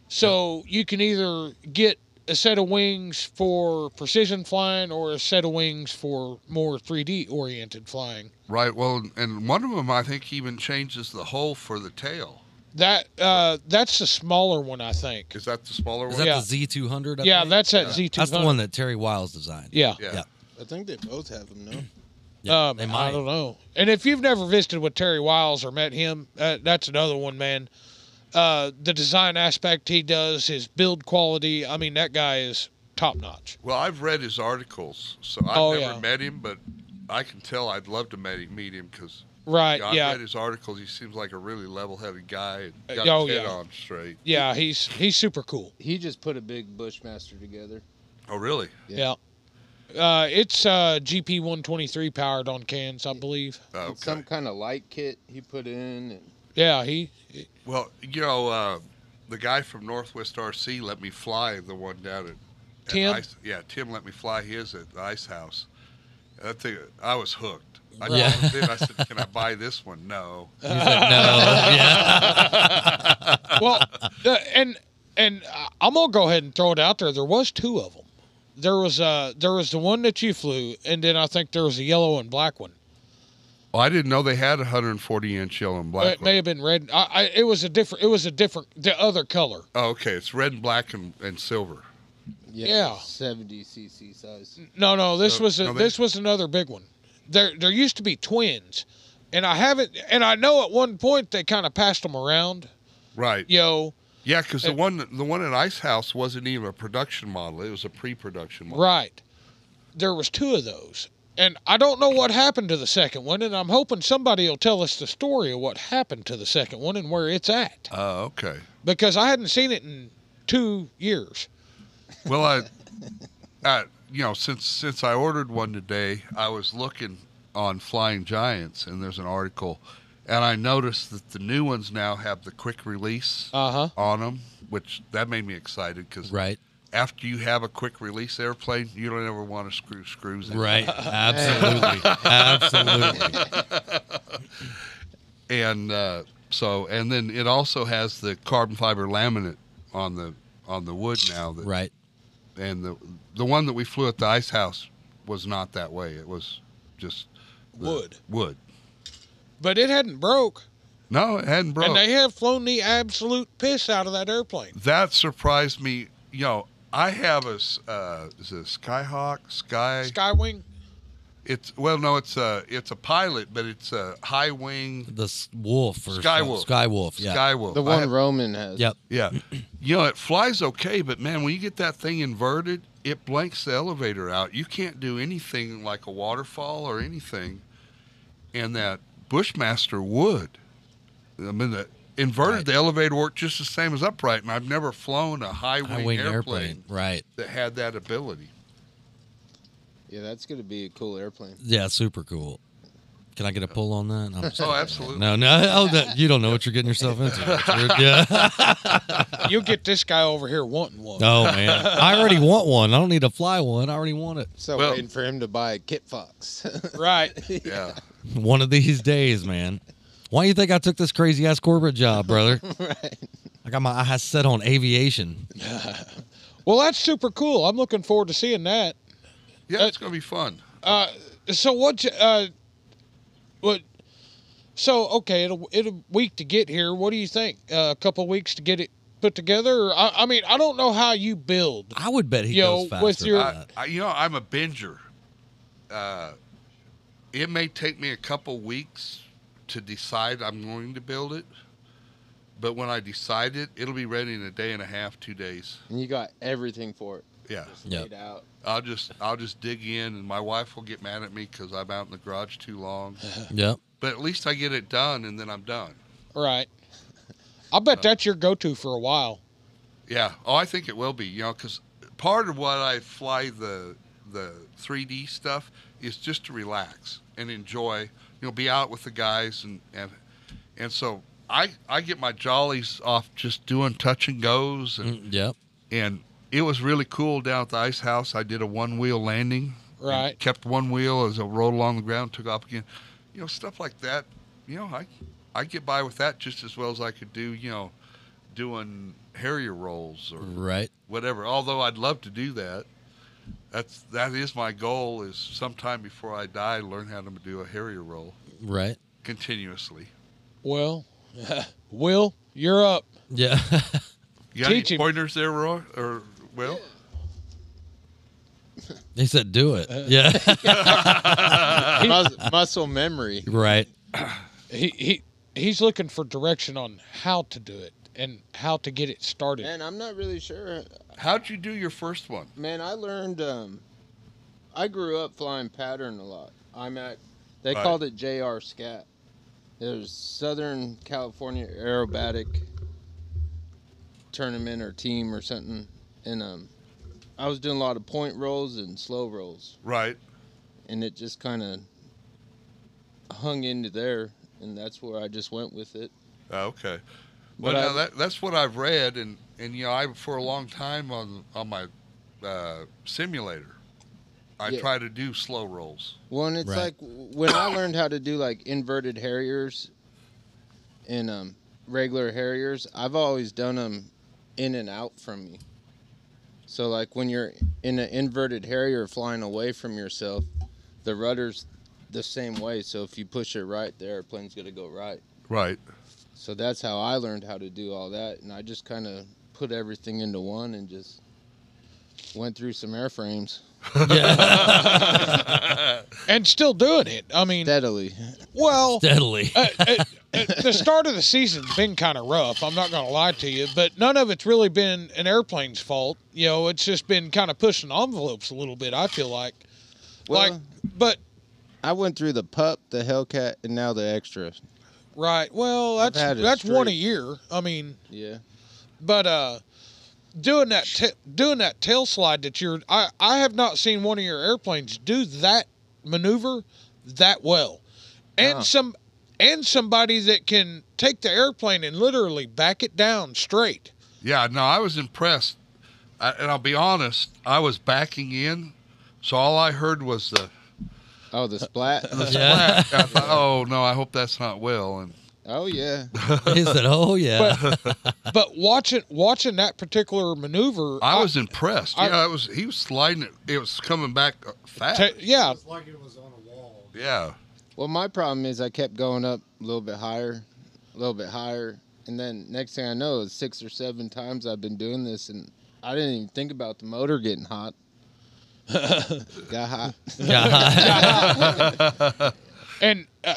Speaker 5: So you can either get a set of wings for precision flying or a set of wings for more 3D oriented flying.
Speaker 4: Right. Well, and one of them I think even changes the hole for the tail.
Speaker 5: That uh, that's the smaller one, I think.
Speaker 4: Is that the smaller
Speaker 3: Is
Speaker 4: one?
Speaker 3: that
Speaker 5: Yeah.
Speaker 3: the Z200? I
Speaker 5: Yeah,
Speaker 3: think?
Speaker 5: that's that Z200.
Speaker 3: That's the one that Terry Wiles designed.
Speaker 5: Yeah.
Speaker 4: yeah.
Speaker 7: I think they both have them. No,
Speaker 3: Yeah,
Speaker 5: um,
Speaker 3: they might. (laughs)
Speaker 5: I don't know. And if you've never visited with Terry Wiles or met him, uh, that's another one, man. Uh, the design aspect he does, his build quality. I mean, that guy is top notch.
Speaker 4: Well, I've read his articles, so I've
Speaker 5: Oh,
Speaker 4: never
Speaker 5: yeah.
Speaker 4: met him, but I can tell I'd love to meet, meet him because
Speaker 5: Right.
Speaker 4: I
Speaker 5: yeah.
Speaker 4: read his articles. He seems like a really level-headed guy and
Speaker 5: Uh,
Speaker 4: got
Speaker 5: oh,
Speaker 4: his head
Speaker 5: yeah.
Speaker 4: on straight.
Speaker 5: Yeah. He's he's super cool.
Speaker 7: (clears throat) He just put a big Bushmaster together.
Speaker 4: Oh, really?
Speaker 5: Yeah. Uh, it's uh, GP 123 powered on cans, I believe.
Speaker 4: Oh,
Speaker 7: It's some
Speaker 4: okay.
Speaker 7: kind of light kit he put in. And
Speaker 5: Yeah, he.
Speaker 4: Well, you know, uh, the guy from Northwest RC let me fly the one down at at
Speaker 5: Tim?
Speaker 4: Ice, yeah, Tim let me fly his at the Ice House. That thing, I was hooked. I
Speaker 3: Yeah.
Speaker 4: called him, I
Speaker 5: (laughs)
Speaker 4: said, "Can I buy this one?" No.
Speaker 3: He's like, no, yeah.
Speaker 5: Well, uh, and and uh, I'm gonna go ahead and throw it out there. There was two of them. There was uh there was the one that you flew, and then I think there was a yellow and black one.
Speaker 4: Well, I didn't know they had a 140 inch yellow and
Speaker 5: Uh,
Speaker 4: black.
Speaker 5: it may
Speaker 4: one.
Speaker 5: have been red. I, I it was a different. It was a different the other color.
Speaker 4: Oh, okay, it's red and black and, and silver.
Speaker 5: Yeah.
Speaker 7: 70 cc size.
Speaker 5: No, no, this
Speaker 4: No,
Speaker 5: was a,
Speaker 4: no, they-
Speaker 5: this was another big one. There there used to be twins, and I haven't. And I know at one point they kind of passed them around.
Speaker 4: Right.
Speaker 5: You know,
Speaker 4: Yeah, because the
Speaker 5: Uh,
Speaker 4: one the one at Ice House wasn't even a production model; it was a pre-production model.
Speaker 5: Right. There was two of those. And I don't know what happened to the second one, and I'm hoping somebody will tell us the story of what happened to the second one and where it's at.
Speaker 4: Oh, okay.
Speaker 5: Because I hadn't seen it in two years.
Speaker 4: Well, I, I, you know, since since I ordered one today, I was looking on Flying Giants, and there's an article, and I noticed that the new ones now have the quick release
Speaker 5: Uh huh.
Speaker 4: on them, which that made me excited because
Speaker 3: Uh-huh. Right.
Speaker 4: after you have a quick release airplane, you don't ever want to screw screws in.
Speaker 5: (laughs)
Speaker 3: Right. Absolutely. Absolutely.
Speaker 4: and uh, so and then it also has the carbon fiber laminate on the on the wood now that,
Speaker 3: Right.
Speaker 4: and the the one that we flew at the ice house was not that way it was just the
Speaker 5: Wood.
Speaker 4: wood
Speaker 5: But it hadn't broke,
Speaker 4: no it hadn't broke
Speaker 5: And they have flown the absolute piss out of that airplane.
Speaker 4: that surprised me you know i have a s- uh is it a skyhawk sky,
Speaker 5: Skywing?
Speaker 4: it's well no it's a it's a pilot but it's a high wing
Speaker 3: The s- wolf or
Speaker 4: Sky
Speaker 3: some-
Speaker 4: wolf.
Speaker 3: Sky wolf. Yeah.
Speaker 4: skywolf
Speaker 7: The
Speaker 4: I
Speaker 7: one
Speaker 4: have-
Speaker 7: Roman has.
Speaker 3: Yep.
Speaker 4: Yeah. You know, it flies okay, but man, when you get that thing inverted, it blanks the elevator out. You can't do anything like a waterfall or anything. And that Bushmaster would. I mean, the inverted the elevator worked just the same as upright, and I've never flown a high wing,
Speaker 3: High wing
Speaker 4: airplane,
Speaker 3: airplane. Right.
Speaker 4: that had that ability.
Speaker 7: Yeah, that's going to be a cool airplane.
Speaker 3: Yeah. Super cool. Can I get a pull on that? No, I'm just
Speaker 4: Oh,
Speaker 3: kidding.
Speaker 4: absolutely.
Speaker 3: No, no. (laughs) Oh, that, you don't know what you're getting yourself into. Richard. (laughs) Yeah.
Speaker 5: You'll get this guy over here wanting one.
Speaker 3: Oh man, I already want one. I don't need to fly one. I already want it.
Speaker 7: So
Speaker 4: Well-
Speaker 7: waiting for him to buy a Kit Fox. (laughs)
Speaker 5: (laughs) Right.
Speaker 4: Yeah.
Speaker 3: One of these days, man. Why do you think I took this crazy ass corporate job,
Speaker 4: (laughs)
Speaker 3: brother?
Speaker 7: right.
Speaker 3: I got my eyes set on aviation.
Speaker 5: Well, that's super cool. I'm looking forward to seeing that.
Speaker 4: Yeah, it's going to be fun.
Speaker 5: Uh, so what? you- Uh, what? So okay, it'll it'll week to get here. What do you think? Uh, a couple weeks to get it put together. Or, I, I mean, I don't know how you build.
Speaker 3: I would bet he
Speaker 5: Yo,
Speaker 3: goes faster.
Speaker 5: with your-
Speaker 3: than
Speaker 4: I,
Speaker 3: that.
Speaker 4: Uh, I, you know, I'm a binger. Uh, it may take me a couple weeks to decide I'm going to build it, but when I decide it, it'll be ready in a day and a half, two days.
Speaker 7: And you got everything for it.
Speaker 4: Yeah,
Speaker 7: Just
Speaker 3: Yep.
Speaker 7: laid out.
Speaker 4: I'll just I'll just dig in, and my wife will get mad at me because I'm out in the garage too long.
Speaker 3: Yep.
Speaker 4: But at least I get it done, and then I'm done.
Speaker 5: Right. I bet that's your go-to for a while.
Speaker 4: Yeah. Oh, I think it will be. You know, because part of what I fly the the 3D stuff is just to relax and enjoy. You know, be out with the guys and and and so I I get my jollies off just doing touch and goes and
Speaker 3: Mm, Yep.
Speaker 4: and it was really cool down at the ice house. I did a one wheel landing. and
Speaker 5: Right.
Speaker 4: Kept one wheel as I rolled along the ground, took off again. You know, stuff like that. You know, I I get by with that just as well as I could do. You know, doing Harrier rolls or
Speaker 3: Right.
Speaker 4: whatever. Although I'd love to do that. That's that is my goal. Is sometime before I die, learn how to do a Harrier roll
Speaker 3: Right.
Speaker 4: continuously.
Speaker 5: Well, (laughs) Will, you're up.
Speaker 3: Yeah. (laughs)
Speaker 4: You got any
Speaker 5: Teaching-
Speaker 4: pointers there, Roy? Or well,
Speaker 3: he said, "Do it."
Speaker 4: Uh.
Speaker 3: Yeah.
Speaker 7: (laughs)
Speaker 3: (laughs)
Speaker 7: Mus- muscle memory.
Speaker 3: right.
Speaker 5: He he he's looking for direction on how to do it and how to get it started.
Speaker 7: Man, I'm not really sure.
Speaker 4: how'd you do your first one?
Speaker 7: Man, I learned. Um, I grew up flying pattern a lot. I'm at. They
Speaker 4: Right.
Speaker 7: called it JR Scat. It was Southern California Aerobatic Tournament or team or something, and um, I was doing a lot of point rolls and slow rolls,
Speaker 4: Right.
Speaker 7: and it just kind of hung into there, and that's where I just went with it.
Speaker 4: Oh, Okay.
Speaker 7: But
Speaker 4: Well, now
Speaker 7: I-
Speaker 4: that, that's what I've read, and, and you know, I for a long time on on my uh, simulator, I
Speaker 7: Yeah.
Speaker 4: try to do slow rolls.
Speaker 7: Well, and it's
Speaker 3: Right.
Speaker 7: like w- when I learned how to do like inverted harriers and um, regular harriers, I've always done them in and out from me. So like when you're in an inverted harrier flying away from yourself, the rudder's the same way. So if you push it right, the airplane's gonna go right.
Speaker 4: Right.
Speaker 7: So that's how I learned how to do all that, and I just kind of put everything into one and just went through some airframes
Speaker 3: Yeah, (laughs)
Speaker 5: and still doing it. I mean,
Speaker 7: steadily.
Speaker 3: (laughs)
Speaker 5: well,
Speaker 3: steadily.
Speaker 5: uh, uh, uh, the start of the season's been kind of rough. I'm not going to lie to you, but none of it's really been an airplane's fault. You know, it's just been kind of pushing envelopes a little bit. I feel like,
Speaker 7: Well-
Speaker 5: like, but
Speaker 7: I went through the pup, the Hellcat, and now the extra.
Speaker 5: right. Well, that's
Speaker 7: had a
Speaker 5: that's one a
Speaker 7: streak.
Speaker 5: year. I mean,
Speaker 7: Yeah.
Speaker 5: but uh, doing that ta- doing that tail slide that you're, I I have not seen one of your airplanes do that maneuver that well, and
Speaker 4: Uh-huh.
Speaker 7: Huh.
Speaker 5: some and somebody that can take the airplane and literally back it down
Speaker 4: (laughs)
Speaker 5: straight.
Speaker 4: Yeah. No, I was impressed, I, and I'll be honest, I was backing in, so all I heard was the.
Speaker 7: Oh, the splat.
Speaker 3: yeah. (laughs)
Speaker 4: I thought, oh no, I hope that's not Will. And
Speaker 7: oh yeah.
Speaker 3: He said, "Oh yeah." (laughs)
Speaker 5: But watching watching that particular maneuver,
Speaker 4: I was impressed.
Speaker 5: I-
Speaker 4: yeah, it was. He was sliding it. It was coming back uh, fast.
Speaker 5: ta- yeah,
Speaker 4: yeah.
Speaker 7: Well, my problem is I kept going up a little bit higher, a little bit higher, and then next thing I know, is six or seven times I've been doing this, and I didn't even think about the motor getting hot. Got hot.
Speaker 3: God.
Speaker 5: and uh,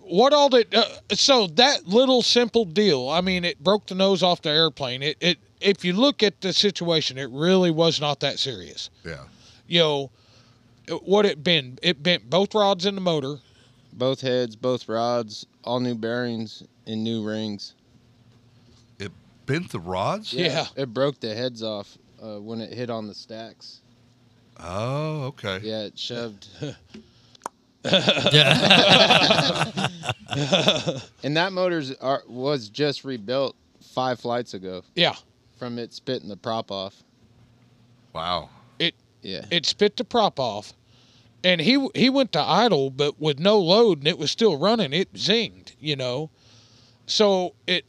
Speaker 5: what all did uh, so that little simple deal? I mean, it broke the nose off the airplane. It it if you look at the situation, it really was not that serious.
Speaker 4: Yeah.
Speaker 5: You know, what it bent it bent both rods in the motor.
Speaker 7: Both heads, both rods, all new bearings and new rings.
Speaker 4: It bent the rods.
Speaker 5: Yeah.
Speaker 7: It broke the heads off uh, when it hit on the stacks.
Speaker 4: Oh, okay.
Speaker 7: Yeah, it shoved.
Speaker 3: (laughs) yeah.
Speaker 5: (laughs)
Speaker 7: and that motor's are, was just rebuilt five flights ago
Speaker 5: Yeah,
Speaker 7: from it spitting the prop off.
Speaker 4: Wow. (laughs)
Speaker 5: it
Speaker 7: (laughs) Yeah.
Speaker 5: it spit the prop off, and he he went to idle, but with no load, and it was still running. It zinged, you know, so it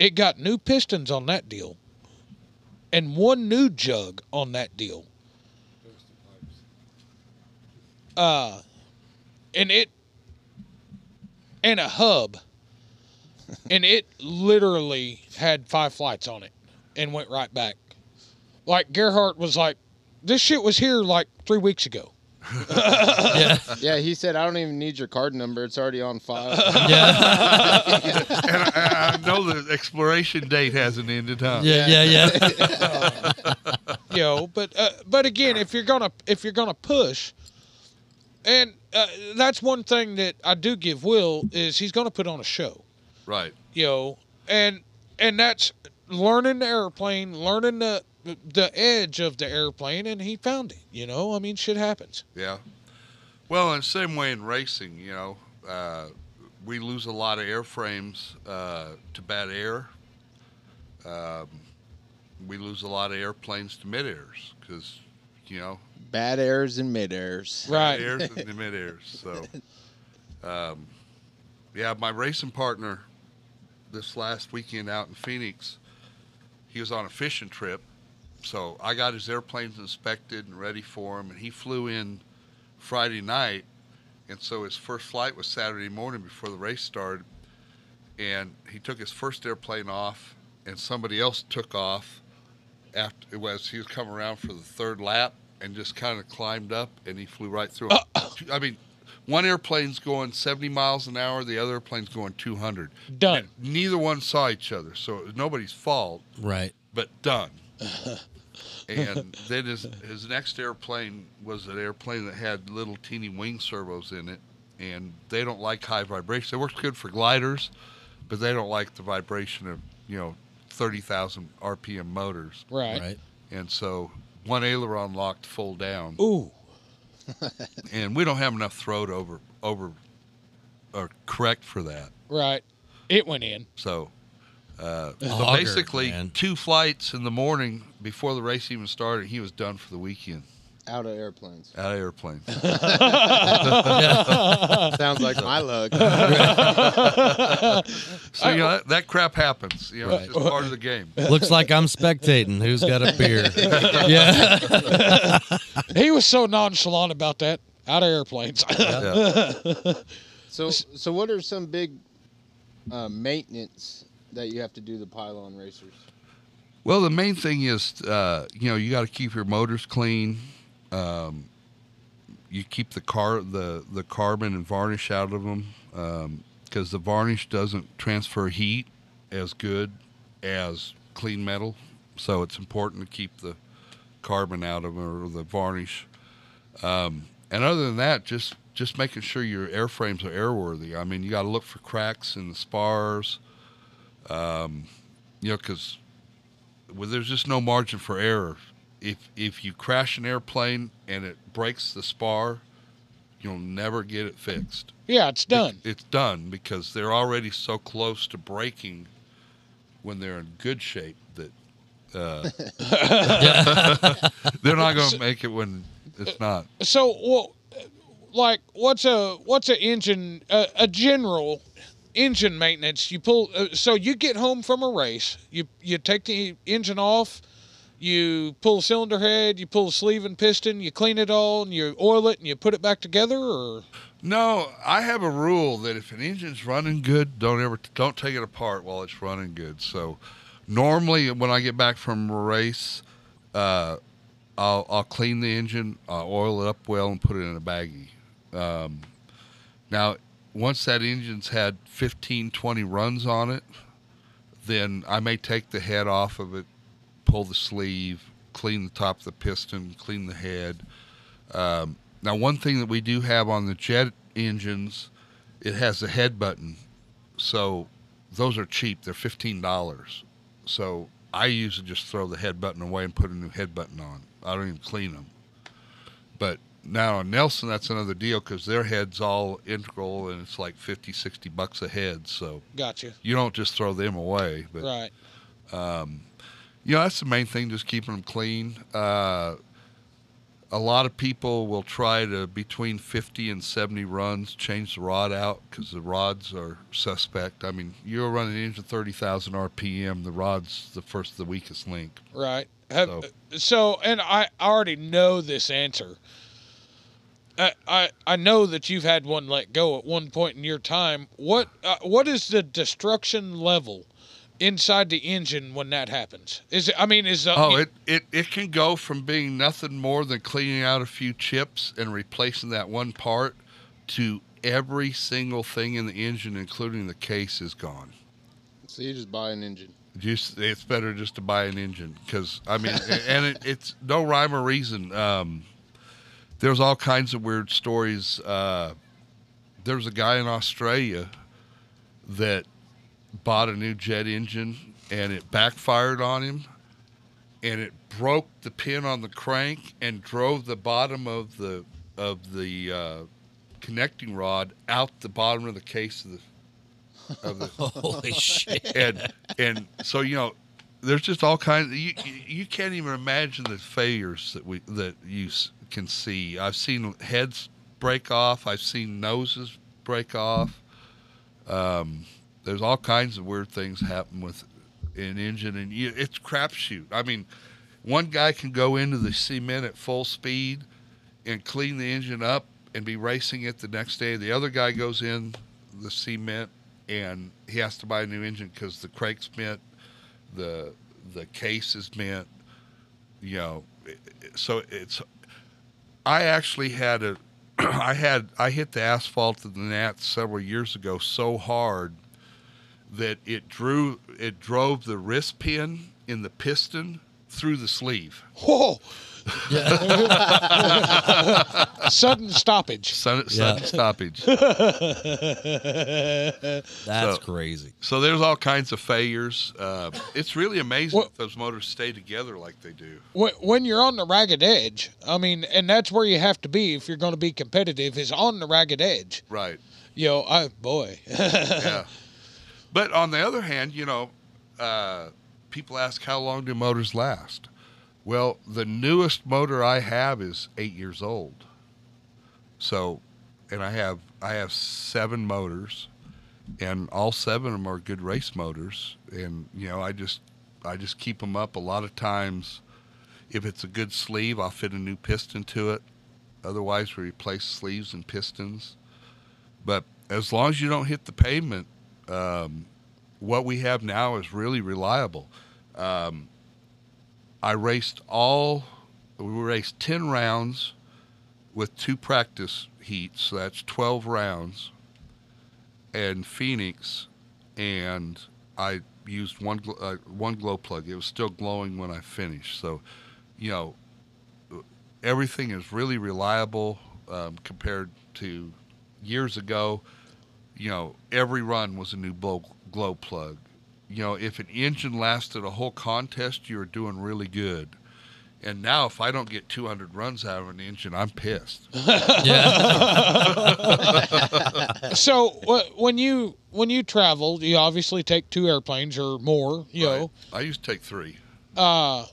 Speaker 5: it got new pistons on that deal, and one new jug on that deal. Uh, and it and a hub, and it literally had five flights on it, and went right back. Like Gerhardt was like, this shit was here like three weeks ago.
Speaker 7: Yeah, he said, I don't even need your card number. It's already on (laughs) file.
Speaker 3: Yeah.
Speaker 4: and I, I know the exploration date hasn't ended, huh?
Speaker 3: Yeah. Yeah. Yeah.
Speaker 5: you know (laughs) but uh, but again if you're gonna if you're gonna push and uh, that's one thing that i do give will is he's gonna put on a show
Speaker 4: Right.
Speaker 5: you know and and that's learning the airplane learning the the edge of the airplane and he found it you know i mean shit happens
Speaker 4: Yeah. Well, in the same way in racing, you know, uh, we lose a lot of airframes uh, to bad air. Um, we lose a lot of airplanes to mid-airs because, you know,
Speaker 7: Bad airs and mid airs.
Speaker 5: right
Speaker 4: airs and the mid-airs. So, um, yeah, my racing partner this last weekend out in Phoenix, he was on a fishing trip. So I got his airplanes inspected and ready for him, and he flew in Friday night. And so his first flight was Saturday morning before the race started. And he took his first airplane off, and somebody else took off after it was he was coming around for the third lap and just kind of climbed up and he flew right through. it. I mean, one airplane's going 70 miles an hour, the other airplane's going 200.
Speaker 5: done
Speaker 4: Neither one saw each other, so it was nobody's fault,
Speaker 3: Right.
Speaker 4: but done. and then his his next airplane was an airplane that had little teeny wing servos in it, and they don't like high vibration. It works good for gliders, but they don't like the vibration of you know thirty thousand RPM motors,
Speaker 5: Right.
Speaker 3: right?
Speaker 4: and so one aileron locked full down,
Speaker 5: Ooh.
Speaker 4: and we don't have enough throat over over or correct for that.
Speaker 5: Right. It went in.
Speaker 4: So, uh, so
Speaker 3: Auger,
Speaker 4: basically,
Speaker 3: man.
Speaker 4: two flights in the morning before the race even started, he was done for the weekend
Speaker 7: Out of airplanes.
Speaker 4: out of airplane.
Speaker 5: Uh.
Speaker 7: Sounds (laughs) like my luck.
Speaker 4: So you know, that, that crap happens. You know, it's just part of the game.
Speaker 3: Looks like I'm spectating. Who's got a
Speaker 4: (laughs)
Speaker 3: beer? yeah. (laughs)
Speaker 5: He was so nonchalant about that. Out of airplanes. (laughs)
Speaker 4: Yeah.
Speaker 7: (laughs) so, so what are some big uh, maintenance that you have to do the pylon racers?
Speaker 4: Well, the main thing is, uh, you know, you got to keep your motors clean. Um, you keep the car the the carbon and varnish out of them because the varnish doesn't transfer heat as good as clean metal. So it's important to keep the carbon out of 'em or the varnish. Um, and other than that, just just making sure your airframes are airworthy. I mean, you got to look for cracks in the spars. Um, you know, because well, there's just no margin for error. If if you crash an airplane and it breaks the spar, you'll never get it fixed.
Speaker 5: yeah, it's done.
Speaker 4: It- it's done because they're already so close to breaking when they're in good shape that uh, (laughs) they're not going to make it when it's not.
Speaker 5: So, well, like, what's a what's a engine a, a general engine maintenance? You pull. Uh, so you get home from a race. You you take the engine off. You pull cylinder head. You pull sleeve and piston. You clean it all, and you oil it, and you put it back together. Or
Speaker 4: No, I have a rule that if an engine's running good, don't ever don't take it apart while it's running good. So, normally when I get back from a race, uh, I'll I'll clean the engine, I'll oil it up well, and put it in a baggie. Um, now, once that engine's had 15, 20 runs on it, then I may take the head off of it, pull the sleeve, clean the top of the piston, clean the head. Um, now, one thing that we do have on the jet engines, it has the head button. So those are cheap. They're fifteen dollars. So I usually just throw the head button away and put a new head button on. I don't even clean them. But now on Nelson, that's another deal because their head's all integral and it's like 50, 60 bucks a head. So
Speaker 5: gotcha.
Speaker 4: you don't just throw them away. But
Speaker 5: Right.
Speaker 4: you know, that's the main thing, just keeping them clean. Uh, a lot of people will try to, between 50 and 70 runs, change the rod out because the rods are suspect. I mean, you're running an engine 30,000 RPM, the rod's the first, the weakest link.
Speaker 5: Right. Have,
Speaker 4: So-
Speaker 5: so. and I I already know this answer. I, I I know that you've had one let go at one point in your time. What uh, what is the destruction level inside the engine when that happens? Is it, I mean is the,
Speaker 4: Oh, it, it, it can go from being nothing more than cleaning out a few chips and replacing that one part to every single thing in the engine, including the case, is gone.
Speaker 7: So you just buy an engine.
Speaker 4: Just it's better just to buy an engine because I mean, a- (laughs) and it, it's no rhyme or reason. Um, there's all kinds of weird stories. Uh, there's a guy in Australia that bought a new jet engine and it backfired on him and it broke the pin on the crank and drove the bottom of the of the uh, connecting rod out the bottom of the case of the of the
Speaker 3: Holy shit.
Speaker 4: and and so you know there's just all kinds you you- you can't even imagine the failures that we that you s- can see i've seen heads break off i've seen noses break off um there's all kinds of weird things happen with an engine and you, it's crapshoot i mean one guy can go into the cement at full speed and clean the engine up and be racing it the next day. The other guy goes in the cement and he has to buy a new engine because the crank's bent, the the case is bent. You know, i- i- so it's. I actually had a, (clears throat) I had I hit the asphalt of the Nats several years ago so hard that it drew it drove the wrist pin in the piston through the sleeve.
Speaker 5: Whoa. (laughs) Sudden stoppage.
Speaker 4: Sudden, sudden
Speaker 3: Yeah.
Speaker 4: stoppage.
Speaker 3: That's
Speaker 4: So- (laughs)
Speaker 3: crazy.
Speaker 4: So there's all kinds of failures. Uh, it's really amazing
Speaker 5: What-
Speaker 4: that those motors stay together like they do.
Speaker 5: When- When you're on the ragged edge, I mean, and that's where you have to be if you're going to be competitive, is on the ragged edge.
Speaker 4: Right.
Speaker 5: You know,
Speaker 4: (laughs)
Speaker 5: I, boy.
Speaker 4: Yeah. but on the other hand, you know, uh, people ask how long do motors last? Well, the newest motor I have is eight years old. So, and I have I have seven motors, and all seven of them are good race motors. And you know, I just I just keep them up. A lot of times, if it's a good sleeve, I'll fit a new piston to it. Otherwise, we replace sleeves and pistons. But as long as you don't hit the pavement, um, what we have now is really reliable. Um, I raced all, we raced 10 rounds with two practice heats. So that's 12 rounds and Phoenix. And I used one, gl- uh, one glow plug. It was still glowing when I finished. So, you know, everything is really reliable um, compared to years ago. You know, every run was a new blow, glow plug. You know, if an engine lasted a whole contest, you were doing really good. And now, if I don't get 200 runs out of an engine, I'm pissed.
Speaker 3: Yeah.
Speaker 5: so wh- when you when you travel, you obviously take two airplanes or more. You
Speaker 4: Right?
Speaker 5: know,
Speaker 4: I used to take three.
Speaker 5: uh,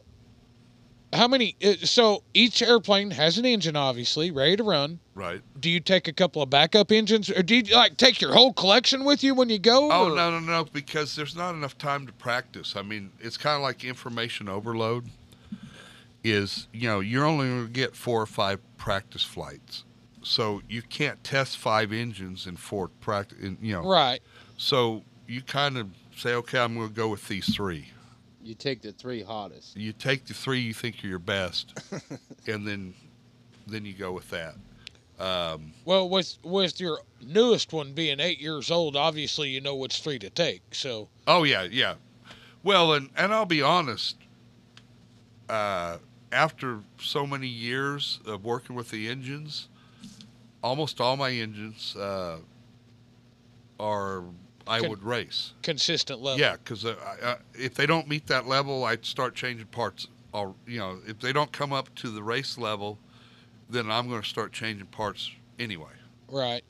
Speaker 5: how many? uh, So each airplane has an engine, obviously ready to run.
Speaker 4: Right.
Speaker 5: Do you take a couple of backup engines, or do you like take your whole collection with you when you go?
Speaker 4: Oh
Speaker 5: or-
Speaker 4: no no no! Because there's not enough time to practice. I mean, it's kind of like information overload. Is you know you're only going to get four or five practice flights, so you can't test five engines in four practice. In, you know,
Speaker 5: Right.
Speaker 4: so you kind of say, okay, I'm going to go with these three.
Speaker 7: You take the three hottest.
Speaker 4: You take the three you think are your best, and then then you go with that.
Speaker 5: Well, with with your newest one being eight years old, obviously you know which three to take. So
Speaker 4: Oh yeah, yeah. Well, and and I'll be honest. Uh, after so many years of working with the engines, almost all my engines uh, are I
Speaker 5: Can-
Speaker 4: would race.
Speaker 5: consistent level.
Speaker 4: Yeah, because uh, I- I- if they don't meet that level, I'd start changing parts. Or you know, if they don't come up to the race level, then I'm going to start changing parts anyway.
Speaker 5: Right.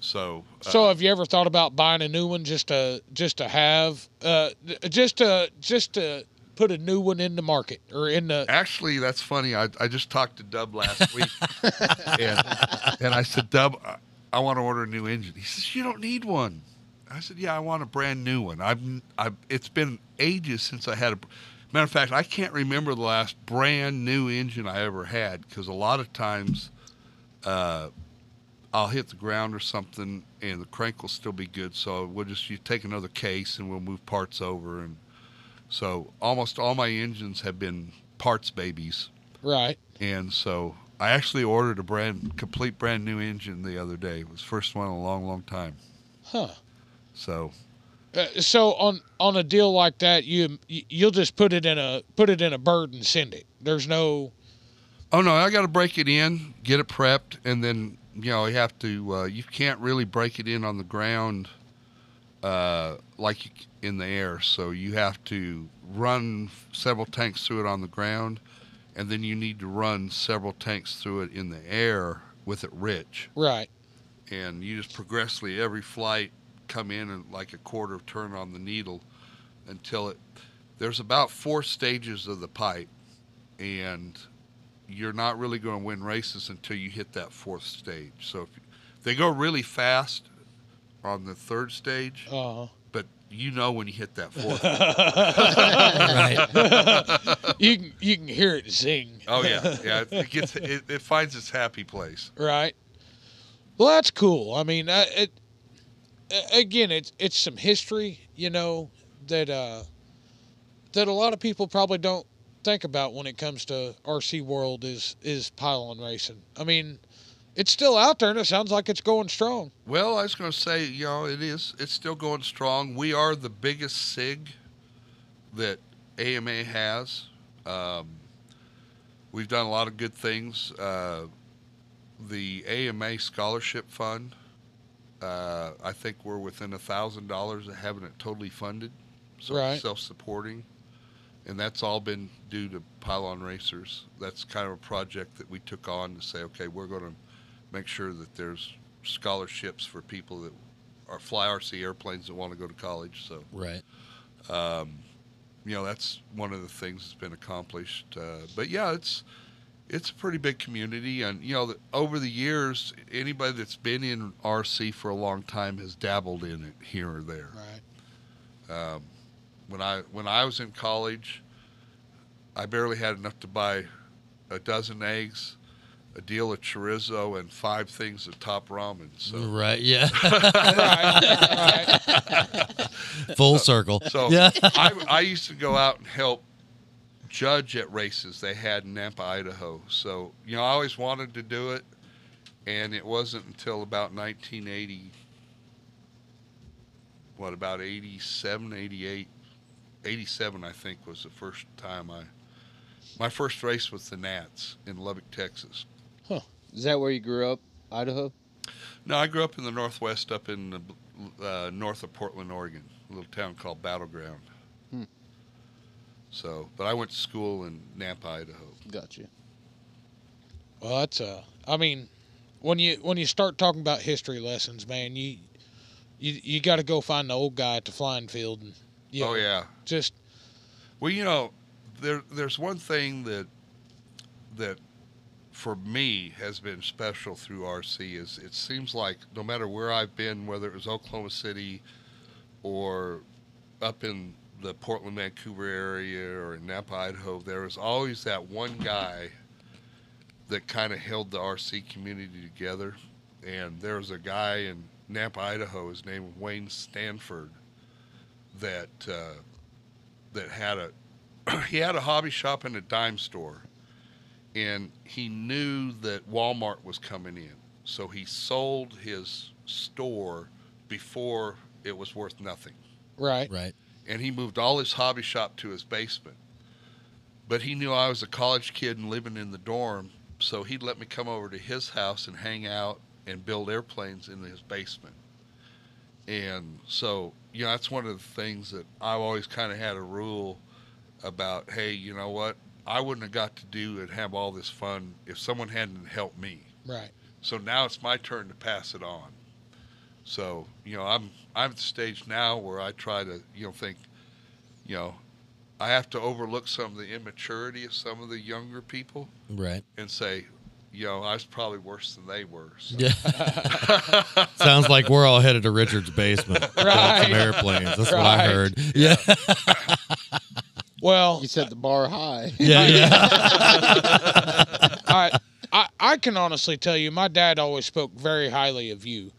Speaker 4: So, uh,
Speaker 5: So have you ever thought about buying a new one just to just to have uh th- just to just to put a new one in the market or in the
Speaker 4: Actually, that's funny. I, I just talked to Dub last week, and, and I said, Dub, I, I want to order a new engine. He says, You don't need one. I said, Yeah, I want a brand new one. I've, I've it's been ages since I had a. Matter of fact, I can't remember the last brand new engine I ever had because a lot of times, uh, I'll hit the ground or something, and the crank will still be good. So we'll just you take another case and we'll move parts over and. So almost all my engines have been parts babies,
Speaker 5: right.
Speaker 4: and so I actually ordered a brand, complete brand new engine the other day. It was the first one in a long, long time.
Speaker 5: Huh.
Speaker 4: So
Speaker 5: Uh, so on on a deal like that, you you- you'll just put it in a put it in a bird and send it. There's no
Speaker 4: oh no, I got to break it in, get it prepped, and then you know you have to. Uh, you can't really break it in on the ground, uh, like you c- in the air. So you have to run several tanks through it on the ground, and then you need to run several tanks through it in the air with it rich.
Speaker 5: right.
Speaker 4: and you just progressively every flight come in and like a quarter of turn on the needle until it there's about four stages of the pipe and you're not really going to win races until you hit that fourth stage so if they go really fast on the third stage
Speaker 5: Uh,
Speaker 4: but you know when you hit that fourth
Speaker 3: right.
Speaker 5: you can you can hear it zing.
Speaker 4: oh yeah yeah it gets it, it finds its happy place
Speaker 5: Right. Well, that's cool. I mean, I, it a- again, it's it's some history, you know, that uh that a lot of people probably don't think about when it comes to RC world is is pylon racing. I mean, it's still out there and it sounds like it's going strong.
Speaker 4: Well, I was going to say, you know, it is. It's still going strong. We are the biggest SIG that AMA has. Um, we've done a lot of good things. Uh, the AMA Scholarship Fund, uh, I think we're within a thousand dollars of having it totally funded, so it's
Speaker 5: Right.
Speaker 4: self-supporting, and that's all been due to Pylon Racers. That's kind of a project that we took on to say, okay, we're going to make sure that there's scholarships for people that are fly RC airplanes that want to go to college. So
Speaker 3: Right.
Speaker 4: you know that's one of the things that's been accomplished. Uh, but yeah, it's it's a pretty big community, and you know the, over the years, anybody that's been in RC for a long time has dabbled in it here or there.
Speaker 5: Right.
Speaker 4: When I when I was in college, I barely had enough to buy a dozen eggs, a deal of chorizo, and five things of top ramen. So.
Speaker 3: Right. Yeah.
Speaker 5: (laughs) Right. right.
Speaker 3: Full circle. (laughs)
Speaker 4: So
Speaker 3: yeah.
Speaker 4: I, I used to go out and help judge at races they had in Nampa, Idaho. So, you know, I always wanted to do it. And it wasn't until about 1980, what, about 87, 88, 87, I think, was the first time I, my first race was the Nats in Lubbock, Texas.
Speaker 7: Is that where you grew up, Idaho?
Speaker 4: No, I grew up in the Northwest, up in the uh, north of Portland, Oregon, a little town called Battleground.
Speaker 7: Hmm.
Speaker 4: So, but I went to school in Nampa, Idaho.
Speaker 7: Gotcha.
Speaker 5: Well, that's uh I mean, when you when you start talking about history lessons, man, you you you got to go find the old guy at the flying field and you
Speaker 4: Oh
Speaker 5: know,
Speaker 4: yeah.
Speaker 5: just
Speaker 4: Well, you know, there there's one thing that that for me has been special through RC is it seems like no matter where I've been, whether it was Oklahoma City or up in the Portland, Vancouver area or in Napa, Idaho, there was always that one guy that kind of held the RC community together. And there was a guy in Napa, Idaho, his name was Wayne Stanford, that uh, that had a (clears throat) he had a hobby shop and a dime store and he knew that Walmart was coming in so he sold his store before it was worth nothing
Speaker 5: right.
Speaker 3: right.
Speaker 4: and he moved all his hobby shop to his basement but he knew I was a college kid and living in the dorm so he'd let me come over to his house and hang out and build airplanes in his basement and so, you know, that's one of the things that I've always kind of had a rule about hey, you know what? I wouldn't have got to do and have all this fun if someone hadn't helped me.
Speaker 5: Right.
Speaker 4: So now it's my turn to pass it on. So, you know, I'm I'm at the stage now where I try to, you know, think, you know, I have to overlook some of the immaturity of some of the younger people
Speaker 3: Right.
Speaker 4: and say, you know, I was probably worse than they were. So,
Speaker 3: Yeah. Sounds like we're all headed to Richard's basement. to build
Speaker 5: Right.
Speaker 3: Some airplanes. That's what I
Speaker 5: Right.
Speaker 3: heard. Yeah.
Speaker 5: Well,
Speaker 4: (laughs)
Speaker 7: You set the bar high. (laughs)
Speaker 3: Yeah. Yeah.
Speaker 5: I, I I can honestly tell you, my dad always spoke very highly of you,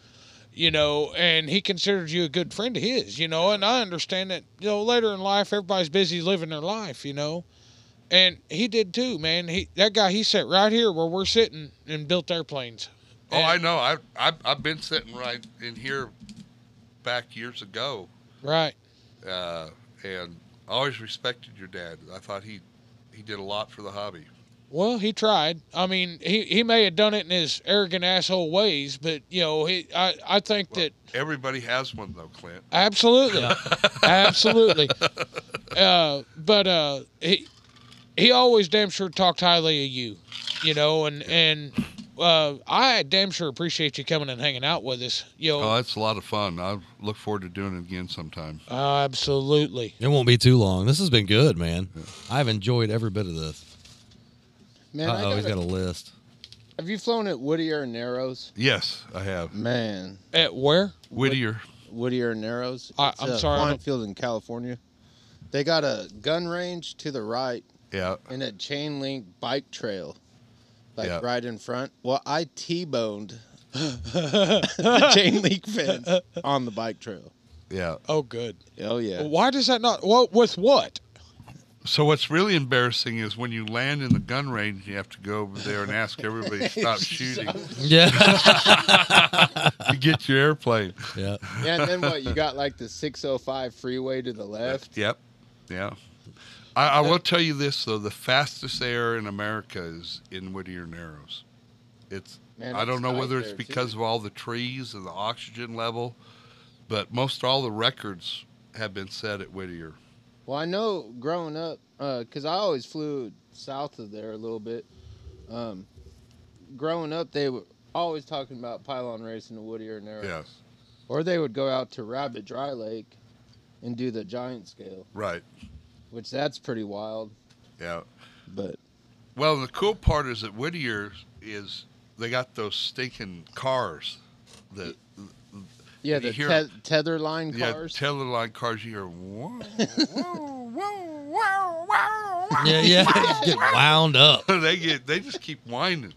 Speaker 5: you know, and he considered you a good friend of his, you know, and I understand that, you know, later in life everybody's busy living their life, you know. And he did too, man. He that guy he sat right here where we're sitting and built airplanes.
Speaker 4: Oh, I know. I, I I've been sitting right in here back years ago,
Speaker 5: Right.
Speaker 4: uh, and I always respected your dad. I thought he he did a lot for the hobby.
Speaker 5: Well, he tried. I mean, he, he may have done it in his arrogant asshole ways, but you know, he I, I think that
Speaker 4: Everybody has one though, Clint.
Speaker 5: Absolutely, (laughs) absolutely. Uh, but uh, he he always damn sure talked highly of you, you know, and and uh, I damn sure appreciate you coming and hanging out with us, you know.
Speaker 4: Oh, that's a lot of fun. I look forward to doing it again sometime.
Speaker 5: absolutely.
Speaker 3: It won't be too long. This has been good, man. I've enjoyed every bit of this.
Speaker 7: Man, I
Speaker 3: Uh oh, he's
Speaker 7: gotta-
Speaker 3: got a list.
Speaker 7: have you flown at Whittier and Narrows?
Speaker 4: Yes, I have.
Speaker 7: Man,
Speaker 5: At where?
Speaker 4: Whittier.
Speaker 7: Whittier and Narrows.
Speaker 5: I- I'm
Speaker 7: a
Speaker 5: sorry, I don't-
Speaker 7: Flying field in California. They got a gun range to the right
Speaker 4: Yeah.
Speaker 7: and a chain link bike trail, like
Speaker 4: Yeah.
Speaker 7: right in front. Well, I T-boned (laughs) the
Speaker 5: (laughs)
Speaker 7: chain link fence on the bike trail.
Speaker 4: Yeah.
Speaker 5: Oh, good.
Speaker 7: Oh yeah.
Speaker 5: Why does that not? Well, with what?
Speaker 4: So what's really embarrassing is when you land in the gun range, you have to go over there and ask everybody (laughs) to stop shooting
Speaker 3: Yeah.
Speaker 4: to get your airplane.
Speaker 3: (laughs) yeah.
Speaker 7: oh Yeah, and then what? You got like the 605 freeway to the left.
Speaker 4: Yep. Yeah. I, I will tell you this though: the fastest they are in America is in Whittier Narrows. It's
Speaker 7: Man,
Speaker 4: I don't
Speaker 7: it's
Speaker 4: know
Speaker 7: tight
Speaker 4: whether it's
Speaker 7: there,
Speaker 4: because of all the trees and the oxygen level, but most all the records have been set at Whittier.
Speaker 7: Well, I know growing up, because I always flew south of there a little bit. Um, growing up, they were always talking about pylon racing to Whittier and Arrows.
Speaker 4: Yeah,
Speaker 7: Or they would go out to Rabbit Dry Lake and do the giant scale,
Speaker 4: right.
Speaker 7: which that's pretty wild.
Speaker 4: Yeah.
Speaker 7: But
Speaker 4: Well, the cool part is that Whittier is they got those stinking cars that
Speaker 7: yeah,
Speaker 4: Did you
Speaker 7: the
Speaker 4: hear-
Speaker 7: te- tether line cars.
Speaker 4: yeah Taylor line cars. You hear whoa,
Speaker 3: Yeah, yeah. (laughs) Get wound up.
Speaker 4: (laughs) they get they just keep whining.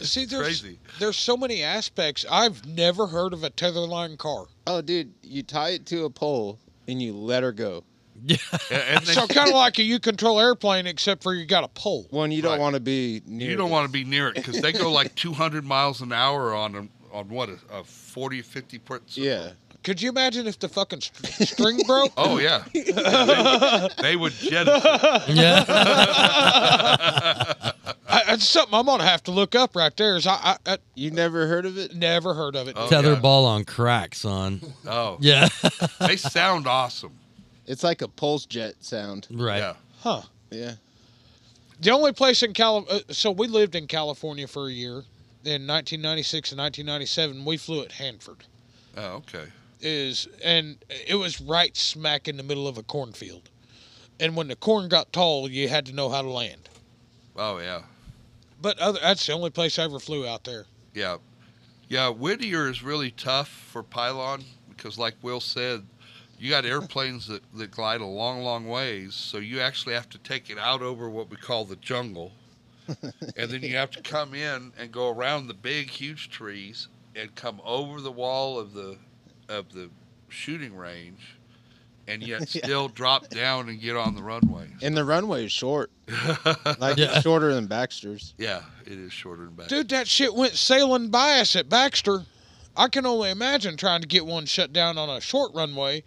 Speaker 5: See, there's
Speaker 4: Crazy.
Speaker 5: there's so many aspects. I've never heard of a tetherline car.
Speaker 7: oh, dude, you tie it to a pole and you let her go.
Speaker 4: And, and they, (laughs)
Speaker 5: So kind of like a you control airplane, except for you got a pole.
Speaker 7: One you don't
Speaker 4: Right.
Speaker 7: want to be near.
Speaker 4: you don't
Speaker 7: this.
Speaker 4: want to be near it because they go like 200 miles an hour on a, on what a, a 40 50 foot. circle.
Speaker 7: Yeah.
Speaker 5: Could you imagine if the fucking st- string
Speaker 4: (laughs)
Speaker 5: broke?
Speaker 7: (laughs)
Speaker 4: Oh yeah. they, they would jettison.
Speaker 3: Yeah.
Speaker 5: I, that's something I'm gonna have to look up right there. Is I, I, I
Speaker 7: You never heard of it?
Speaker 5: never heard of it.
Speaker 4: Oh,
Speaker 3: Tether
Speaker 4: yeah.
Speaker 3: ball on crack, son.
Speaker 4: Oh,
Speaker 3: Yeah.
Speaker 4: they sound awesome.
Speaker 7: It's like a pulse jet sound.
Speaker 3: (laughs) right.
Speaker 4: Yeah.
Speaker 5: Huh.
Speaker 7: Yeah.
Speaker 5: The only place in Cali, uh, so we lived in California for a year. In 1996 and 1997, we flew at Hanford.
Speaker 4: Oh, okay.
Speaker 5: Is and it was right smack in the middle of a cornfield. And when the corn got tall, you had to know how to land.
Speaker 4: Oh yeah.
Speaker 5: But other, that's the only place I ever flew out there.
Speaker 4: Yeah. Yeah, Whittier is really tough for pylon because, like Will said, you got airplanes that, that glide a long, long ways. So you actually have to take it out over what we call the jungle. and then you have to come in and go around the big, huge trees and come over the wall of the of the shooting range and yet still drop down and get on the runway.
Speaker 7: And the runway is (laughs) short. Like
Speaker 3: Yeah.
Speaker 7: it's shorter than Baxter's.
Speaker 4: Yeah, it is shorter than back.
Speaker 5: Dude, that shit went sailing by us at Baxter. I can only imagine trying to get one shut down on a short runway.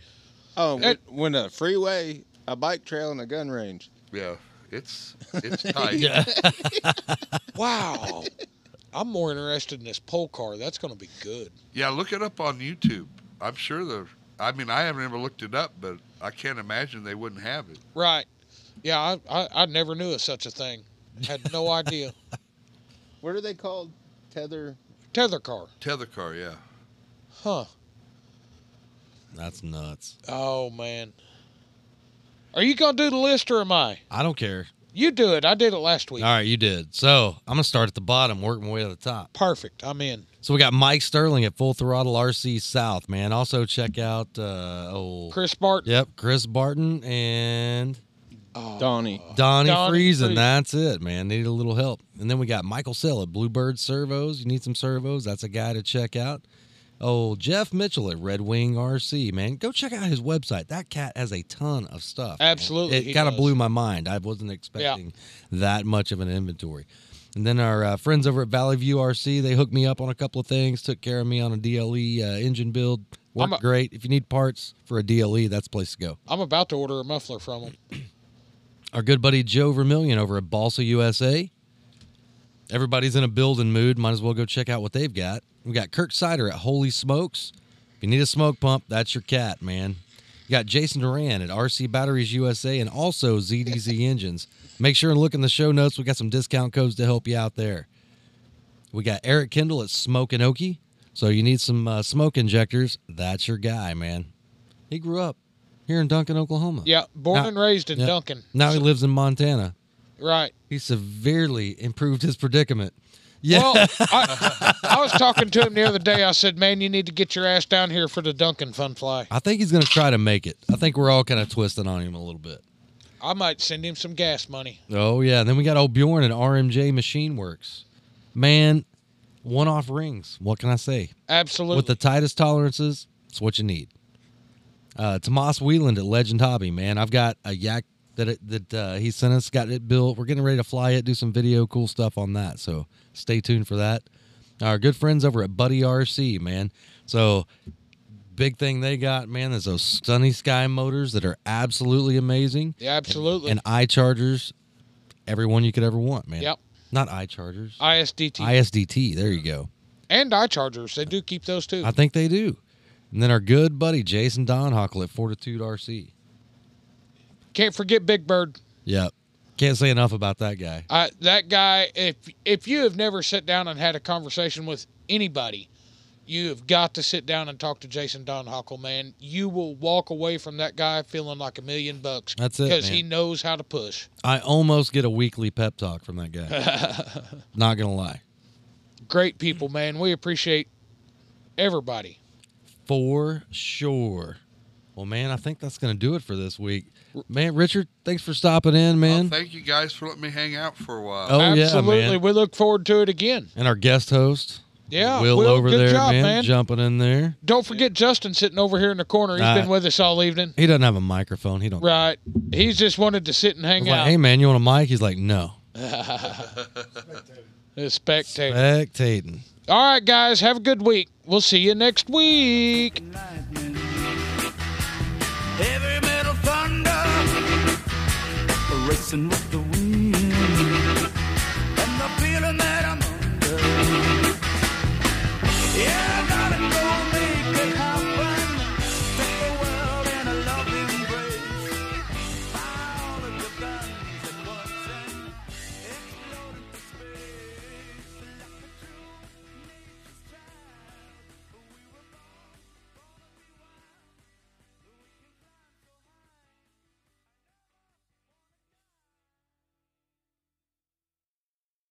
Speaker 7: Oh,
Speaker 5: It-
Speaker 7: when a freeway, a bike trail, and a gun range.
Speaker 4: Yeah, it's it's tight.
Speaker 3: Yeah. (laughs)
Speaker 5: Wow. I'm more interested in this pole car. That's going to be good.
Speaker 4: Yeah, look it up on YouTube. I'm sure they're. I mean, I haven't ever looked it up, but I can't imagine they wouldn't have it.
Speaker 5: Right. Yeah, I, I, I never knew of such a thing. Had
Speaker 3: (laughs)
Speaker 5: no idea.
Speaker 7: What are they called? Tether.
Speaker 5: Tether car.
Speaker 4: Tether car, yeah.
Speaker 5: Huh.
Speaker 3: That's nuts.
Speaker 5: Oh, man. Are you going to do the list or am I?
Speaker 3: I don't care.
Speaker 5: You do it. I did it last
Speaker 3: All
Speaker 5: week.
Speaker 3: right, you did. So I'm gonna start at the bottom, work my way to the top.
Speaker 5: Perfect. I'm in.
Speaker 3: So we got Mike Sterling at Full Throttle RC South, man. Also check out uh oh
Speaker 5: Chris Barton.
Speaker 3: Yep, Chris Barton and
Speaker 5: Oh,
Speaker 7: Donnie.
Speaker 3: Donnie,
Speaker 5: Donnie
Speaker 3: Friesen.
Speaker 5: Friesen.
Speaker 3: That's it, man. Needed a little help. And then we got Michael Sell at Bluebird Servos. You need some servos. That's a guy to check out. Oh, Jeff Mitchell at Red Wing RC, man. Go check out his website. That cat has a ton of stuff. man.
Speaker 5: Absolutely,
Speaker 3: It
Speaker 5: he
Speaker 3: kind of
Speaker 5: does.
Speaker 3: blew my mind. I wasn't expecting that much of an inventory. And then our uh, friends over at Valley View RC, they hooked me up on a couple of things, took care of me on a DLE uh, engine build. Worked
Speaker 5: I'm a-
Speaker 3: great. If you need parts for a DLE, that's the place to go.
Speaker 5: I'm about to order a muffler from him.
Speaker 3: Our good buddy Joe Vermillion over at Balsa USA. Everybody's in a building mood. Might as well go check out what they've got. We got Kirk Sider at Holy Smokes. If you need a smoke pump, that's your cat, man. You got Jason Duran at RC Batteries USA and also ZDZ Engines. Make sure and look in the show notes. We got some discount codes to help you out there. We got Eric Kendall at Smoke and Okie. So you need some uh, smoke injectors. That's your guy, man. He grew up here in Duncan, Oklahoma.
Speaker 5: Yeah, born
Speaker 3: Now-
Speaker 5: and raised in
Speaker 3: yeah.
Speaker 5: Duncan.
Speaker 3: Now he lives in Montana.
Speaker 5: Right.
Speaker 3: He severely improved his predicament. Yeah.
Speaker 5: Well, I, I was talking to him the other day. I said, "Man, you need to get your ass down here for the Duncan Fun Fly.
Speaker 3: (laughs) I think he's going to try to make it. I think we're all kind of twisting on him a little bit.
Speaker 5: I might send him some gas money."
Speaker 3: Oh, yeah. Then we got old Bjorn at RMJ Machine Works. Man, one off rings. What can I say?
Speaker 5: Absolutely.
Speaker 3: With the tightest tolerances, it's what you need. Uh, Tomas Wieland at Legend Hobby, man. I've got a yak that it, that uh, he sent us, got it built. We're getting ready to fly it, do some video, cool stuff on that. So stay tuned for that. Our good friends over at Buddy RC, man. So big thing they got, man, is those Sunny Sky motors that are absolutely amazing.
Speaker 5: Yeah, absolutely.
Speaker 3: And eye chargers, everyone you could ever want, man.
Speaker 5: Yep.
Speaker 3: Not eye chargers.
Speaker 5: ISDT
Speaker 3: ISDT. There you go.
Speaker 5: and eye chargers. They do keep those too.
Speaker 3: (laughs) I think they do. And then our good buddy Jason Donhockle at Fortitude RC.
Speaker 5: Can't forget Big Bird.
Speaker 3: Yep. Can't say enough about that guy.
Speaker 5: Uh, that guy, if if you have never sat down and had a conversation with anybody, you have got to sit down and talk to Jason Donhockle, man. You will walk away from that guy feeling like a million bucks.
Speaker 3: That's it,
Speaker 5: Because he
Speaker 3: man.
Speaker 5: knows how to push.
Speaker 3: I almost get a weekly pep talk from that guy. Not gonna lie.
Speaker 5: Great people, man. We appreciate everybody.
Speaker 3: For sure. Well, man, I think that's gonna do it for this week. Man, Richard, thanks for stopping in,
Speaker 4: Well,
Speaker 5: Oh,
Speaker 3: man.
Speaker 4: thank you guys for letting me hang out for a while.
Speaker 3: Oh, yeah,
Speaker 5: Absolutely.
Speaker 3: man.
Speaker 5: We look forward to it again.
Speaker 3: And our guest host,
Speaker 5: Yeah.
Speaker 3: Will, over
Speaker 5: good
Speaker 3: there,
Speaker 5: job,
Speaker 3: man, jumping in there.
Speaker 5: Don't forget Justin sitting over here in the corner. He's
Speaker 3: Uh,
Speaker 5: been with us all evening.
Speaker 3: He doesn't have a microphone. He don't. I
Speaker 5: Right. He's just wanted to sit and hang
Speaker 3: was
Speaker 5: out.
Speaker 3: like, hey man, you want a mic? He's like, no.
Speaker 5: The spectator.
Speaker 3: Spectating.
Speaker 5: All right, guys. Have a good week. We'll see you next week.
Speaker 9: lightning, heavy metal thunder, racing with the